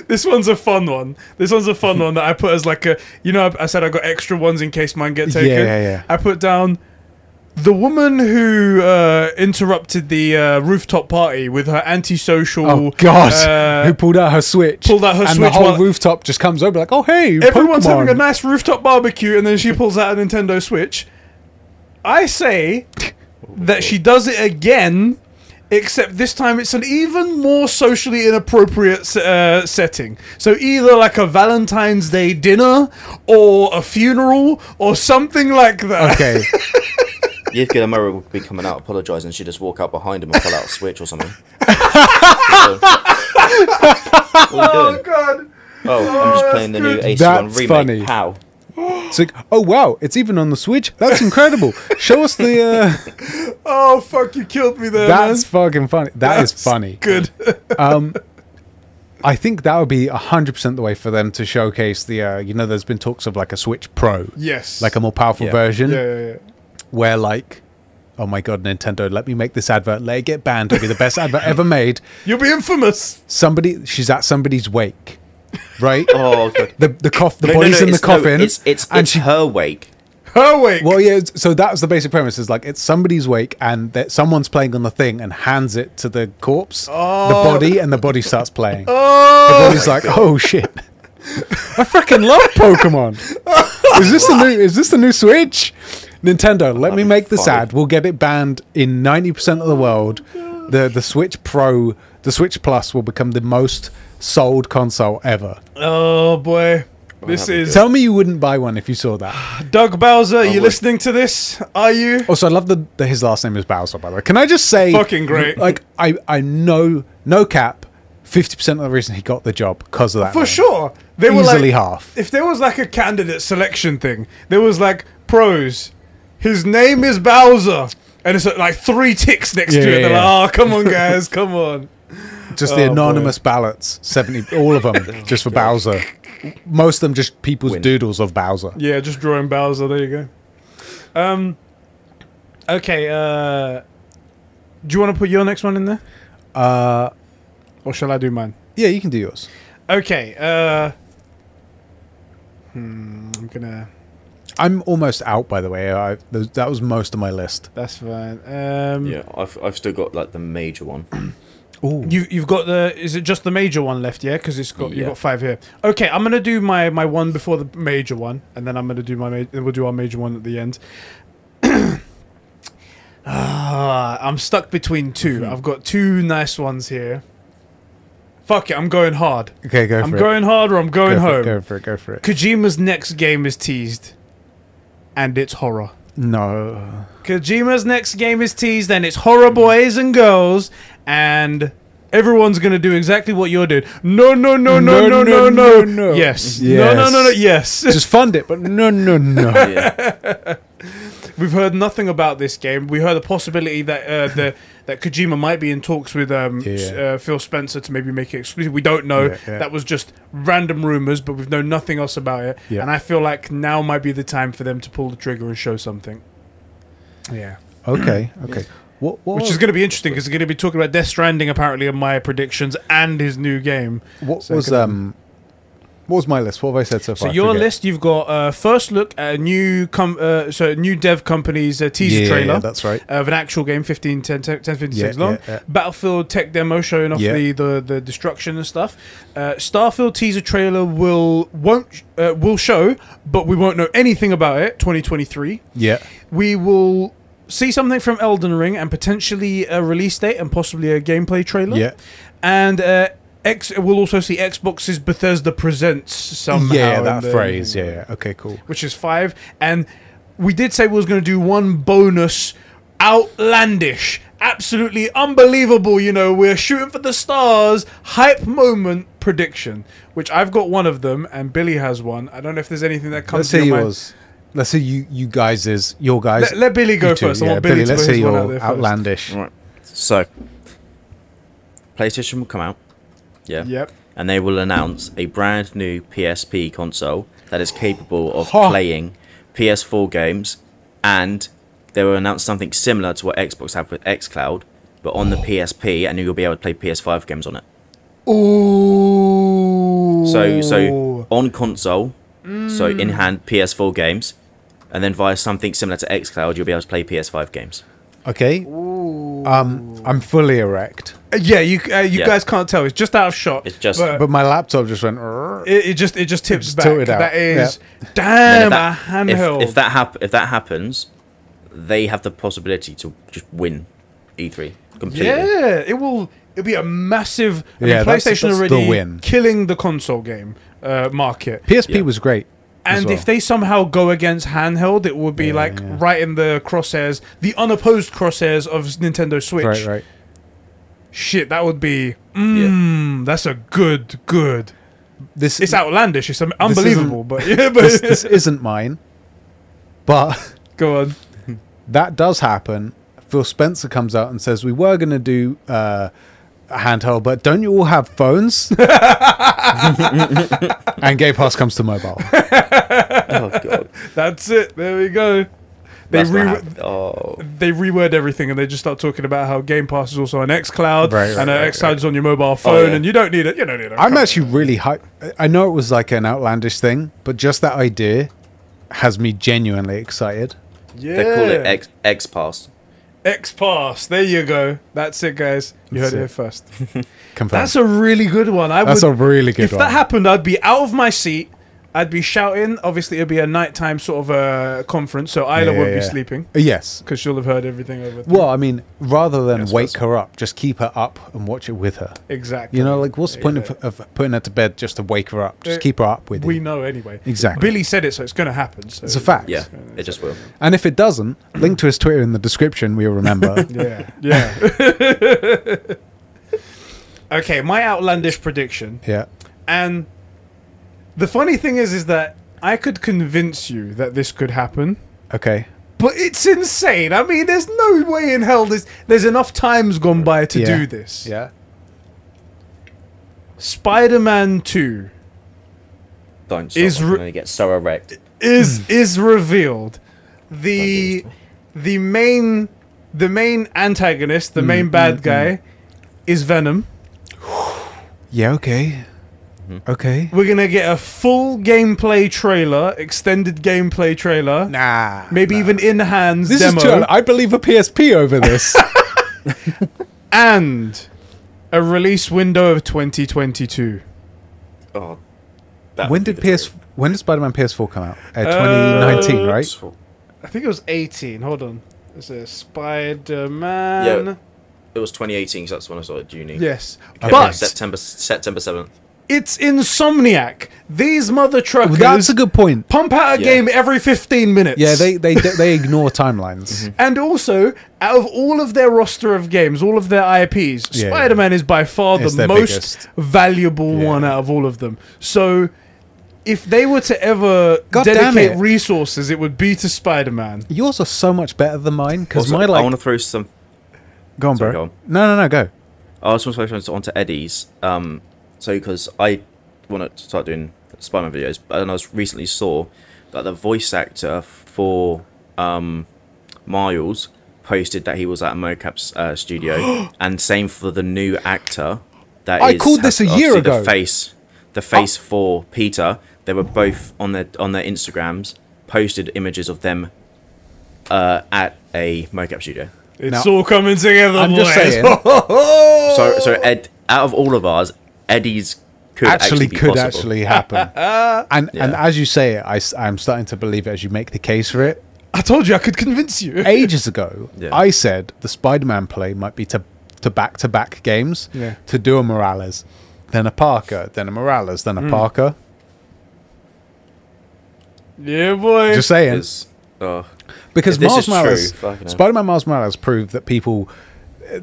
[SPEAKER 2] This one's a fun one. This one's a fun one that I put as like a you know I, I said I got extra ones in case mine get
[SPEAKER 3] Yeah,
[SPEAKER 2] taken.
[SPEAKER 3] yeah, yeah.
[SPEAKER 2] I put down the woman who uh, interrupted the uh, rooftop party with her antisocial.
[SPEAKER 3] Oh God!
[SPEAKER 2] uh,
[SPEAKER 3] Who pulled out her Switch?
[SPEAKER 2] pulled out her
[SPEAKER 3] and
[SPEAKER 2] Switch
[SPEAKER 3] the whole
[SPEAKER 2] while-
[SPEAKER 3] rooftop just comes over like, "Oh hey,
[SPEAKER 2] Everyone's
[SPEAKER 3] Pokemon.
[SPEAKER 2] having a nice rooftop barbecue, and then she pulls out a Nintendo Switch. I say that she does it again, except this time it's an even more socially inappropriate uh, setting. So either like a Valentine's Day dinner, or a funeral, or something like that.
[SPEAKER 3] Okay,
[SPEAKER 1] You'd get a Murray would be coming out, apologise, and she'd just walk out behind him and pull out a switch or something. what are you
[SPEAKER 2] Oh
[SPEAKER 1] doing?
[SPEAKER 2] god.
[SPEAKER 1] Oh, I'm just playing the new AC1
[SPEAKER 3] That's
[SPEAKER 1] remake.
[SPEAKER 3] funny.
[SPEAKER 1] How?
[SPEAKER 3] it's like, oh wow, it's even on the Switch. That's incredible. Show us the. Uh,
[SPEAKER 2] Oh fuck! You killed me there.
[SPEAKER 3] that's
[SPEAKER 2] man.
[SPEAKER 3] fucking funny. That's
[SPEAKER 2] That's
[SPEAKER 3] funny.
[SPEAKER 2] Good.
[SPEAKER 3] Um, I think that would be hundred percent the way for them to showcase the. Uh, you know, there's been talks of like a Switch Pro,
[SPEAKER 2] yes.
[SPEAKER 3] like a more powerful
[SPEAKER 1] Yeah.
[SPEAKER 3] version.
[SPEAKER 2] Yeah, yeah, yeah.
[SPEAKER 3] where like oh my god nintendo let me make this advert let it get banned it'll be the best advert ever made
[SPEAKER 2] You'll be infamous.
[SPEAKER 3] somebody she's at somebody's wake right
[SPEAKER 1] Oh, God.
[SPEAKER 3] the the coff the
[SPEAKER 1] No, no,
[SPEAKER 3] body's
[SPEAKER 1] no,
[SPEAKER 3] in the
[SPEAKER 1] it's- no,
[SPEAKER 3] coffin
[SPEAKER 1] it's it's,
[SPEAKER 3] and
[SPEAKER 1] it's
[SPEAKER 3] she
[SPEAKER 1] her wake.
[SPEAKER 2] Her wake.
[SPEAKER 3] well yeah it's- so that was the basic premise is like it's somebody's wake and that someone's playing on the thing and hands it to the corpse the
[SPEAKER 2] Oh.
[SPEAKER 3] body and the body starts playing the
[SPEAKER 2] oh.
[SPEAKER 3] body's like oh shit i freaking love pokemon is this the new is this the new switch nintendo let me
[SPEAKER 1] be
[SPEAKER 3] make this
[SPEAKER 1] funny.
[SPEAKER 3] ad we'll get it banned in 90% of the world
[SPEAKER 1] Oh,
[SPEAKER 3] the the switch pro the switch plus will become the most sold console ever
[SPEAKER 2] Oh boy. This
[SPEAKER 1] that'd be
[SPEAKER 2] is
[SPEAKER 3] tell me you wouldn't buy one if you saw that
[SPEAKER 2] Doug Bowser. Are you
[SPEAKER 1] would.
[SPEAKER 2] listening to this? Are you?
[SPEAKER 3] also i love the, the his last name is bowser by the way can i just say
[SPEAKER 2] Fucking great.
[SPEAKER 3] like i i know no cap 50% of the reason he got the job because of that
[SPEAKER 2] For
[SPEAKER 3] name.
[SPEAKER 2] sure. They were
[SPEAKER 3] easily
[SPEAKER 2] like,
[SPEAKER 3] half
[SPEAKER 2] if there was like a candidate selection thing, there was like pros. His name is Bowser. And it's like three ticks next
[SPEAKER 3] Yeah,
[SPEAKER 2] to it.
[SPEAKER 3] yeah,
[SPEAKER 2] They're
[SPEAKER 3] yeah.
[SPEAKER 2] like, oh, come on, guys, come on.
[SPEAKER 3] Just the
[SPEAKER 2] Oh,
[SPEAKER 3] anonymous ballots, seventy, all of them, just for Bowser. Most of them just people's
[SPEAKER 1] Win.
[SPEAKER 3] doodles of Bowser.
[SPEAKER 2] Yeah, just drawing Bowser. There you go. Um, okay. Uh, do you want to put your next one in there?
[SPEAKER 3] Uh,
[SPEAKER 2] Or shall I do mine?
[SPEAKER 3] yeah, you can do yours.
[SPEAKER 2] Okay. Uh, hmm, I'm going to.
[SPEAKER 3] I'm almost out, by the way. I, th- that was most of my list.
[SPEAKER 2] That's fine. Um,
[SPEAKER 1] Yeah, I've, I've still got like the major one.
[SPEAKER 3] Ooh.
[SPEAKER 2] You, you've got the. Is it just the major one left? Yeah, because it's got you've
[SPEAKER 1] Yeah.
[SPEAKER 2] got five here. Okay, I'm gonna do my my one before the major one, and then I'm gonna do my. Ma- then we'll do our major one at the end. Ah, I'm stuck between 2
[SPEAKER 3] Mm-hmm.
[SPEAKER 2] i I've got two nice ones here. Fuck it, I'm going hard.
[SPEAKER 3] Okay, go for
[SPEAKER 2] I'm
[SPEAKER 3] it.
[SPEAKER 2] going hard or I'm
[SPEAKER 3] go
[SPEAKER 2] going
[SPEAKER 3] for
[SPEAKER 2] home.
[SPEAKER 3] It, go for it. Go for it.
[SPEAKER 2] Kojima's next game is teased, and it's horror.
[SPEAKER 3] No.
[SPEAKER 2] Kojima's next game is teased, and it's horror boys and girls, and everyone's gonna do exactly what you're doing. No, no, no, no, no, no, no,
[SPEAKER 3] no.
[SPEAKER 2] Yes.
[SPEAKER 3] Yes.
[SPEAKER 2] No, no, no, no. Yes.
[SPEAKER 3] just fund it, but no, no, no.
[SPEAKER 1] Yeah.
[SPEAKER 2] We've heard nothing about this game. We heard the possibility that uh, the that Kojima might be in talks with um,
[SPEAKER 3] Yeah.
[SPEAKER 2] s- Uh, Phil Spencer to maybe make it exclusive. We don't know.
[SPEAKER 3] Yeah, yeah.
[SPEAKER 2] That was just random rumors, but we've known nothing else about it.
[SPEAKER 3] Yeah.
[SPEAKER 2] And I feel like now might be the time for them to pull the trigger and show something. Yeah.
[SPEAKER 3] okay, okay. What, what,
[SPEAKER 2] Which is
[SPEAKER 3] was,
[SPEAKER 2] going to be interesting because they're going to be talking about Death Stranding apparently in my predictions and his new game.
[SPEAKER 3] what
[SPEAKER 2] so
[SPEAKER 3] was
[SPEAKER 2] good.
[SPEAKER 3] um, what was my list? What have I said so
[SPEAKER 2] So
[SPEAKER 3] far? I
[SPEAKER 2] your
[SPEAKER 3] forget.
[SPEAKER 2] list, you've got uh, first look at a new com- uh, so a new dev company's uh, teaser
[SPEAKER 3] yeah,
[SPEAKER 2] trailer
[SPEAKER 3] Yeah, that's right.
[SPEAKER 2] of an actual game, 15, 10, 10, 10 15
[SPEAKER 3] Yeah,
[SPEAKER 2] seconds long.
[SPEAKER 3] yeah, yeah.
[SPEAKER 2] Battlefield tech demo showing off
[SPEAKER 3] Yeah.
[SPEAKER 2] the, the, the destruction and stuff. Uh, Starfield teaser trailer will won't uh, will show, but we won't know anything about it. Twenty twenty three.
[SPEAKER 3] Yeah.
[SPEAKER 2] we will see something from Elden Ring and potentially a release date and possibly a gameplay trailer.
[SPEAKER 3] Yeah.
[SPEAKER 2] And uh, X, we'll also see Xbox's Bethesda Presents somehow.
[SPEAKER 3] yeah,
[SPEAKER 2] in
[SPEAKER 3] that
[SPEAKER 2] there.
[SPEAKER 3] phrase. Yeah, yeah. Okay, cool.
[SPEAKER 2] Which is five. And we did say we was going to do one bonus outlandish, absolutely unbelievable, you know, we're shooting for the stars, hype moment prediction, which I've got one of them and Billy has one. I don't know if there's anything that comes
[SPEAKER 3] Let's
[SPEAKER 2] to
[SPEAKER 3] see
[SPEAKER 2] your mind.
[SPEAKER 3] yours. Let's see you, you guys is your guys.
[SPEAKER 2] Let, let Billy go
[SPEAKER 3] You two,
[SPEAKER 2] first. I
[SPEAKER 3] yeah,
[SPEAKER 2] want Billy, to
[SPEAKER 3] let's
[SPEAKER 2] put his
[SPEAKER 3] see
[SPEAKER 2] one out there
[SPEAKER 3] your
[SPEAKER 2] first.
[SPEAKER 3] outlandish.
[SPEAKER 1] Right. So, PlayStation will come out. Yeah.
[SPEAKER 2] Yep.
[SPEAKER 1] And they will announce a brand new PSP console that is capable of
[SPEAKER 3] Huh.
[SPEAKER 1] playing PS4 games, and they will announce something similar to what Xbox have with XCloud, but on the PSP, and you'll be able to play PS5 games on it.
[SPEAKER 2] Ooh. Mm.
[SPEAKER 1] So, so on console, so in hand PS4 games, and then via something similar to XCloud, you'll be able to play PS5 games.
[SPEAKER 3] Okay. Um, I'm fully erect,
[SPEAKER 2] Uh, yeah, you uh, you
[SPEAKER 1] Yeah.
[SPEAKER 2] guys can't tell. It's just out of shot.
[SPEAKER 1] It's just-
[SPEAKER 2] But
[SPEAKER 3] but my laptop just went. "Rrrr."
[SPEAKER 2] it, it just it just tips
[SPEAKER 3] just
[SPEAKER 2] back.
[SPEAKER 3] tilted out.
[SPEAKER 2] That is
[SPEAKER 1] And
[SPEAKER 2] damn
[SPEAKER 1] if that-
[SPEAKER 2] a handheld.
[SPEAKER 1] If, if that hap- if that happens, they have the possibility to just win E3 completely.
[SPEAKER 2] yeah, it will. It'll be a massive. I
[SPEAKER 3] Yeah,
[SPEAKER 2] mean,
[SPEAKER 3] that's-
[SPEAKER 2] PlayStation
[SPEAKER 3] that's the
[SPEAKER 2] already
[SPEAKER 3] win.
[SPEAKER 2] killing the console game uh, market.
[SPEAKER 3] PSP
[SPEAKER 1] Yeah.
[SPEAKER 3] was great. as
[SPEAKER 2] And
[SPEAKER 3] well.
[SPEAKER 2] if they somehow go against handheld, it will be like
[SPEAKER 3] yeah.
[SPEAKER 2] right in the crosshairs, the unopposed crosshairs of Nintendo Switch.
[SPEAKER 3] right, right.
[SPEAKER 2] Shit, that would be. Mm, That's a good, good.
[SPEAKER 3] This
[SPEAKER 2] It's outlandish. It's um,
[SPEAKER 3] isn't-
[SPEAKER 2] unbelievable, but yeah, but
[SPEAKER 3] this, this isn't mine, but
[SPEAKER 2] go on.
[SPEAKER 3] that does happen. Phil Spencer comes out and says, "We were going to do uh, a handheld, but don't you all have phones?" and Game Pass comes to mobile.
[SPEAKER 1] Oh god.
[SPEAKER 2] That's it. There we go. They
[SPEAKER 1] That's what
[SPEAKER 2] re-
[SPEAKER 1] happened. oh.
[SPEAKER 2] they reword everything and they just start talking about how Game Pass is also on XCloud
[SPEAKER 3] Right, right,
[SPEAKER 2] and uh,
[SPEAKER 3] right, Oh,
[SPEAKER 2] XCloud's on your mobile phone
[SPEAKER 1] yeah.
[SPEAKER 2] and you don't need it. You don't need it.
[SPEAKER 3] I'm actually really hyped. I know it was like an outlandish thing, but just that idea has me genuinely excited.
[SPEAKER 2] yeah.
[SPEAKER 1] They call it X X Pass.
[SPEAKER 2] X Pass. There you go. That's it, guys. You
[SPEAKER 3] That's
[SPEAKER 2] heard it here
[SPEAKER 3] it.
[SPEAKER 2] first.
[SPEAKER 3] Confirmed.
[SPEAKER 2] That's a really good one. I
[SPEAKER 3] That's
[SPEAKER 2] would,
[SPEAKER 3] a really good
[SPEAKER 2] if
[SPEAKER 3] one.
[SPEAKER 2] that happened, I'd be out of my seat. I'd be shouting. Obviously, it'd be a nighttime sort of uh, conference, so Isla
[SPEAKER 3] Yeah,
[SPEAKER 2] won't be
[SPEAKER 3] yeah.
[SPEAKER 2] sleeping
[SPEAKER 3] yes.
[SPEAKER 2] because she'll have heard everything over.
[SPEAKER 3] Well, I mean, rather than
[SPEAKER 1] Yes,
[SPEAKER 3] wake
[SPEAKER 1] that's-
[SPEAKER 3] her up, just keep her up and watch it with her.
[SPEAKER 2] exactly.
[SPEAKER 3] You know, like what's the point
[SPEAKER 2] Yeah.
[SPEAKER 3] of, of putting her to bed just to wake her up? Just
[SPEAKER 2] Uh,
[SPEAKER 3] keep her up with
[SPEAKER 2] we
[SPEAKER 3] you.
[SPEAKER 2] know anyway.
[SPEAKER 3] Exactly.
[SPEAKER 2] Billy said it, so it's going to happen. So
[SPEAKER 3] It's a fact.
[SPEAKER 1] Yeah, it just will.
[SPEAKER 3] And if it doesn't, link to his Twitter in the description. We'll remember.
[SPEAKER 2] Yeah. Yeah. okay, my outlandish prediction.
[SPEAKER 3] yeah.
[SPEAKER 2] And the funny thing is is that I could convince you that this could happen.
[SPEAKER 3] Okay.
[SPEAKER 2] But it's insane. I mean, there's no way in hell this there's enough times gone by to
[SPEAKER 3] Yeah.
[SPEAKER 2] do this.
[SPEAKER 3] Yeah.
[SPEAKER 2] Spider-Man 2
[SPEAKER 1] Don't stop.
[SPEAKER 2] Is
[SPEAKER 1] I'm
[SPEAKER 2] re-
[SPEAKER 1] gonna get so erect.
[SPEAKER 2] is is revealed. The
[SPEAKER 1] Don't do
[SPEAKER 2] the main the main antagonist, the main bad guy is Venom.
[SPEAKER 3] Yeah. Okay.
[SPEAKER 1] Mm-hmm.
[SPEAKER 3] Okay.
[SPEAKER 2] We're gonna get a full gameplay trailer, extended gameplay trailer,
[SPEAKER 3] Nah.
[SPEAKER 2] maybe even in hands
[SPEAKER 3] This
[SPEAKER 2] demo,
[SPEAKER 3] is too. I believe a PSP over this.
[SPEAKER 2] and a release window of 2022.
[SPEAKER 1] Oh. that
[SPEAKER 3] when
[SPEAKER 1] would be
[SPEAKER 3] did
[SPEAKER 1] the
[SPEAKER 3] PS? When did Spider-Man PS4 come out? Uh,
[SPEAKER 2] Uh,
[SPEAKER 3] 2019,
[SPEAKER 1] dream.
[SPEAKER 3] right?
[SPEAKER 2] I think it was 18. Hold on, is it Spider
[SPEAKER 1] Yeah.
[SPEAKER 2] Man?
[SPEAKER 1] It was 2018 because that's when I saw it. June.
[SPEAKER 2] Yes,
[SPEAKER 1] Came out
[SPEAKER 2] but
[SPEAKER 1] September September 7th.
[SPEAKER 2] it's Insomniac. These mother truckers
[SPEAKER 3] That's a good point.
[SPEAKER 2] pump out a
[SPEAKER 1] Yeah.
[SPEAKER 2] game every 15 minutes.
[SPEAKER 3] Yeah, they they they ignore
[SPEAKER 1] Mm-hmm.
[SPEAKER 3] timelines.
[SPEAKER 2] And also, out of all of their roster of games, all of their IPs,
[SPEAKER 3] Yeah.
[SPEAKER 2] Spider Man is by far
[SPEAKER 3] It's
[SPEAKER 2] the
[SPEAKER 3] their
[SPEAKER 2] most
[SPEAKER 3] biggest.
[SPEAKER 2] valuable
[SPEAKER 3] Yeah.
[SPEAKER 2] one out of all of them. So, if they were to ever
[SPEAKER 3] God damn
[SPEAKER 2] dedicate
[SPEAKER 3] it.
[SPEAKER 2] resources, it would be to Spider Man.
[SPEAKER 3] Yours are so much better than mine because
[SPEAKER 1] Also,
[SPEAKER 3] my
[SPEAKER 1] I
[SPEAKER 3] like.
[SPEAKER 1] want to throw some.
[SPEAKER 3] go on, bro.
[SPEAKER 1] Sorry, go on.
[SPEAKER 3] No, no, no, go.
[SPEAKER 1] I just want to focus on onto Eddie's. Um, so because I want to start doing Spider-Man videos, and I was recently saw that the voice actor for um, Miles posted that he was at a mocap uh, studio, and same for the new actor. That
[SPEAKER 3] I
[SPEAKER 1] is-
[SPEAKER 3] called this
[SPEAKER 1] has-
[SPEAKER 3] a year
[SPEAKER 1] obviously
[SPEAKER 3] ago. Uh,
[SPEAKER 1] The face, the face for Peter. They were both on their on their Instagrams posted images of them uh, at a mocap studio.
[SPEAKER 2] It's
[SPEAKER 3] Now-
[SPEAKER 2] all coming together,
[SPEAKER 3] I'm just
[SPEAKER 2] boys.
[SPEAKER 3] saying.
[SPEAKER 1] So, so Ed, out of all of ours, Eddie's could
[SPEAKER 3] actually
[SPEAKER 1] actually, be
[SPEAKER 3] could
[SPEAKER 1] possible.
[SPEAKER 3] actually happen. and and
[SPEAKER 1] Yeah.
[SPEAKER 3] as you say it, I, am starting to believe it as you make the case for it.
[SPEAKER 2] I told you I could convince you.
[SPEAKER 3] Ages ago,
[SPEAKER 1] Yeah.
[SPEAKER 3] I said the Spider-Man play might be to to back to back games
[SPEAKER 2] Yeah.
[SPEAKER 3] to do a Morales. then a Parker, then a Morales, then a
[SPEAKER 1] Hmm.
[SPEAKER 3] Parker.
[SPEAKER 2] Yeah, boy.
[SPEAKER 3] Just saying.
[SPEAKER 1] Is, oh,
[SPEAKER 3] Because
[SPEAKER 1] If this
[SPEAKER 3] Miles
[SPEAKER 1] is true,
[SPEAKER 3] Morales,
[SPEAKER 1] fucking hell.
[SPEAKER 3] Spider-Man Miles Morales proved that people uh,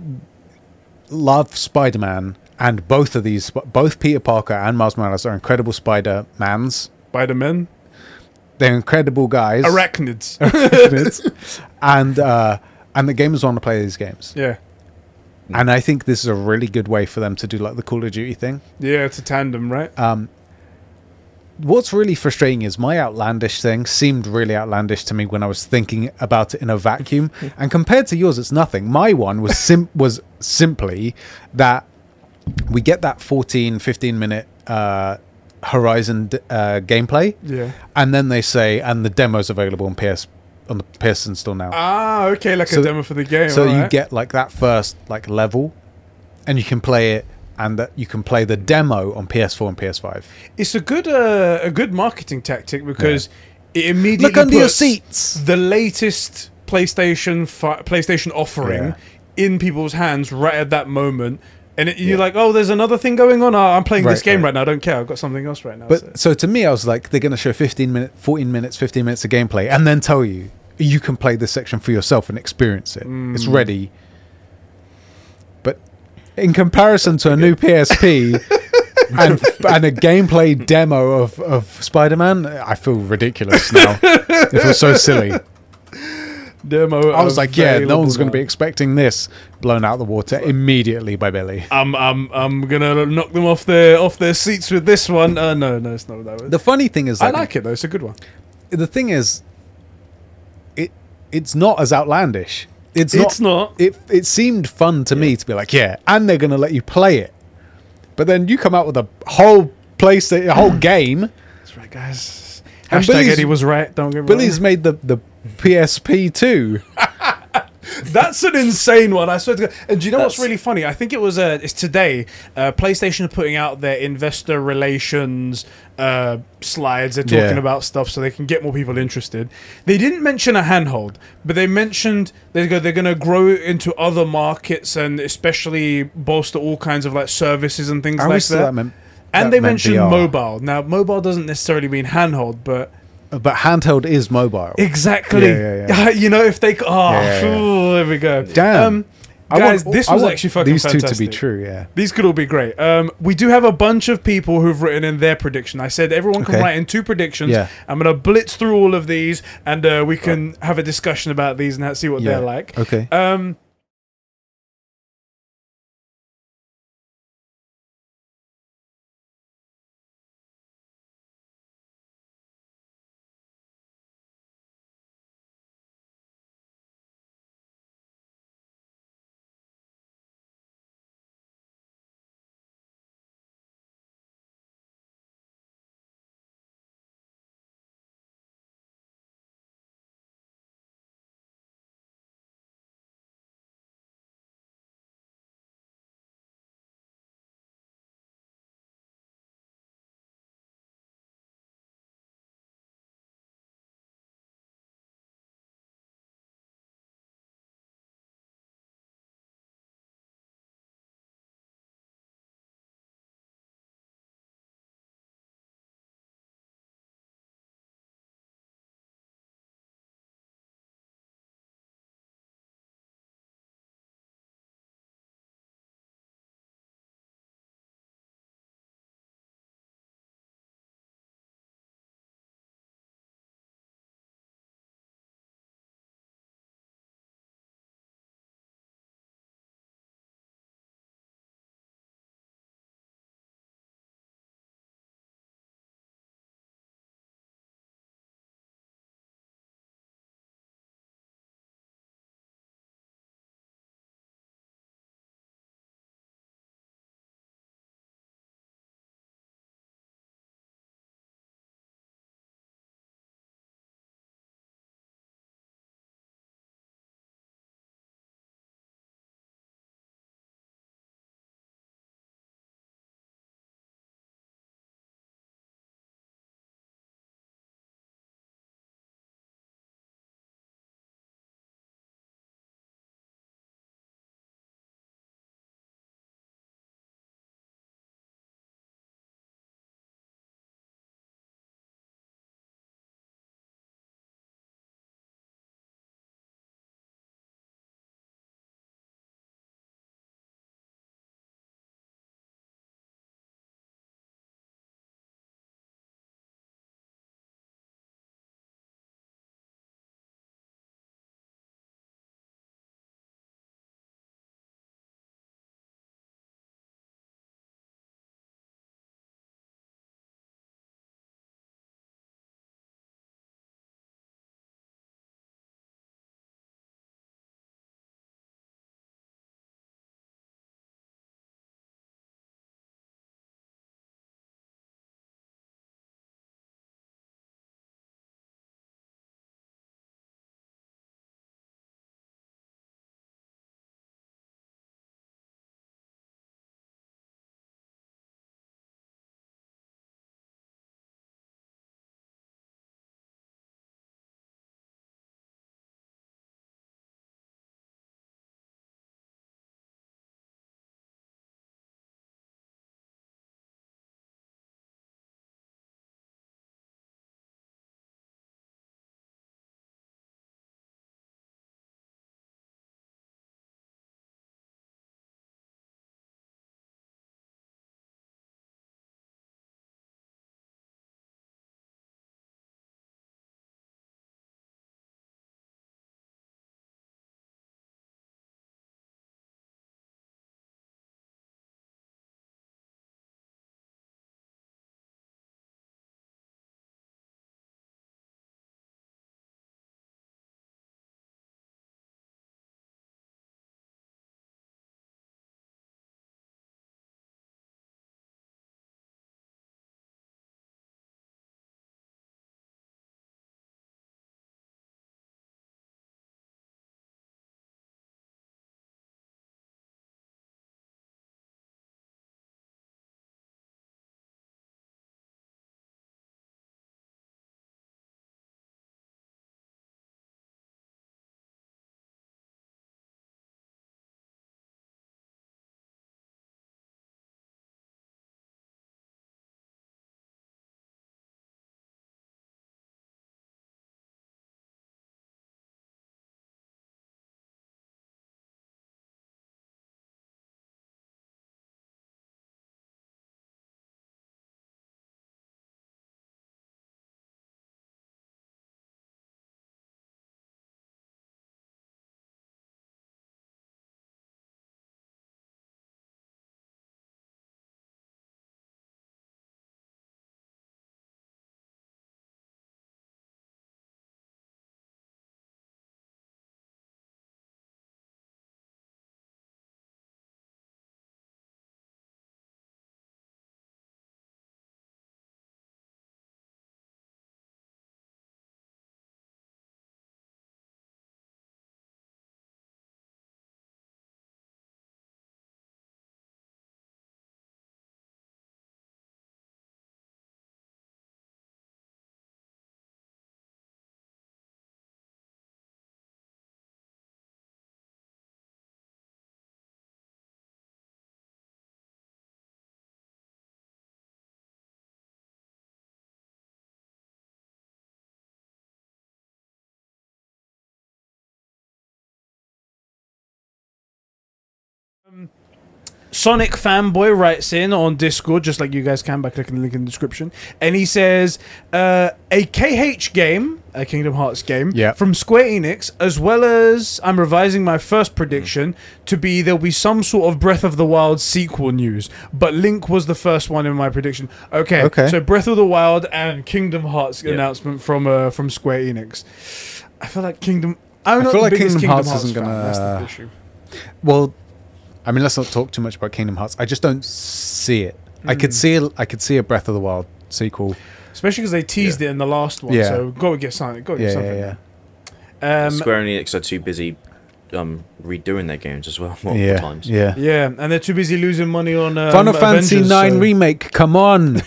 [SPEAKER 3] love Spider-Man, and both of these, both Peter Parker and Miles Morales, are incredible Spider-Mans.
[SPEAKER 2] Spider-Man.
[SPEAKER 3] They're incredible guys,
[SPEAKER 2] Arachnids.
[SPEAKER 3] and uh, and the gamers want to play these games.
[SPEAKER 2] yeah.
[SPEAKER 3] And I think this is a really good way for them to do like the Call of Duty thing.
[SPEAKER 2] Yeah, it's a tandem, right?
[SPEAKER 3] Uh, What's really frustrating is my outlandish thing seemed really outlandish to me when I was thinking about it in a vacuum, and compared to yours, it's nothing. My one was sim- was simply that we get that 14, 15 minute uh, Horizon d- uh, gameplay,
[SPEAKER 2] yeah.
[SPEAKER 3] and then they say, and the demo's available on PS on the PS store now.
[SPEAKER 2] Ah, okay, like
[SPEAKER 3] So-
[SPEAKER 2] a demo for the game.
[SPEAKER 3] so you
[SPEAKER 2] alright.
[SPEAKER 3] get like that first like level, and you can play it, and that you can play the demo on PS4 and PS5.
[SPEAKER 2] it's a good uh, a good marketing tactic because it immediately
[SPEAKER 3] Look under your
[SPEAKER 2] puts
[SPEAKER 3] seats.
[SPEAKER 2] the latest PlayStation fi- PlayStation offering
[SPEAKER 3] Yeah.
[SPEAKER 2] in people's hands right at that moment. And it, you're like, oh, there's another thing going on. Oh, I'm playing this
[SPEAKER 3] Right,
[SPEAKER 2] game
[SPEAKER 3] right.
[SPEAKER 2] right. now. I don't care. I've got something else right now. so-
[SPEAKER 3] But so to me, I was like, they're going to show 15 minutes, 14 minutes, 15 minutes of gameplay, and then tell you you can play this section for yourself and experience it. It's ready. But in comparison to a new PSP and, and a gameplay demo of, of Spider Man, I feel ridiculous now. it feels so silly.
[SPEAKER 2] demo.
[SPEAKER 3] I was like, yeah, no one's going to be expecting this blown out of the water immediately by Billy.
[SPEAKER 2] I'm, I'm, I'm gonna knock them off their off their seats with this one. Uh, no, no, it's not that way.
[SPEAKER 3] The funny thing is,
[SPEAKER 2] I
[SPEAKER 3] like,
[SPEAKER 2] like it though. It's a good one.
[SPEAKER 3] the thing is, it it's not as outlandish. It's not.
[SPEAKER 2] It's not.
[SPEAKER 3] It it seemed fun to me to be like, yeah, and they're gonna let you play it, but then you come out with a whole place, a whole game.
[SPEAKER 2] That's right, guys.
[SPEAKER 3] And
[SPEAKER 2] Hashtag
[SPEAKER 3] Billy's-
[SPEAKER 2] Eddie was right. Don't get me wrong.
[SPEAKER 3] Billy's made the the PSP too.
[SPEAKER 2] That's an insane one. I swear to God. And do you know what's
[SPEAKER 1] That's-
[SPEAKER 2] really funny? I think it was uh, it's today. Uh, PlayStation are putting out their investor relations uh, slides. They're talking
[SPEAKER 3] Yeah.
[SPEAKER 2] about stuff so they can get more people interested. They didn't mention a handhold, but they mentioned they go they're going to grow into other markets and especially bolster all kinds of like services and things
[SPEAKER 3] I
[SPEAKER 2] like
[SPEAKER 3] always
[SPEAKER 2] that.
[SPEAKER 3] thought that meant.
[SPEAKER 2] and
[SPEAKER 3] that
[SPEAKER 2] they
[SPEAKER 3] meant
[SPEAKER 2] mentioned
[SPEAKER 3] VR.
[SPEAKER 2] mobile. Now, mobile doesn't necessarily mean handhold, but
[SPEAKER 3] but handheld is mobile.
[SPEAKER 2] Exactly.
[SPEAKER 3] Yeah, yeah,
[SPEAKER 2] you know, if they. Oh,
[SPEAKER 3] Yeah, yeah, yeah.
[SPEAKER 2] phew, there we go. Um,
[SPEAKER 3] Damn. I
[SPEAKER 2] guys,
[SPEAKER 3] want-
[SPEAKER 2] this
[SPEAKER 3] I
[SPEAKER 2] was
[SPEAKER 3] want
[SPEAKER 2] actually fucking
[SPEAKER 3] these two to be
[SPEAKER 2] fantastic.
[SPEAKER 3] true. Yeah,
[SPEAKER 2] These could all be great. Um, we do have a bunch of people who've written in their prediction. I said everyone can
[SPEAKER 3] Okay.
[SPEAKER 2] write in two predictions.
[SPEAKER 3] Yeah.
[SPEAKER 2] I'm going to blitz through all of these and uh, we can have a discussion about these and ha- see what
[SPEAKER 3] yeah.
[SPEAKER 2] they're like.
[SPEAKER 3] Okay.
[SPEAKER 2] Um, Sonic fanboy writes in on Discord, just like you guys can by clicking the link in the description, and he says uh, a KH game, a Kingdom Hearts game,
[SPEAKER 3] Yeah.
[SPEAKER 2] from Square Enix, as well as I'm revising my first prediction to be there'll be some sort of Breath of the Wild sequel news, but Link was the first one in my prediction. Okay,
[SPEAKER 3] Okay.
[SPEAKER 2] so Breath of the Wild and Kingdom Hearts announcement from uh, from Square Enix. I feel like Kingdom. I'm not
[SPEAKER 3] feel
[SPEAKER 2] the
[SPEAKER 3] like
[SPEAKER 2] biggest
[SPEAKER 3] Kingdom
[SPEAKER 2] Kingdom
[SPEAKER 3] Hearts
[SPEAKER 2] Hearts,
[SPEAKER 3] isn't
[SPEAKER 2] fan, That's the
[SPEAKER 3] gonna- uh,
[SPEAKER 2] issue.
[SPEAKER 3] Well, I mean, let's not talk too much about Kingdom Hearts. I just don't see it. I could see
[SPEAKER 2] Mm.
[SPEAKER 3] a, I could see a Breath of the Wild sequel.
[SPEAKER 2] Especially because they teased it in the last one,
[SPEAKER 3] Yeah.
[SPEAKER 2] so got to get something. Got to
[SPEAKER 3] Yeah,
[SPEAKER 2] get
[SPEAKER 3] yeah,
[SPEAKER 2] something.
[SPEAKER 3] yeah. uh,
[SPEAKER 2] Um,
[SPEAKER 1] Square Enix are too busy um, redoing their games as well multiple
[SPEAKER 3] yeah,
[SPEAKER 1] times.
[SPEAKER 3] yeah.
[SPEAKER 2] yeah, and they're too busy losing money on um,
[SPEAKER 3] Final Fantasy
[SPEAKER 2] Avengers,
[SPEAKER 3] Nine
[SPEAKER 2] so-
[SPEAKER 3] remake. Come on,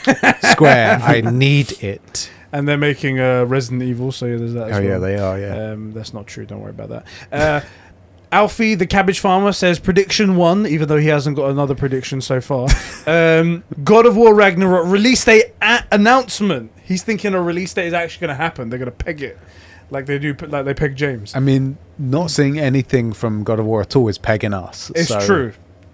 [SPEAKER 3] Square. I need it.
[SPEAKER 2] and they're making uh, Resident Evil. So yeah, there's that. As
[SPEAKER 3] Oh
[SPEAKER 2] well.
[SPEAKER 3] yeah, they are. Yeah.
[SPEAKER 2] Um, that's not true. Don't worry about that. Uh, Alfie, the cabbage farmer, says prediction one, even though he hasn't got another prediction so far. Um, God of War Ragnarok release date a- announcement. He's thinking a release date is actually going to happen. They're going to peg it, like they do, like they peg James.
[SPEAKER 3] I mean, not seeing anything from God of War at all is pegging us.
[SPEAKER 2] It's
[SPEAKER 3] so-
[SPEAKER 2] true.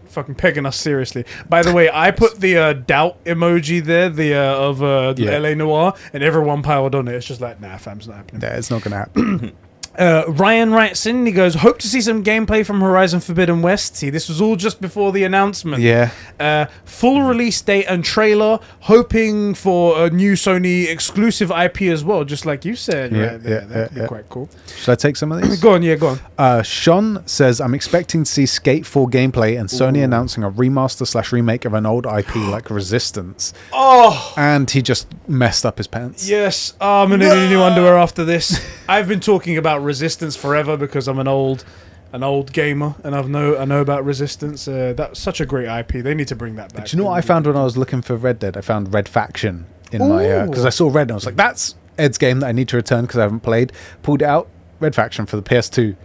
[SPEAKER 2] Fucking pegging us seriously. By the way, I put the uh, doubt emoji there, the uh, of uh,
[SPEAKER 3] Yeah.
[SPEAKER 2] LA Noir, and everyone piled on it. It's just like, nah, fam's not happening.
[SPEAKER 3] Yeah, it's not going to happen.
[SPEAKER 2] Uh, Ryan writes in, he goes, hope to see some gameplay from Horizon Forbidden West. See, this was all just before the announcement.
[SPEAKER 3] yeah.
[SPEAKER 2] Uh, full release date and trailer, hoping for a new Sony exclusive IP as well, just like you said.
[SPEAKER 3] Yeah,
[SPEAKER 2] right there.
[SPEAKER 3] yeah,
[SPEAKER 2] That'd
[SPEAKER 3] yeah,
[SPEAKER 2] be
[SPEAKER 3] yeah.
[SPEAKER 2] quite cool.
[SPEAKER 3] Should I take some of these?
[SPEAKER 2] Go on, yeah, go on.
[SPEAKER 3] Uh, Sean says, I'm expecting to see Skate 4 gameplay and Sony announcing a remaster slash remake of an old IP like Resistance.
[SPEAKER 2] Oh,
[SPEAKER 3] And he just messed up his pants.
[SPEAKER 2] Yes, oh, I'm gonna need new underwear after this. I've been talking about resistance forever because I'm an old, an old gamer, and I've know I know about resistance. Uh, that's such a great IP. They need to bring that back.
[SPEAKER 3] Do you know what I found when I was looking for Red Dead? I found Red Faction in my. Because
[SPEAKER 2] Ooh.
[SPEAKER 3] I saw Red and I was like, that's Ed's game that I need to return because I haven't played. Pulled it out, Red Faction for the PS2.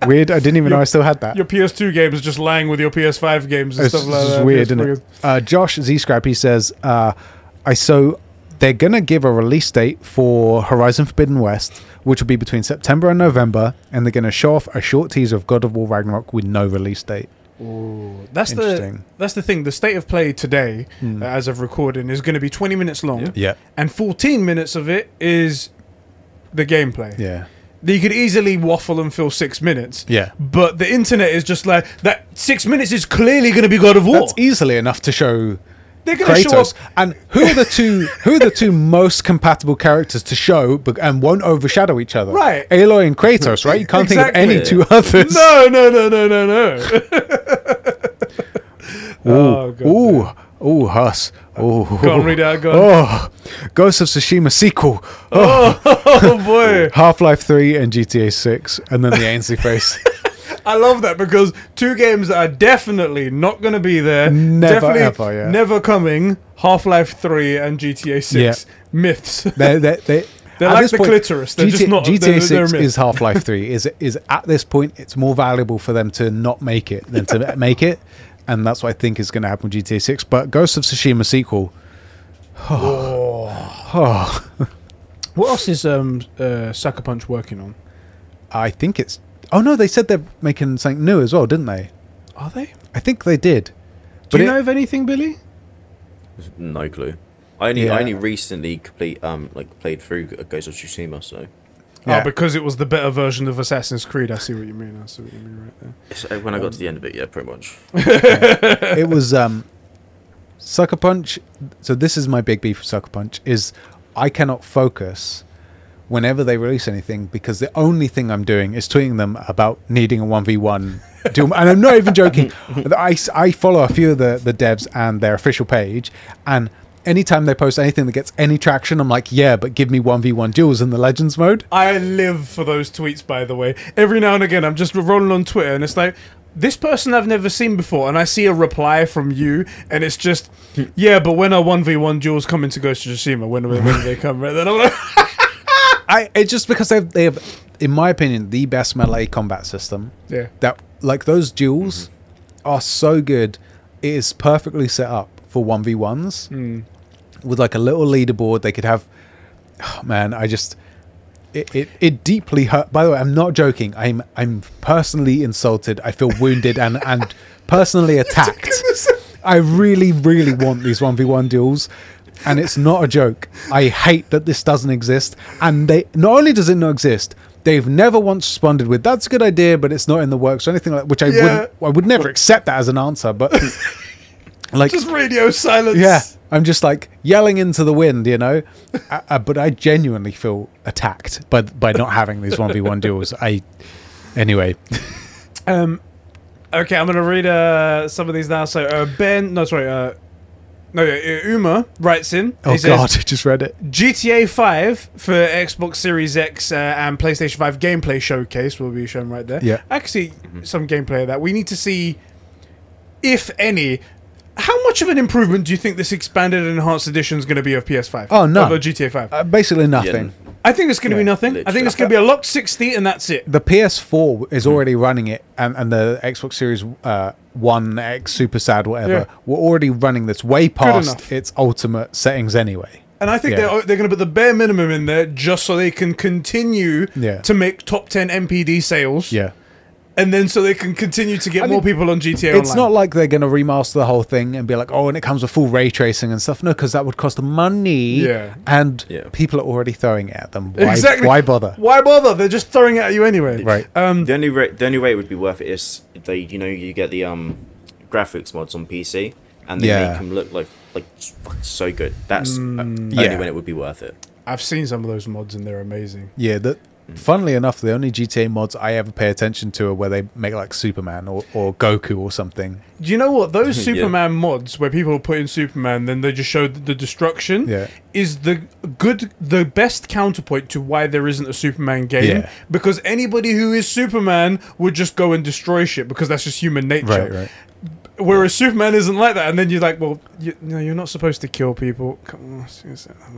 [SPEAKER 3] Weird. I didn't even know I still had that.
[SPEAKER 2] Your PS2 games just lying with your PS5 games and
[SPEAKER 3] It's
[SPEAKER 2] stuff like
[SPEAKER 3] just
[SPEAKER 2] that.
[SPEAKER 3] weird,
[SPEAKER 2] It's
[SPEAKER 3] isn't it?
[SPEAKER 2] fucking-
[SPEAKER 3] Uh, Josh Z Scrappy says, uh, "I so they're gonna give a release date for Horizon Forbidden West, which will be between September and November, and they're gonna show off a short teaser of God of War Ragnarok with no release date.
[SPEAKER 2] Ooh, that's the
[SPEAKER 3] Interesting. Hmm.
[SPEAKER 2] that's the thing. The state of play today, uh, as of recording, is going to be 20 minutes long,
[SPEAKER 3] Yeah,
[SPEAKER 2] and 14 minutes of it is the gameplay.
[SPEAKER 3] yeah,
[SPEAKER 2] You could easily waffle and fill six minutes.
[SPEAKER 3] yeah.
[SPEAKER 2] But the internet is just like that. Six minutes is clearly going to be God of War.
[SPEAKER 3] That's easily enough to show."
[SPEAKER 2] They're going to show up.
[SPEAKER 3] Kratos, and who are the two? Who are the two most compatible characters to show, but, and won't overshadow each other?
[SPEAKER 2] Right.
[SPEAKER 3] Aloy and Kratos, right? You can't think of any
[SPEAKER 1] Exactly.
[SPEAKER 3] two others.
[SPEAKER 2] No, no, no, no, no, no. Oh, God.
[SPEAKER 3] Ooh, ooh, Huss. Ooh.
[SPEAKER 2] Go on, read out. Go on.
[SPEAKER 3] Oh, Ghost of Tsushima sequel,
[SPEAKER 2] Oh boy,
[SPEAKER 3] Half Life 3 and GTA 6, and then the Ainsley face.
[SPEAKER 2] I love that because two games that are definitely not going to be there,
[SPEAKER 3] Never,
[SPEAKER 2] definitely
[SPEAKER 3] ever, yeah.
[SPEAKER 2] never coming. Half Life Three and GTA Six myths.
[SPEAKER 3] They're, they're, they're,
[SPEAKER 2] They're
[SPEAKER 3] at
[SPEAKER 2] like
[SPEAKER 3] this
[SPEAKER 2] the clitoris, they're just not-
[SPEAKER 3] GTA
[SPEAKER 2] they're- they're
[SPEAKER 3] 6
[SPEAKER 2] myth.
[SPEAKER 3] is Half Life 3. Is, is At this point, it's more valuable for them to not make it than to make it. And that's what I think is going to happen with GTA 6. But Ghost of Tsushima sequel. Oh,
[SPEAKER 2] what else is um uh, Sucker Punch working on?
[SPEAKER 3] I think it's. Oh, no, they said they're making something new as well, didn't they?
[SPEAKER 2] Are they? Do
[SPEAKER 3] I think they did.
[SPEAKER 2] you
[SPEAKER 3] it-
[SPEAKER 2] know of anything, Billy?
[SPEAKER 1] No clue. I only
[SPEAKER 3] Yeah.
[SPEAKER 1] I only recently complete um like played through Ghost of Tsushima, so
[SPEAKER 3] Yeah.
[SPEAKER 2] Oh, because it was the better version of Assassin's Creed. I see what you mean. I see what you mean right there.
[SPEAKER 1] it's, uh, when I got to the end of it, yeah, pretty much.
[SPEAKER 3] it was um sucker punch so this is my big beef with sucker punch is i cannot focus whenever they release anything because the only thing i'm doing is tweeting them about needing a 1v1 doom and i'm not even joking I, s- I follow a few of the, the devs and their official page and anytime they post anything that gets any traction i'm like yeah but give me 1v1 duels in the legends mode
[SPEAKER 2] I live for those tweets, by the way. Every now and again, I'm just rolling on Twitter, and it's like this person I've never seen before, and I see a reply from you, and it's just, yeah, but when are one v one duels coming to Ghost of Tsushima? When when do they come? Right? Then I'm like,
[SPEAKER 3] I it's just because they've they have, in my opinion, the best melee combat system.
[SPEAKER 2] Yeah.
[SPEAKER 3] That like those duels are so good. It is perfectly set up for one v ones with like a little leaderboard. They could have. Oh, man, I just. it, it, it deeply hurt. By the way, I'm not joking. I'm I'm personally insulted. I feel wounded and and personally attacked. I really really want these one v one duels, and it's not a joke. I hate that this doesn't exist. And they not only does it not exist, they've never once responded with "That's a good idea, but it's not in the works" or anything like. Which I
[SPEAKER 2] Yeah.
[SPEAKER 3] wouldn't. I would never accept that as an answer. But like
[SPEAKER 2] Just radio silence.
[SPEAKER 3] yeah, I'm just like yelling into the wind, you know. I, I, but I genuinely feel attacked by by not having these one v one duels. I anyway. um,
[SPEAKER 2] Okay, I'm gonna read uh, some of these now. So uh, Ben, no, sorry, uh, no, uh, Uma writes in.
[SPEAKER 3] oh
[SPEAKER 2] He says,
[SPEAKER 3] god, I just read it.
[SPEAKER 2] GTA 5 for Xbox Series X uh, and PlayStation 5 gameplay showcase will be shown right there.
[SPEAKER 3] Yeah.
[SPEAKER 2] Actually, some gameplay of that. We need to see, if any, how much of an improvement do you think this expanded and enhanced edition is going to be of PS5?
[SPEAKER 3] Oh, none.
[SPEAKER 2] Of a GTA 5.
[SPEAKER 3] Uh, basically nothing.
[SPEAKER 2] I think it's going to be nothing. I think
[SPEAKER 1] literally.
[SPEAKER 2] it's going to be a locked 60 and that's it.
[SPEAKER 3] The PS4
[SPEAKER 2] Hmm.
[SPEAKER 3] is already running it, and, and the Xbox Series uh, One X Super Sad whatever
[SPEAKER 2] Yeah.
[SPEAKER 3] were already running this way
[SPEAKER 2] enough.
[SPEAKER 3] past its ultimate settings anyway.
[SPEAKER 2] And I think
[SPEAKER 3] Yeah.
[SPEAKER 2] they're, they're going to put the bare minimum in there just so they can continue
[SPEAKER 3] Yeah.
[SPEAKER 2] to make top 10 MPD sales.
[SPEAKER 3] Yeah.
[SPEAKER 2] And then so they can continue to get
[SPEAKER 3] I
[SPEAKER 2] more
[SPEAKER 3] mean,
[SPEAKER 2] people on GTA Online.
[SPEAKER 3] It's not like they're going to remaster the whole thing and be like, oh, and it comes with full ray tracing and stuff. No, because that would cost money.
[SPEAKER 2] Yeah.
[SPEAKER 3] And
[SPEAKER 1] Yeah.
[SPEAKER 3] people are already throwing it at them. Why,
[SPEAKER 2] exactly.
[SPEAKER 3] Why bother?
[SPEAKER 2] Why bother? They're just throwing it at you anyway.
[SPEAKER 3] Right.
[SPEAKER 2] Um.
[SPEAKER 1] The only ra- the only way it would be worth it is if they you know you get the um graphics mods on PC and they
[SPEAKER 3] Yeah. Mm,
[SPEAKER 1] make them look like like s- fucking so good. That's uh, only
[SPEAKER 3] yeah.
[SPEAKER 1] when it would be worth it.
[SPEAKER 2] I've seen some of those mods and they're amazing.
[SPEAKER 3] Yeah. That. Funnily enough, the only GTA mods I ever pay attention to are where they make like Superman or, or Goku or something.
[SPEAKER 2] Do you know what those
[SPEAKER 1] Yeah.
[SPEAKER 2] Superman mods where people put in Superman, then they just show the destruction
[SPEAKER 3] Yeah.
[SPEAKER 2] is the good, the best counterpoint to why there isn't a Superman game.
[SPEAKER 3] Yeah.
[SPEAKER 2] Because anybody who is Superman would just go and destroy shit because that's just human nature.
[SPEAKER 3] Right, right.
[SPEAKER 2] Whereas Superman isn't like that, and then you're like, well, you, no, you're not supposed to kill people. Come on,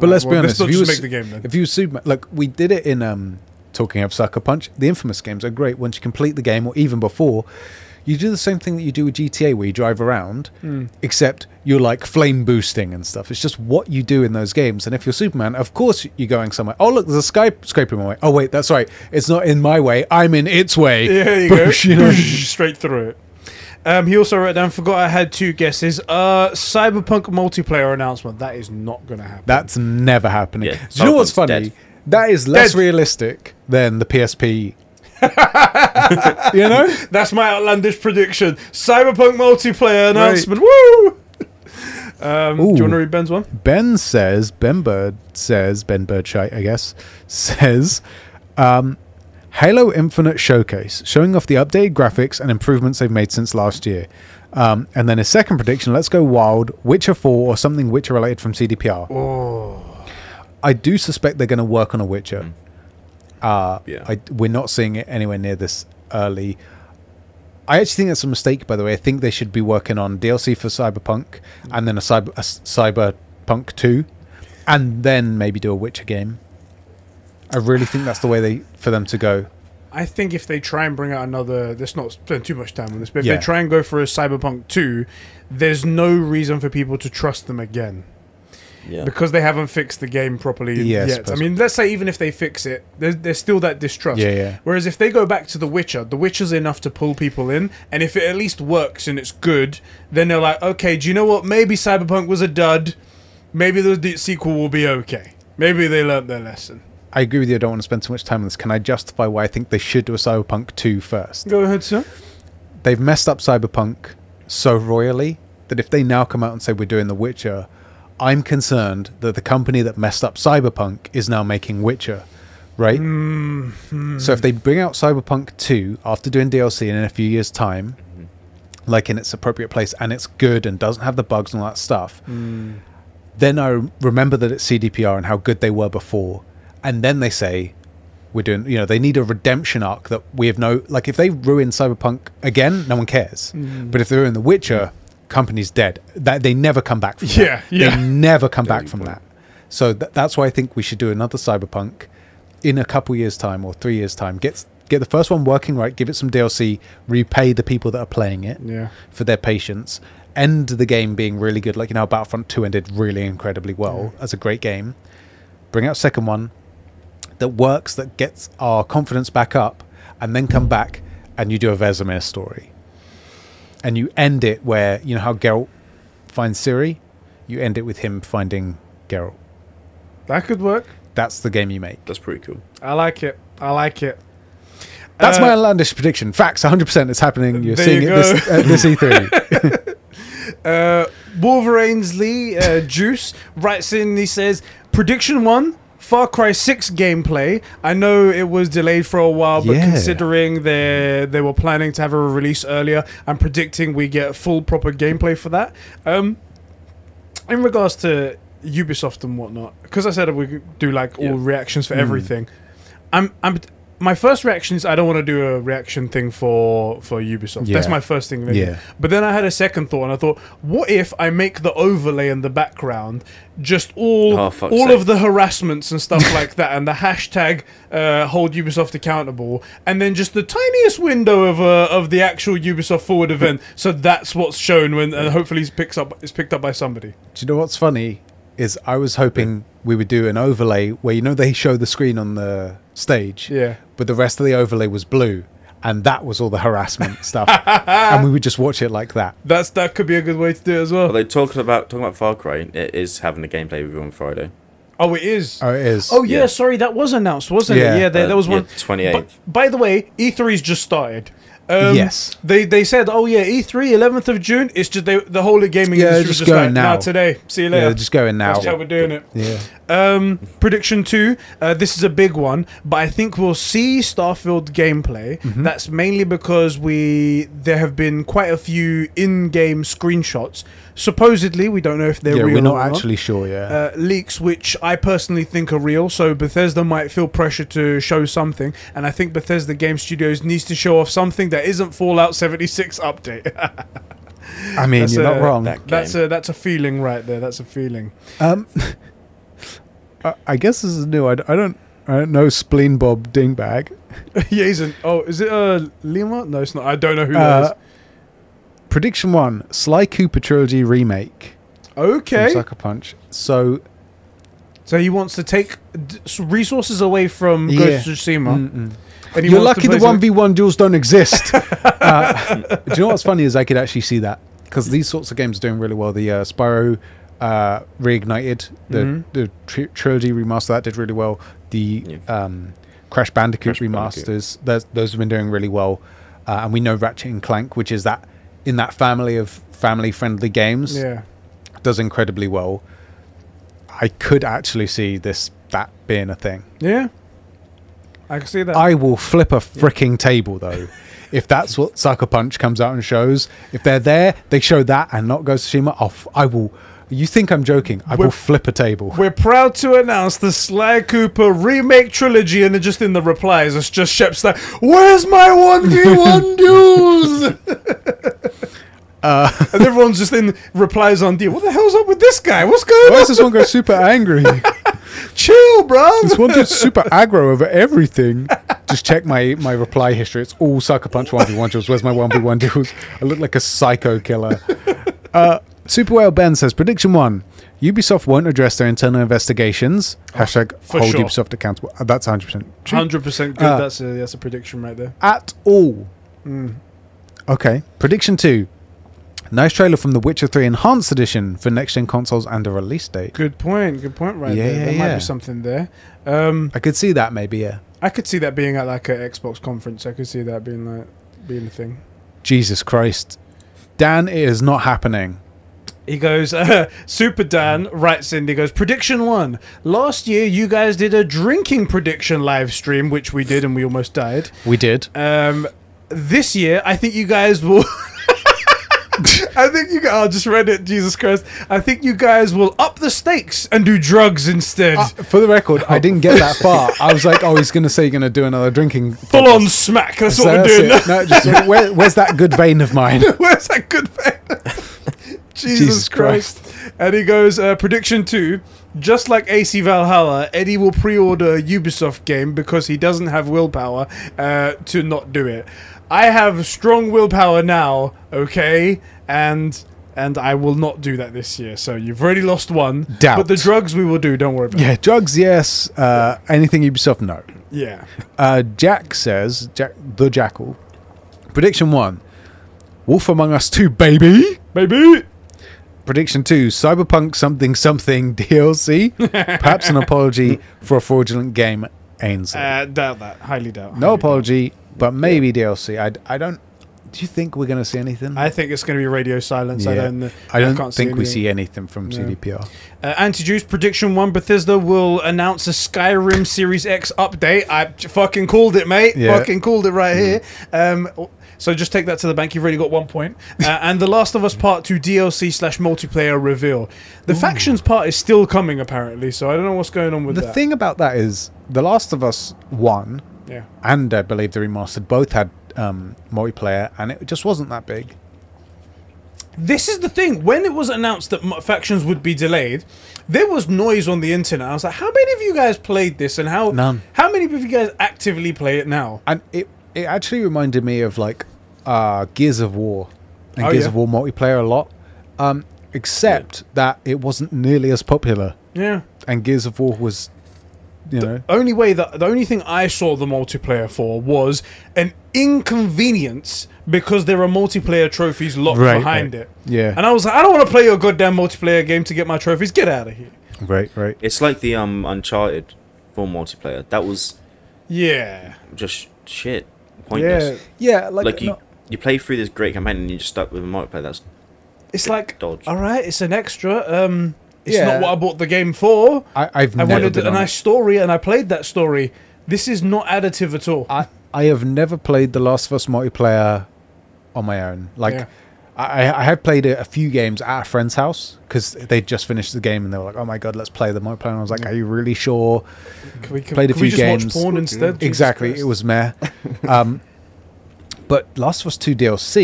[SPEAKER 3] But let's be
[SPEAKER 2] well,
[SPEAKER 3] honest.
[SPEAKER 2] Let's not
[SPEAKER 3] if you
[SPEAKER 2] just
[SPEAKER 3] were
[SPEAKER 2] make
[SPEAKER 3] su-
[SPEAKER 2] the game then.
[SPEAKER 3] If you were Superman, look, we did it in um, talking of Sucker Punch. The infamous games are great once you complete the game, or even before. You do the same thing that you do with GTA, where you drive around,
[SPEAKER 2] Hmm.
[SPEAKER 3] except you're like flame boosting and stuff. It's just what you do in those games. And if you're Superman, of course you're going somewhere. Oh look, there's a skyscraper in my way. Oh wait, that's right. It's not in my way. I'm in its way.
[SPEAKER 2] Yeah, there you
[SPEAKER 3] Boosh,
[SPEAKER 2] go.
[SPEAKER 3] you know?
[SPEAKER 2] Boosh, straight through it. Um, he also wrote down, forgot I had two guesses. Uh, Cyberpunk multiplayer announcement. That is not going to happen.
[SPEAKER 3] That's never happening.
[SPEAKER 1] Yeah,
[SPEAKER 3] Do you know what's
[SPEAKER 1] Cyberpunk's
[SPEAKER 3] funny?
[SPEAKER 1] dead.
[SPEAKER 3] That is less
[SPEAKER 2] Dead.
[SPEAKER 3] realistic than the PSP. you know.
[SPEAKER 2] That's my outlandish prediction. Cyberpunk multiplayer announcement. Woo! Um, do you
[SPEAKER 3] Ooh.
[SPEAKER 2] want to read Ben's one?
[SPEAKER 3] Ben says, Ben Bird says, Ben Birdshite, I guess, says, um, Halo Infinite Showcase, showing off the updated graphics and improvements they've made since last year. Um, and then his second prediction, Let's Go Wild, Witcher 4, or something Witcher related from CDPR. I do suspect they're going to work on a Witcher.
[SPEAKER 1] Hmm.
[SPEAKER 3] Uh,
[SPEAKER 1] Yeah.
[SPEAKER 3] I, we're not seeing it anywhere near this early. I actually think that's a mistake, by the way. I think they should be working on DLC for Cyberpunk and then a, cyber, a s- Cyberpunk 2 and then maybe do a Witcher game. I really think that's the way they for them to go.
[SPEAKER 2] I think if they try and bring out another, let's not spend too much time on this, but if
[SPEAKER 3] Yeah.
[SPEAKER 2] they try and go for a Cyberpunk 2, there's no reason for people to trust them again.
[SPEAKER 1] Yeah.
[SPEAKER 2] because they haven't fixed the game properly
[SPEAKER 3] Yeah, I
[SPEAKER 2] yet. I
[SPEAKER 3] suppose.
[SPEAKER 2] mean, let's say even if they fix it, there's, there's still that distrust.
[SPEAKER 3] Yeah, yeah.
[SPEAKER 2] Whereas if they go back to The Witcher, The Witcher's enough to pull people in, and if it at least works and it's good, then they're like, okay, do you know what? Maybe Cyberpunk was a dud. Maybe the d- sequel will be okay. Maybe they learnt their lesson.
[SPEAKER 3] I agree with you. I don't want to spend too much time on this. Can I justify why I think they should do a Cyberpunk 2 first?
[SPEAKER 2] Go ahead, sir.
[SPEAKER 3] they've messed up Cyberpunk so royally that if they now come out and say we're doing The Witcher, I'm concerned that the company that messed up Cyberpunk is now making Witcher, right? So if they bring out Cyberpunk 2 after doing DLC and in a few years' time,
[SPEAKER 2] Mm-hmm.
[SPEAKER 3] like in its appropriate place, and it's good and doesn't have the bugs and all that stuff,
[SPEAKER 2] Mm.
[SPEAKER 3] then I remember that it's CDPR and how good they were before, and then they say we're doing. You know, they need a redemption arc that we have no. Like if they ruin Cyberpunk again, no one cares.
[SPEAKER 2] Mm.
[SPEAKER 3] But if they ruin The Witcher, company's dead. That they never come back. From
[SPEAKER 2] Yeah,
[SPEAKER 3] that.
[SPEAKER 2] yeah.
[SPEAKER 3] They never come back from that. So th- that's why I think we should do another Cyberpunk in a couple years' time or three years' time. Get get the first one working right. Give it some DLC. Repay the people that are playing it
[SPEAKER 2] Yeah.
[SPEAKER 3] for their patience. End the game being really good, like you know, how Battlefront Two ended really incredibly well as a great game. Bring out second one, that works that gets our confidence back up, and then come back and you do a Vesemir story, and you end it where you know how Geralt finds Ciri, you end it with him finding Geralt.
[SPEAKER 2] That could work.
[SPEAKER 3] That's the game you make.
[SPEAKER 2] Uh,
[SPEAKER 1] That's pretty cool.
[SPEAKER 2] I like it. I like it.
[SPEAKER 3] That's
[SPEAKER 2] Uh,
[SPEAKER 3] my outlandish prediction. Facts, 100%. It's happening. You're
[SPEAKER 2] There
[SPEAKER 3] seeing
[SPEAKER 2] you
[SPEAKER 3] it this, at this E E3.
[SPEAKER 2] Uh, Wolverine's Lee uh, Juice writes in. He says, "Prediction one: Far Cry Six gameplay. I know it was delayed for a while, but
[SPEAKER 3] Yeah.
[SPEAKER 2] considering they they were planning to have a release earlier, I'm predicting we get full proper gameplay for that. Um, in regards to Ubisoft and whatnot, because I said we could do like all
[SPEAKER 1] Yeah.
[SPEAKER 2] reactions
[SPEAKER 3] Hmm.
[SPEAKER 2] for everything. I'm I'm." My first reaction is I don't want to do a reaction thing for for Ubisoft. That's
[SPEAKER 3] Yeah.
[SPEAKER 2] my first thing. thinking.
[SPEAKER 3] Yeah.
[SPEAKER 2] But then I had a second thought, and I thought, what if I make the overlay in the background just all
[SPEAKER 1] Oh, fuck's
[SPEAKER 2] all
[SPEAKER 1] sake.
[SPEAKER 2] of the harassments and stuff like that, and the hashtag uh, hold Ubisoft accountable, and then just the tiniest window of uh, of the actual Ubisoft Forward event. so that's what's shown when, and hopefully it's picks up it's picked up by somebody.
[SPEAKER 3] Do you know what's funny? Is I was hoping we would do an overlay where you know they show the screen on the stage,
[SPEAKER 2] Yeah.
[SPEAKER 3] but the rest of the overlay was blue, and that was all the harassment stuff, and we would just watch it like that.
[SPEAKER 2] That's that could be a good way to do it as well.
[SPEAKER 1] Although talking about talking about Far Cry, it is having a gameplay review on Friday.
[SPEAKER 2] Oh, it is.
[SPEAKER 3] Oh, it is.
[SPEAKER 2] Oh yeah,
[SPEAKER 1] Yeah.
[SPEAKER 2] sorry, that was announced, wasn't
[SPEAKER 3] Yeah.
[SPEAKER 2] it? Yeah, there,
[SPEAKER 1] Uh,
[SPEAKER 2] there was
[SPEAKER 1] yeah,
[SPEAKER 2] one.
[SPEAKER 1] 28th.
[SPEAKER 2] By, by the way, E3's just started. Um,
[SPEAKER 3] Yes.
[SPEAKER 2] They they said, oh yeah, E3, 11th of June. It's just they, the whole of gaming
[SPEAKER 3] Yeah,
[SPEAKER 2] industry
[SPEAKER 3] just
[SPEAKER 2] was just like
[SPEAKER 3] going now.
[SPEAKER 2] now today. See you
[SPEAKER 3] yeah,
[SPEAKER 2] later.
[SPEAKER 3] they're just going now.
[SPEAKER 2] That's how we're doing it.
[SPEAKER 3] Yeah,
[SPEAKER 2] Um, prediction two. Uh, this is a big one, but I think we'll see Starfield gameplay.
[SPEAKER 3] Mm-hmm.
[SPEAKER 2] That's mainly because we there have been quite a few in-game screenshots. Supposedly, we don't know if they're
[SPEAKER 3] yeah,
[SPEAKER 2] real.
[SPEAKER 3] we're
[SPEAKER 2] or
[SPEAKER 3] not actually sure. Yeah,
[SPEAKER 2] uh, leaks, which I personally think are real. So Bethesda might feel pressure to show something, and I think Bethesda Game Studios needs to show off something that isn't Fallout 76 update.
[SPEAKER 3] I mean,
[SPEAKER 2] Uh, that's
[SPEAKER 3] you're
[SPEAKER 2] a-
[SPEAKER 3] not wrong.
[SPEAKER 1] that-
[SPEAKER 2] that's a that's a feeling right there. That's a feeling.
[SPEAKER 3] Um, I, I guess this is new. I, d- I don't. I don't know Spleen Bob Dingbag.
[SPEAKER 2] yeah, isn't. Oh, is it uh, Lima? No, it's not. I don't know who
[SPEAKER 3] Uh,
[SPEAKER 2] that
[SPEAKER 3] prediction one: Sly Cooper trilogy remake
[SPEAKER 2] is. Okay,
[SPEAKER 3] from Sucker Punch. So
[SPEAKER 2] so he wants to take d- s- resources away from
[SPEAKER 3] Yeah.
[SPEAKER 2] Ghost of Tsushima.
[SPEAKER 3] mm-mm.
[SPEAKER 2] and he
[SPEAKER 3] You're
[SPEAKER 2] wants to
[SPEAKER 3] lucky the
[SPEAKER 2] play some-
[SPEAKER 3] one v one duels don't exist. uh, do you know what's funny is I could actually see that because these sorts of games are doing really well. The uh, Spyro uh, reignited the
[SPEAKER 2] Mhm.
[SPEAKER 3] the tri- trilogy remaster that did really well. The
[SPEAKER 1] Yeah.
[SPEAKER 3] um, Crash Bandicoot
[SPEAKER 1] Crash Bandicoot.
[SPEAKER 3] remasters those, those have been doing really well, uh, and we know Ratchet and Clank, which is that in that family of family friendly games,
[SPEAKER 2] Yeah.
[SPEAKER 3] does incredibly well. I could actually see this that being a thing.
[SPEAKER 2] Yeah. I can see that.
[SPEAKER 3] I will flip a freaking table though. if that's what Sucker Punch comes out and shows, if they're there, they show that and not Ghost of Tsushima. I'll f- I will. You think I'm joking? I will
[SPEAKER 2] We're-
[SPEAKER 3] flip a table.
[SPEAKER 2] We're proud to announce the Sly Cooper remake trilogy, and just in the replies, it's just Shep's like, "Where's my one v one duels?" and everyone's just in replies on D. What the hell's up with this guy? What's going
[SPEAKER 3] Why
[SPEAKER 2] on?
[SPEAKER 3] does this one go super angry?
[SPEAKER 2] Chill, bro.
[SPEAKER 3] This one gets super aggro over everything. Just check my, my reply history. It's all Sucker Punch 1v1 duels. Where's my 1v1 duels? I look like a psycho killer. Uh, super Whale Ben says Prediction 1 Ubisoft won't address their internal investigations. Hashtag
[SPEAKER 2] Oh, for
[SPEAKER 3] hold
[SPEAKER 2] sure.
[SPEAKER 3] Ubisoft accountable. Uh, That's 100% true.
[SPEAKER 2] Hundred percent good.
[SPEAKER 3] Uh,
[SPEAKER 2] that's a that's a prediction right there.
[SPEAKER 3] at all. Mm. Okay. Prediction two. Nice trailer from The Witcher 3 Enhanced Edition for next gen consoles and a release date.
[SPEAKER 2] Good point. Good point right
[SPEAKER 3] Yeah,
[SPEAKER 2] there.
[SPEAKER 3] yeah,
[SPEAKER 2] there might
[SPEAKER 3] yeah.
[SPEAKER 2] be something there. Um,
[SPEAKER 3] I could see that maybe, yeah.
[SPEAKER 2] I could see that being at like an Xbox conference. I could see that being like being a thing.
[SPEAKER 3] Jesus Christ. Dan, it is not happening.
[SPEAKER 2] He goes, uh, Super Dan writes in, he goes, Prediction one. Last year, you guys did a drinking prediction live stream, which we did and we almost died.
[SPEAKER 3] We did.
[SPEAKER 2] Um, this year, I think you guys will. I think you guys. I just read it, Jesus Christ. I think you guys will up the stakes and do drugs instead.
[SPEAKER 3] For the record, I didn't get that far. I was like, oh, he's going to say you're going to do another drinking.
[SPEAKER 2] Full on smack. That's
[SPEAKER 3] So
[SPEAKER 2] what we're
[SPEAKER 3] that's
[SPEAKER 2] doing.
[SPEAKER 3] it. No, just, where, where's that good vein of mine?
[SPEAKER 2] Where's that good man? Jesus,
[SPEAKER 3] Jesus
[SPEAKER 2] Christ. And he goes, uh, prediction two. Just like AC Valhalla, Eddie will pre-order a Ubisoft game because he doesn't have willpower uh, to not do it. I have strong willpower now, okay, and and I will not do that this year. So you've already lost one.
[SPEAKER 3] Doubt.
[SPEAKER 2] But the drugs we will do. Don't worry about. it.
[SPEAKER 3] Yeah, drugs, yes. Uh, anything Ubisoft, no.
[SPEAKER 2] Yeah.
[SPEAKER 3] Uh, Jack says, Jack the Jackal. Prediction one: Wolf Among Us Two, baby.
[SPEAKER 2] Baby.
[SPEAKER 3] Prediction two: Cyberpunk something something DLC. Perhaps an apology for a fraudulent game, Ainsley.
[SPEAKER 2] Uh, doubt that. Highly doubt.
[SPEAKER 3] no
[SPEAKER 2] highly
[SPEAKER 3] apology, but maybe DLC. I, d- I don't. Do you think we're going to see anything?
[SPEAKER 2] doubt. I think it's going to be radio silence. I
[SPEAKER 3] Yeah.
[SPEAKER 2] don't.
[SPEAKER 3] I don't
[SPEAKER 2] can't
[SPEAKER 3] think we
[SPEAKER 2] anything.
[SPEAKER 3] see anything from CDPR.
[SPEAKER 2] Uh, Anti-Juice prediction one: Bethesda will announce a Skyrim Series X update. I j- fucking called it, mate.
[SPEAKER 3] Yeah. Mm.
[SPEAKER 2] Fucking called it right here. Um, so just take that to the bank. You've already got one point. Uh, and The Last of Us Part Two DLC slash multiplayer reveal. The factions part is still coming apparently. So I don't know what's going on with
[SPEAKER 3] The
[SPEAKER 2] that.
[SPEAKER 3] thing about that is, The Last of Us One
[SPEAKER 2] yeah.
[SPEAKER 3] and I believe the remastered both had um, multiplayer, and it just wasn't that big.
[SPEAKER 2] This is the thing. When it was announced that mo- factions would be delayed, there was noise on the internet. I was like, how many of you guys played this, and how
[SPEAKER 3] None.
[SPEAKER 2] how many of you guys actively play it now?
[SPEAKER 3] and it it actually reminded me of like uh Gears of War and
[SPEAKER 2] Oh,
[SPEAKER 3] Gears
[SPEAKER 2] yeah.
[SPEAKER 3] of War multiplayer a lot. Um except that it wasn't nearly as popular
[SPEAKER 2] Yeah.
[SPEAKER 3] and Gears of War was you know
[SPEAKER 2] only way that the only thing I saw the multiplayer for was an inconvenience because there are multiplayer trophies locked
[SPEAKER 3] Right,
[SPEAKER 2] behind
[SPEAKER 3] right.
[SPEAKER 2] it.
[SPEAKER 3] Yeah.
[SPEAKER 2] And I was like, I don't want to play your goddamn multiplayer game to get my trophies. Get out of here.
[SPEAKER 3] right right
[SPEAKER 1] It's like the um Uncharted for multiplayer. That was
[SPEAKER 2] Yeah.
[SPEAKER 1] just shit, pointless.
[SPEAKER 3] yeah like,
[SPEAKER 1] Like you,
[SPEAKER 3] not-
[SPEAKER 1] you play through this great campaign and you're just stuck with a multiplayer. That's
[SPEAKER 2] It's like,
[SPEAKER 1] dodge.
[SPEAKER 2] all right, it's an extra. Um, it's
[SPEAKER 3] Yeah.
[SPEAKER 2] not what I bought the game for.
[SPEAKER 3] I, I've
[SPEAKER 2] I
[SPEAKER 3] never
[SPEAKER 2] wanted
[SPEAKER 3] been
[SPEAKER 2] a
[SPEAKER 3] on
[SPEAKER 2] nice story, and I played that story. This is not additive at all.
[SPEAKER 3] I I have never played The Last of Us multiplayer on my own. Like,
[SPEAKER 2] Yeah.
[SPEAKER 3] I I I have played a, a few games at a friend's house because they just finished the game and they were like, "Oh my god, let's play the multiplayer." And I was like, "Are you really sure?"
[SPEAKER 2] Can we, can,
[SPEAKER 3] played a
[SPEAKER 2] can we
[SPEAKER 3] few
[SPEAKER 2] just
[SPEAKER 3] games.
[SPEAKER 2] watch porn instead? Jesus
[SPEAKER 3] exactly,
[SPEAKER 2] Christ.
[SPEAKER 3] it was meh. um, but Last of Us Two DLC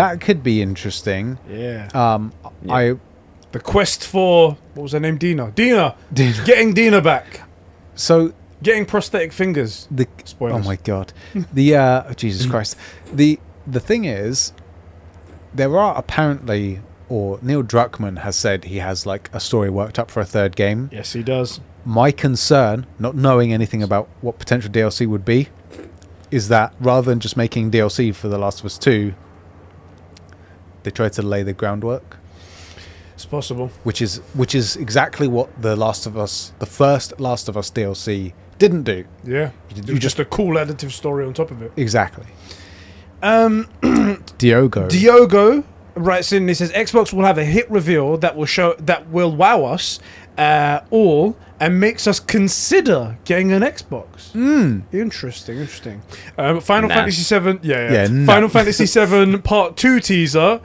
[SPEAKER 3] that could be interesting.
[SPEAKER 2] Hmm. Yeah.
[SPEAKER 3] Um,
[SPEAKER 1] Yeah.
[SPEAKER 3] I
[SPEAKER 2] the quest for what was her name? Dina. Dina.
[SPEAKER 3] Dina.
[SPEAKER 2] Getting Dina back.
[SPEAKER 3] so
[SPEAKER 2] Getting prosthetic fingers.
[SPEAKER 3] the
[SPEAKER 2] Spoilers. Hmm.
[SPEAKER 3] Oh my god. The uh oh, Jesus Christ. The the thing is there are apparently or Neil Druckmann has said he has like a story worked up for a third game.
[SPEAKER 2] Yes, he does.
[SPEAKER 3] My concern, not knowing anything about what potential DLC would be, is that rather than just making DLC for The Last of Us 2, they tried to lay the groundwork,
[SPEAKER 2] It's possible.
[SPEAKER 3] which is which is exactly what The Last of Us, the first Last of Us DLC didn't do.
[SPEAKER 2] Yeah. It was just a cool additive story on top of it.
[SPEAKER 3] Exactly.
[SPEAKER 2] Um,
[SPEAKER 3] Diogo.
[SPEAKER 2] Diogo writes in. He says Xbox will have a hit reveal that will show that will wow us uh, all and makes us consider getting an Xbox.
[SPEAKER 3] Hmm.
[SPEAKER 2] Interesting, interesting. Um, Final
[SPEAKER 1] Nah.
[SPEAKER 2] Fantasy Seven. Yeah, yeah.
[SPEAKER 3] Yeah, nah.
[SPEAKER 2] Final Fantasy Seven Part Two teaser.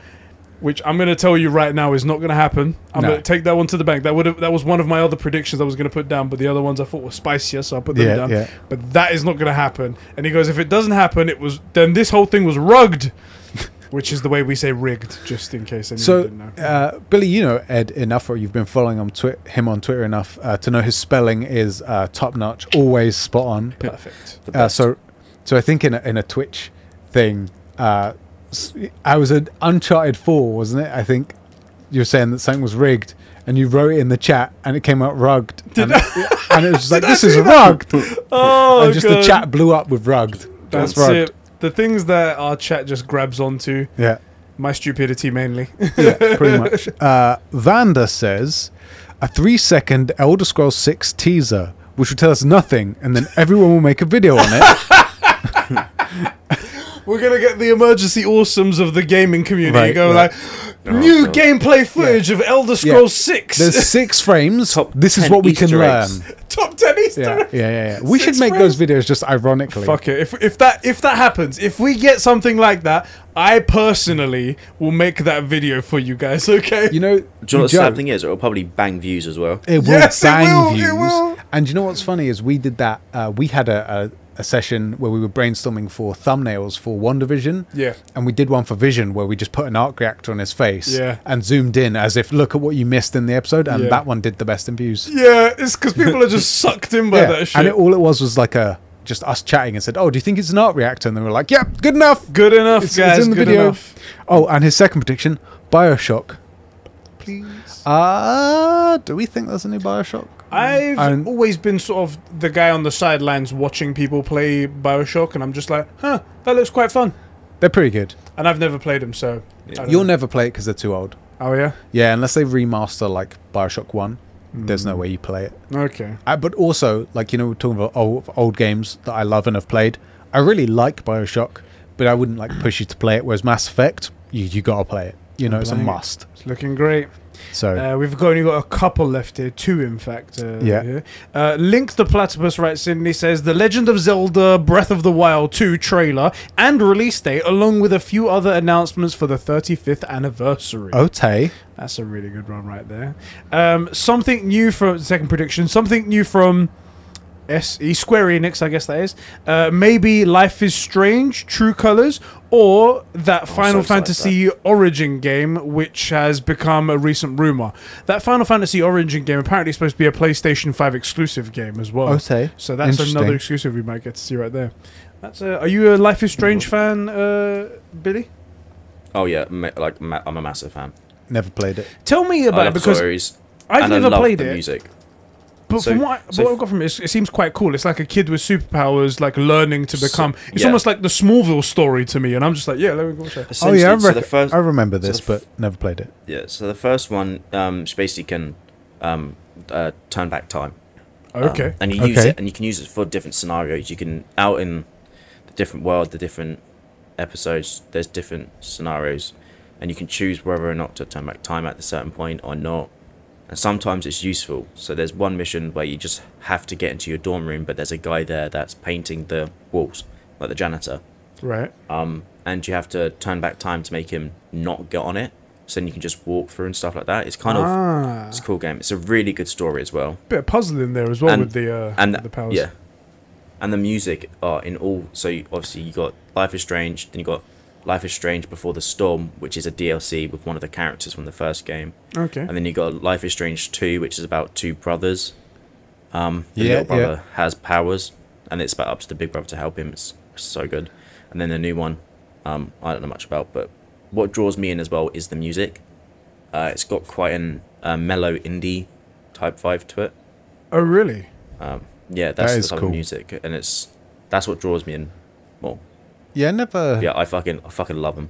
[SPEAKER 2] Which I'm going to tell you right now is not going to happen. I'm
[SPEAKER 3] No.
[SPEAKER 2] going to take that one to the bank. That would have that was one of my other predictions I was going to put down, but the other ones I thought were spicier, so I put them
[SPEAKER 3] Yeah,
[SPEAKER 2] down.
[SPEAKER 3] yeah.
[SPEAKER 2] But that is not going to happen. And he goes, if it doesn't happen, it was then this whole thing was rugged which is the way we say rigged, just in case anyone
[SPEAKER 3] So,
[SPEAKER 2] didn't know.
[SPEAKER 3] uh, Billy, you know Ed enough, or you've been following him, twi- him on Twitter enough uh, to know his spelling is uh, top notch, always spot on.
[SPEAKER 2] Perfect.
[SPEAKER 1] the
[SPEAKER 3] Uh,
[SPEAKER 1] best.
[SPEAKER 3] so, so I think in a, in a Twitch thing, uh, s- I was at Uncharted Four, wasn't it? I think you were saying that something was rigged, and you wrote it in the chat, and it came out rugged, and, it, and it was just like
[SPEAKER 2] I
[SPEAKER 3] this
[SPEAKER 2] do
[SPEAKER 3] is rugged, and
[SPEAKER 2] Oh,
[SPEAKER 3] just the chat blew up with rugged.
[SPEAKER 2] That's,
[SPEAKER 3] That's rugged.
[SPEAKER 2] it. The things that our chat just grabs onto,
[SPEAKER 3] Yeah.
[SPEAKER 2] my stupidity mainly.
[SPEAKER 3] yeah, pretty much. Uh, Vanda says a three-second Elder Scrolls Six teaser, which will tell us nothing, and then everyone will make a video on it.
[SPEAKER 2] We're gonna get the emergency awesomes of the gaming community
[SPEAKER 3] Right,
[SPEAKER 2] go
[SPEAKER 3] right.
[SPEAKER 2] like, new
[SPEAKER 1] God.
[SPEAKER 2] gameplay footage of Elder Scrolls Six,
[SPEAKER 3] There's six frames.
[SPEAKER 1] Top
[SPEAKER 3] this is
[SPEAKER 1] 10
[SPEAKER 3] what we
[SPEAKER 1] Easter
[SPEAKER 3] can
[SPEAKER 1] eggs.
[SPEAKER 3] learn.
[SPEAKER 2] top ten Easter.
[SPEAKER 3] Yeah, yeah,
[SPEAKER 2] eggs.
[SPEAKER 3] yeah. yeah. We
[SPEAKER 2] Six
[SPEAKER 3] should make those videos just ironically.
[SPEAKER 2] Fuck it. If, if that if that happens, if we get something like that, I personally will make that video for you guys. Okay.
[SPEAKER 3] You know,
[SPEAKER 1] Do you know
[SPEAKER 3] we
[SPEAKER 1] what the sad
[SPEAKER 3] joke,
[SPEAKER 1] thing is? It'll probably bang views as well.
[SPEAKER 3] It will
[SPEAKER 2] Yes, it
[SPEAKER 3] bang
[SPEAKER 2] will, it
[SPEAKER 3] views.
[SPEAKER 2] will.
[SPEAKER 3] And you know what's funny is we did that. Uh, we had a, a, a session where we were brainstorming for thumbnails for One Division.
[SPEAKER 2] Yeah.
[SPEAKER 3] And we did one for Vision where we just put an arc reactor on his face.
[SPEAKER 2] Yeah.
[SPEAKER 3] And zoomed in as if look at what you missed in the episode, and
[SPEAKER 2] Yeah.
[SPEAKER 3] that one did the best in views.
[SPEAKER 2] yeah, it's because people are just sucked in by that shit.
[SPEAKER 3] And it, all it was was like a just us chatting and said, "Oh, do you think it's an arc reactor?" And they were like, "Yep, good enough."
[SPEAKER 2] Good enough, guys. good enough.
[SPEAKER 3] Oh, and his second prediction: Bioshock.
[SPEAKER 2] Please.
[SPEAKER 3] Ah, do we think there's any Bioshock?
[SPEAKER 2] I've
[SPEAKER 3] I'm-
[SPEAKER 2] always been sort of the guy on the sidelines watching people play Bioshock, and I'm just like, huh, that looks quite fun.
[SPEAKER 3] They're pretty good.
[SPEAKER 2] And I've never played them, so. I don't
[SPEAKER 3] You'll
[SPEAKER 2] know.
[SPEAKER 3] never play it because they're too old.
[SPEAKER 2] Oh, yeah?
[SPEAKER 3] Yeah, unless they remaster like Bioshock One, there's
[SPEAKER 2] Mm.
[SPEAKER 3] no way you play it.
[SPEAKER 2] Okay.
[SPEAKER 3] Uh, but also, like you know, we're talking about old, old games that I love and have played. I really like Bioshock, but I wouldn't like push you to play it. Whereas Mass Effect, you you gotta play it. You know, it's a
[SPEAKER 2] playing it.
[SPEAKER 3] must.
[SPEAKER 2] It's looking great.
[SPEAKER 3] So
[SPEAKER 2] Uh, we've only got a couple left here, two in fact. Uh,
[SPEAKER 3] Yeah.
[SPEAKER 2] here. Uh, Link the Platypus writes in, he says, The Legend of Zelda Breath of the Wild 2 trailer and release date, along with a few other announcements for the 35th anniversary.
[SPEAKER 3] Ote,
[SPEAKER 2] That's a really good one right there. Um, something new from, second prediction, something new from SE Square Enix, I guess that is. Uh, maybe Life is Strange, True Colors, or that Final
[SPEAKER 1] Oh, so excited
[SPEAKER 2] Fantasy Origin game, which has become a recent rumor. That Final Fantasy Origin game apparently is supposed to be a PlayStation 5 exclusive game as well.
[SPEAKER 3] Ote.
[SPEAKER 2] So that's another
[SPEAKER 3] Interesting.
[SPEAKER 2] exclusive we might get to see right there. That's a, are you a Life is Strange fan, uh, Billy?
[SPEAKER 1] Oh yeah, ma- like ma- I'm a massive fan.
[SPEAKER 3] Never played it.
[SPEAKER 2] Tell me
[SPEAKER 1] I
[SPEAKER 2] about it
[SPEAKER 1] love the
[SPEAKER 2] because
[SPEAKER 1] stories.
[SPEAKER 2] I've
[SPEAKER 1] and I
[SPEAKER 2] never
[SPEAKER 1] love
[SPEAKER 2] played
[SPEAKER 1] the
[SPEAKER 2] it. Oh,
[SPEAKER 1] music.
[SPEAKER 2] But
[SPEAKER 1] So-
[SPEAKER 2] from what,
[SPEAKER 1] so
[SPEAKER 2] what
[SPEAKER 1] f-
[SPEAKER 2] I've got from it, it's- it seems quite cool. It's like a kid with superpowers, like learning to become. it's
[SPEAKER 1] yeah.
[SPEAKER 2] almost like the Smallville story to me, and I'm just like, yeah, let me go watch that.
[SPEAKER 3] Oh yeah, I,
[SPEAKER 1] Essentially, so the
[SPEAKER 3] rec-
[SPEAKER 1] first
[SPEAKER 3] I remember
[SPEAKER 1] so
[SPEAKER 3] this,
[SPEAKER 1] the f-
[SPEAKER 3] but never played it.
[SPEAKER 1] yeah, so the first one, um, she basically can um, uh, turn back time. Um,
[SPEAKER 2] Okay,
[SPEAKER 1] and you use
[SPEAKER 3] Okay.
[SPEAKER 1] it, and you can use it for different scenarios. You can out in the different world, the different episodes. There's different scenarios, and you can choose whether or not to turn back time at a certain point or not. And sometimes it's useful. So there's one mission where you just have to get into your dorm room, but there's a guy there that's painting the walls, like the janitor.
[SPEAKER 2] right.
[SPEAKER 1] Um, and you have to turn back time to make him not get on it. So then you can just walk through and stuff like that. It's kind of
[SPEAKER 2] ah,
[SPEAKER 1] it's a cool game. It's a really good story as well
[SPEAKER 2] bit of puzzle in there as well
[SPEAKER 1] And-
[SPEAKER 2] with the uh,
[SPEAKER 1] and
[SPEAKER 2] the powers.
[SPEAKER 1] Yeah, and the music are in all. So you, obviously you got Life is Strange, then you got Life is Strange Before the Storm, which is a DLC with one of the characters from the first game,
[SPEAKER 2] Okay.
[SPEAKER 1] and then you got Life is Strange Two, which is about two brothers. Um, the
[SPEAKER 3] Yeah,
[SPEAKER 1] little
[SPEAKER 3] yeah.
[SPEAKER 1] brother has powers, and it's about up to the big brother to help him. It's so good. And then the new one, um, I don't know much about, but what draws me in as well is the music. Uh, it's got quite an uh, mellow indie type vibe to it.
[SPEAKER 2] Oh really?
[SPEAKER 1] Um, yeah, that's
[SPEAKER 3] is
[SPEAKER 1] the type
[SPEAKER 3] cool.
[SPEAKER 1] of music, and it's that's what draws me in more.
[SPEAKER 3] Yeah, I never.
[SPEAKER 1] Yeah, I fucking I fucking love them.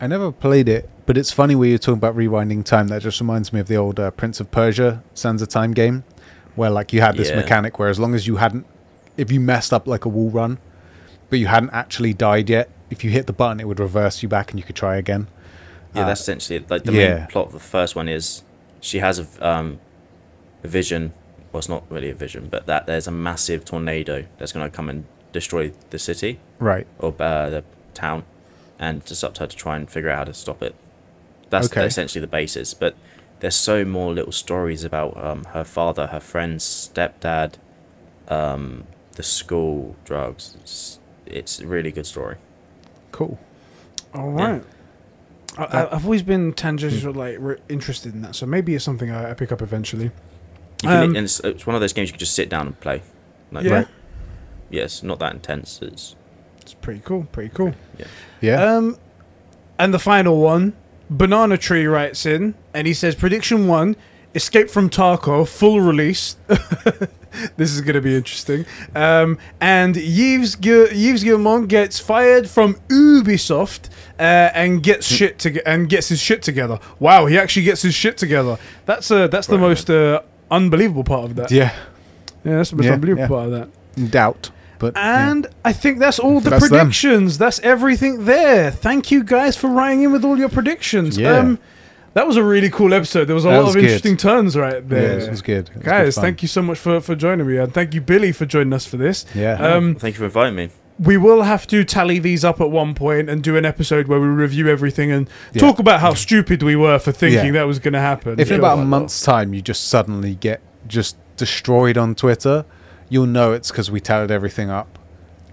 [SPEAKER 3] I never played it, but it's funny where you're talking about rewinding time. That just reminds me of the old uh, Prince of Persia Sands of Time game, where like you had this
[SPEAKER 1] Yeah.
[SPEAKER 3] mechanic where as long as you hadn't, if you messed up like a wall run, but you hadn't actually died yet, if you hit the button, it would reverse you back and you could try again.
[SPEAKER 1] Yeah,
[SPEAKER 3] Uh,
[SPEAKER 1] that's essentially it. like the
[SPEAKER 3] yeah.
[SPEAKER 1] main plot of the first one is she has a v- um, a vision. Well, it's not really a vision, but that there's a massive tornado that's going to come and destroy the city
[SPEAKER 3] Right.
[SPEAKER 1] or uh, the town, and it's up to her to try and figure out how to stop it. That's
[SPEAKER 3] Okay.
[SPEAKER 1] essentially the basis. But there's so more little stories about um, her father, her friends, stepdad, um, the school, drugs. It's, it's a really good story.
[SPEAKER 3] Cool.
[SPEAKER 2] All right. I,
[SPEAKER 1] Uh,
[SPEAKER 2] I, I've always been
[SPEAKER 1] Hmm.
[SPEAKER 2] tangential, like re- interested in that, so maybe it's something I, I pick up eventually.
[SPEAKER 1] You can,
[SPEAKER 2] Um,
[SPEAKER 1] and it's, it's one of those games you can just sit down and play. Like,
[SPEAKER 2] Yeah,
[SPEAKER 3] Right.
[SPEAKER 1] Yeah, it's not that intense. It's
[SPEAKER 2] it's pretty cool. Pretty cool.
[SPEAKER 3] Yeah.
[SPEAKER 2] Um, and the final one, Banana Tree writes in, and he says, prediction one, Escape from Tarkov, full release. this is going to be interesting. Um, and Yves, Gu- Yves Guillemot gets fired from Ubisoft uh, and gets shit to- and gets his shit together. Wow, he actually gets his shit together. That's uh, that's the
[SPEAKER 1] Right.
[SPEAKER 2] most uh, unbelievable part of that. Yeah,
[SPEAKER 3] yeah.
[SPEAKER 2] that's the most
[SPEAKER 3] Yeah,
[SPEAKER 2] unbelievable
[SPEAKER 3] yeah.
[SPEAKER 2] part of that.
[SPEAKER 3] Doubt. But yeah.
[SPEAKER 2] And I think that's all the
[SPEAKER 3] That's them.
[SPEAKER 2] predictions. That's everything there. Thank you guys for writing in with all your predictions. Um,
[SPEAKER 3] Yeah.
[SPEAKER 2] that was a really cool episode. There was a
[SPEAKER 3] That
[SPEAKER 2] lot
[SPEAKER 3] was
[SPEAKER 2] of
[SPEAKER 3] good.
[SPEAKER 2] interesting turns right
[SPEAKER 3] yeah,
[SPEAKER 2] there.
[SPEAKER 3] this was good. It was
[SPEAKER 2] Guys, thank you so much for, for joining me, and thank you, Billy, for joining us for this.
[SPEAKER 3] Yeah.
[SPEAKER 2] Um,
[SPEAKER 1] thank you for inviting me.
[SPEAKER 2] we will have to tally these up at one point and do an episode where we review everything and
[SPEAKER 3] Yeah.
[SPEAKER 2] talk about how stupid we were for thinking
[SPEAKER 3] Yeah.
[SPEAKER 2] that was going to happen.
[SPEAKER 3] If in
[SPEAKER 2] Yeah.
[SPEAKER 3] about a
[SPEAKER 1] Sure.
[SPEAKER 3] month's time you just suddenly get just destroyed on Twitter, you'll know it's because we tallied everything up.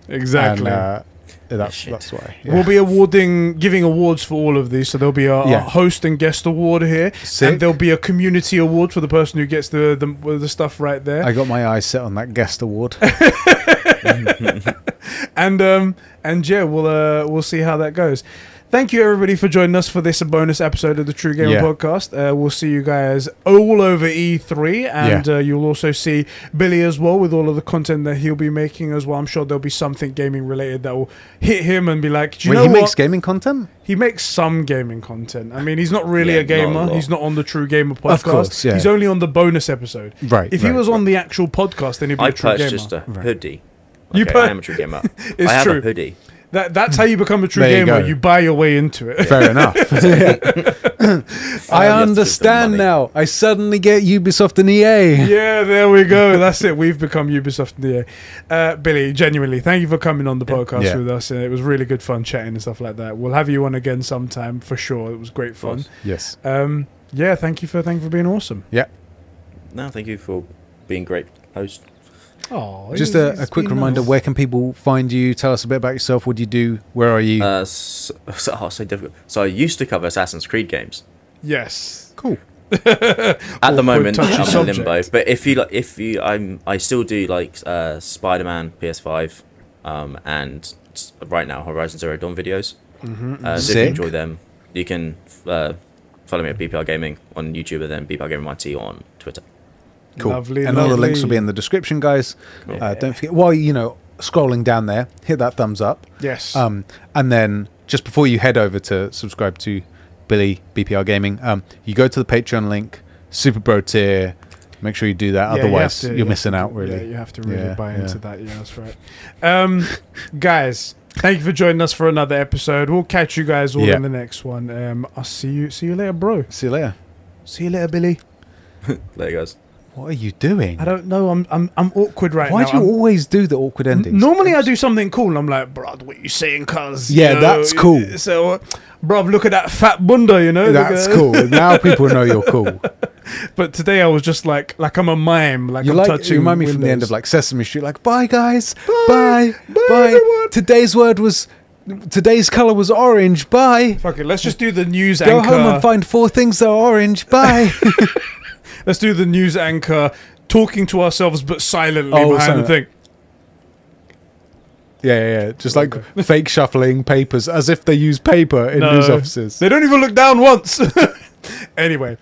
[SPEAKER 2] exactly.
[SPEAKER 3] And, uh, that's,
[SPEAKER 1] Shit.
[SPEAKER 3] that's why.
[SPEAKER 2] We'll be awarding, giving awards for all of these. So there'll be a, a
[SPEAKER 3] Yeah.
[SPEAKER 2] host and guest award here,
[SPEAKER 3] Sick.
[SPEAKER 2] and there'll be a community award for the person who gets the the, the stuff right there.
[SPEAKER 3] I got my eyes set on that guest award.
[SPEAKER 2] and um and yeah, we'll uh, we'll see how that goes. Thank you, everybody, for joining us for this bonus episode of the True Gamer
[SPEAKER 3] Yeah.
[SPEAKER 2] podcast. Uh, we'll see you guys all over E3, and
[SPEAKER 3] Yeah.
[SPEAKER 2] uh, you'll also see Billy as well with all of the content that he'll be making as well. I'm sure there'll be something gaming related that will hit him and be like, do you
[SPEAKER 3] Wait,
[SPEAKER 2] know
[SPEAKER 3] he
[SPEAKER 2] what?
[SPEAKER 3] makes gaming content?
[SPEAKER 2] He makes some gaming content. I mean, he's not really
[SPEAKER 1] Yeah,
[SPEAKER 2] a
[SPEAKER 1] not
[SPEAKER 2] gamer.
[SPEAKER 1] a lot.
[SPEAKER 2] he's not on the True Gamer podcast.
[SPEAKER 3] course, yeah.
[SPEAKER 2] He's only on the bonus episode.
[SPEAKER 3] Right,
[SPEAKER 2] If he
[SPEAKER 3] right,
[SPEAKER 2] was on the actual podcast, then he'd be a
[SPEAKER 1] I
[SPEAKER 2] True Gamer.
[SPEAKER 1] purchased a hoodie.
[SPEAKER 2] You
[SPEAKER 1] okay,
[SPEAKER 2] pur-
[SPEAKER 1] I am a true gamer. I have
[SPEAKER 2] true.
[SPEAKER 1] a hoodie.
[SPEAKER 2] That, that's how you become a True
[SPEAKER 3] There you
[SPEAKER 2] Gamer.
[SPEAKER 3] go.
[SPEAKER 2] you buy your way into it.
[SPEAKER 3] Fair enough. I
[SPEAKER 1] you have to give them
[SPEAKER 3] understand
[SPEAKER 1] money.
[SPEAKER 3] now. I suddenly get Ubisoft and E EA.
[SPEAKER 2] yeah, there we go. That's it. We've become Ubisoft in the air. Uh, Billy, genuinely, thank you for coming on the podcast
[SPEAKER 3] Yeah.
[SPEAKER 2] with us. Uh, It was really good fun chatting and stuff like that. We'll have you on again sometime for sure. It was great fun.
[SPEAKER 1] course.
[SPEAKER 3] Yes.
[SPEAKER 2] Um, yeah, thank you for thank you for being awesome.
[SPEAKER 3] Yeah.
[SPEAKER 1] No, thank you for being great host.
[SPEAKER 2] Oh,
[SPEAKER 3] Just a, a quick reminder where can people find you? Tell us a bit about yourself. What do you do? Where are you?
[SPEAKER 1] Uh, so, so, oh, so difficult. So I used to cover Assassin's Creed games.
[SPEAKER 2] Yes.
[SPEAKER 3] cool.
[SPEAKER 1] At the
[SPEAKER 2] Awkward,
[SPEAKER 1] moment,
[SPEAKER 2] touchy
[SPEAKER 1] I'm in
[SPEAKER 2] subject.
[SPEAKER 1] limbo. But if you like, if you, I'm, I still do like uh, Spider-Man PS5, um, and s- right now Horizon Zero Dawn videos. Mm-hmm. Uh, so if you
[SPEAKER 3] Sick.
[SPEAKER 1] enjoy them, you can uh, follow me at BPR Gaming on YouTube and then BPR Gaming YT on Twitter.
[SPEAKER 3] Cool.
[SPEAKER 2] Lovely,
[SPEAKER 3] and all the links will
[SPEAKER 2] lovely.
[SPEAKER 3] be in the description, guys.
[SPEAKER 1] Cool.
[SPEAKER 3] Uh, don't forget, while you know, scrolling down there, hit that thumbs up.
[SPEAKER 2] Yes.
[SPEAKER 3] Um, and then just before you head over to subscribe to Billy BPR Gaming, um, you go to the Patreon link, Super Bro tier. Make sure you do that.
[SPEAKER 2] Yeah, you have
[SPEAKER 3] Otherwise,
[SPEAKER 2] to-
[SPEAKER 3] you're
[SPEAKER 2] you have
[SPEAKER 3] missing
[SPEAKER 2] to-
[SPEAKER 3] out, really.
[SPEAKER 2] Yeah, you have to really
[SPEAKER 3] Yeah,
[SPEAKER 2] buy
[SPEAKER 3] yeah.
[SPEAKER 2] into that. Yeah, that's right. Um, guys, thank you for joining us for another episode. We'll catch you guys all
[SPEAKER 3] Yeah.
[SPEAKER 2] in the next one. Um, I'll see you. See you later, bro.
[SPEAKER 3] See you later.
[SPEAKER 2] See you later, Billy.
[SPEAKER 1] There you guys.
[SPEAKER 3] What are you doing?
[SPEAKER 2] I don't know. I'm I'm, I'm awkward right
[SPEAKER 3] Why
[SPEAKER 2] now.
[SPEAKER 3] do you
[SPEAKER 2] I'm-
[SPEAKER 3] always do the awkward endings?
[SPEAKER 2] Normally I do something cool. I'm like, bruv, what you saying, cuz?
[SPEAKER 3] Yeah, that's cool.
[SPEAKER 2] So, uh, bruv, look at that fat bunda, you know? Look at
[SPEAKER 3] That's
[SPEAKER 2] that.
[SPEAKER 3] cool. Now people know you're cool.
[SPEAKER 2] But today I was just like, like I'm a mime. Like
[SPEAKER 3] You
[SPEAKER 2] I'm
[SPEAKER 3] like
[SPEAKER 2] touching
[SPEAKER 3] you remind me from the end of
[SPEAKER 2] windows.
[SPEAKER 3] like Sesame Street, like bye guys,
[SPEAKER 2] Bye.
[SPEAKER 3] bye,
[SPEAKER 2] Bye,
[SPEAKER 3] bye.
[SPEAKER 2] everyone."
[SPEAKER 3] Today's word was, today's color was orange. Bye.
[SPEAKER 2] Fuck it, let's just do the news
[SPEAKER 3] Go
[SPEAKER 2] anchor.
[SPEAKER 3] home and find four things that are orange. Bye.
[SPEAKER 2] Let's do the news anchor talking to ourselves but silently
[SPEAKER 3] Oh,
[SPEAKER 2] behind the
[SPEAKER 3] silent.
[SPEAKER 2] thing.
[SPEAKER 3] yeah, yeah, yeah, just like fake shuffling papers as if they use paper in
[SPEAKER 2] No.
[SPEAKER 3] news offices.
[SPEAKER 2] They don't even look down once. anyway.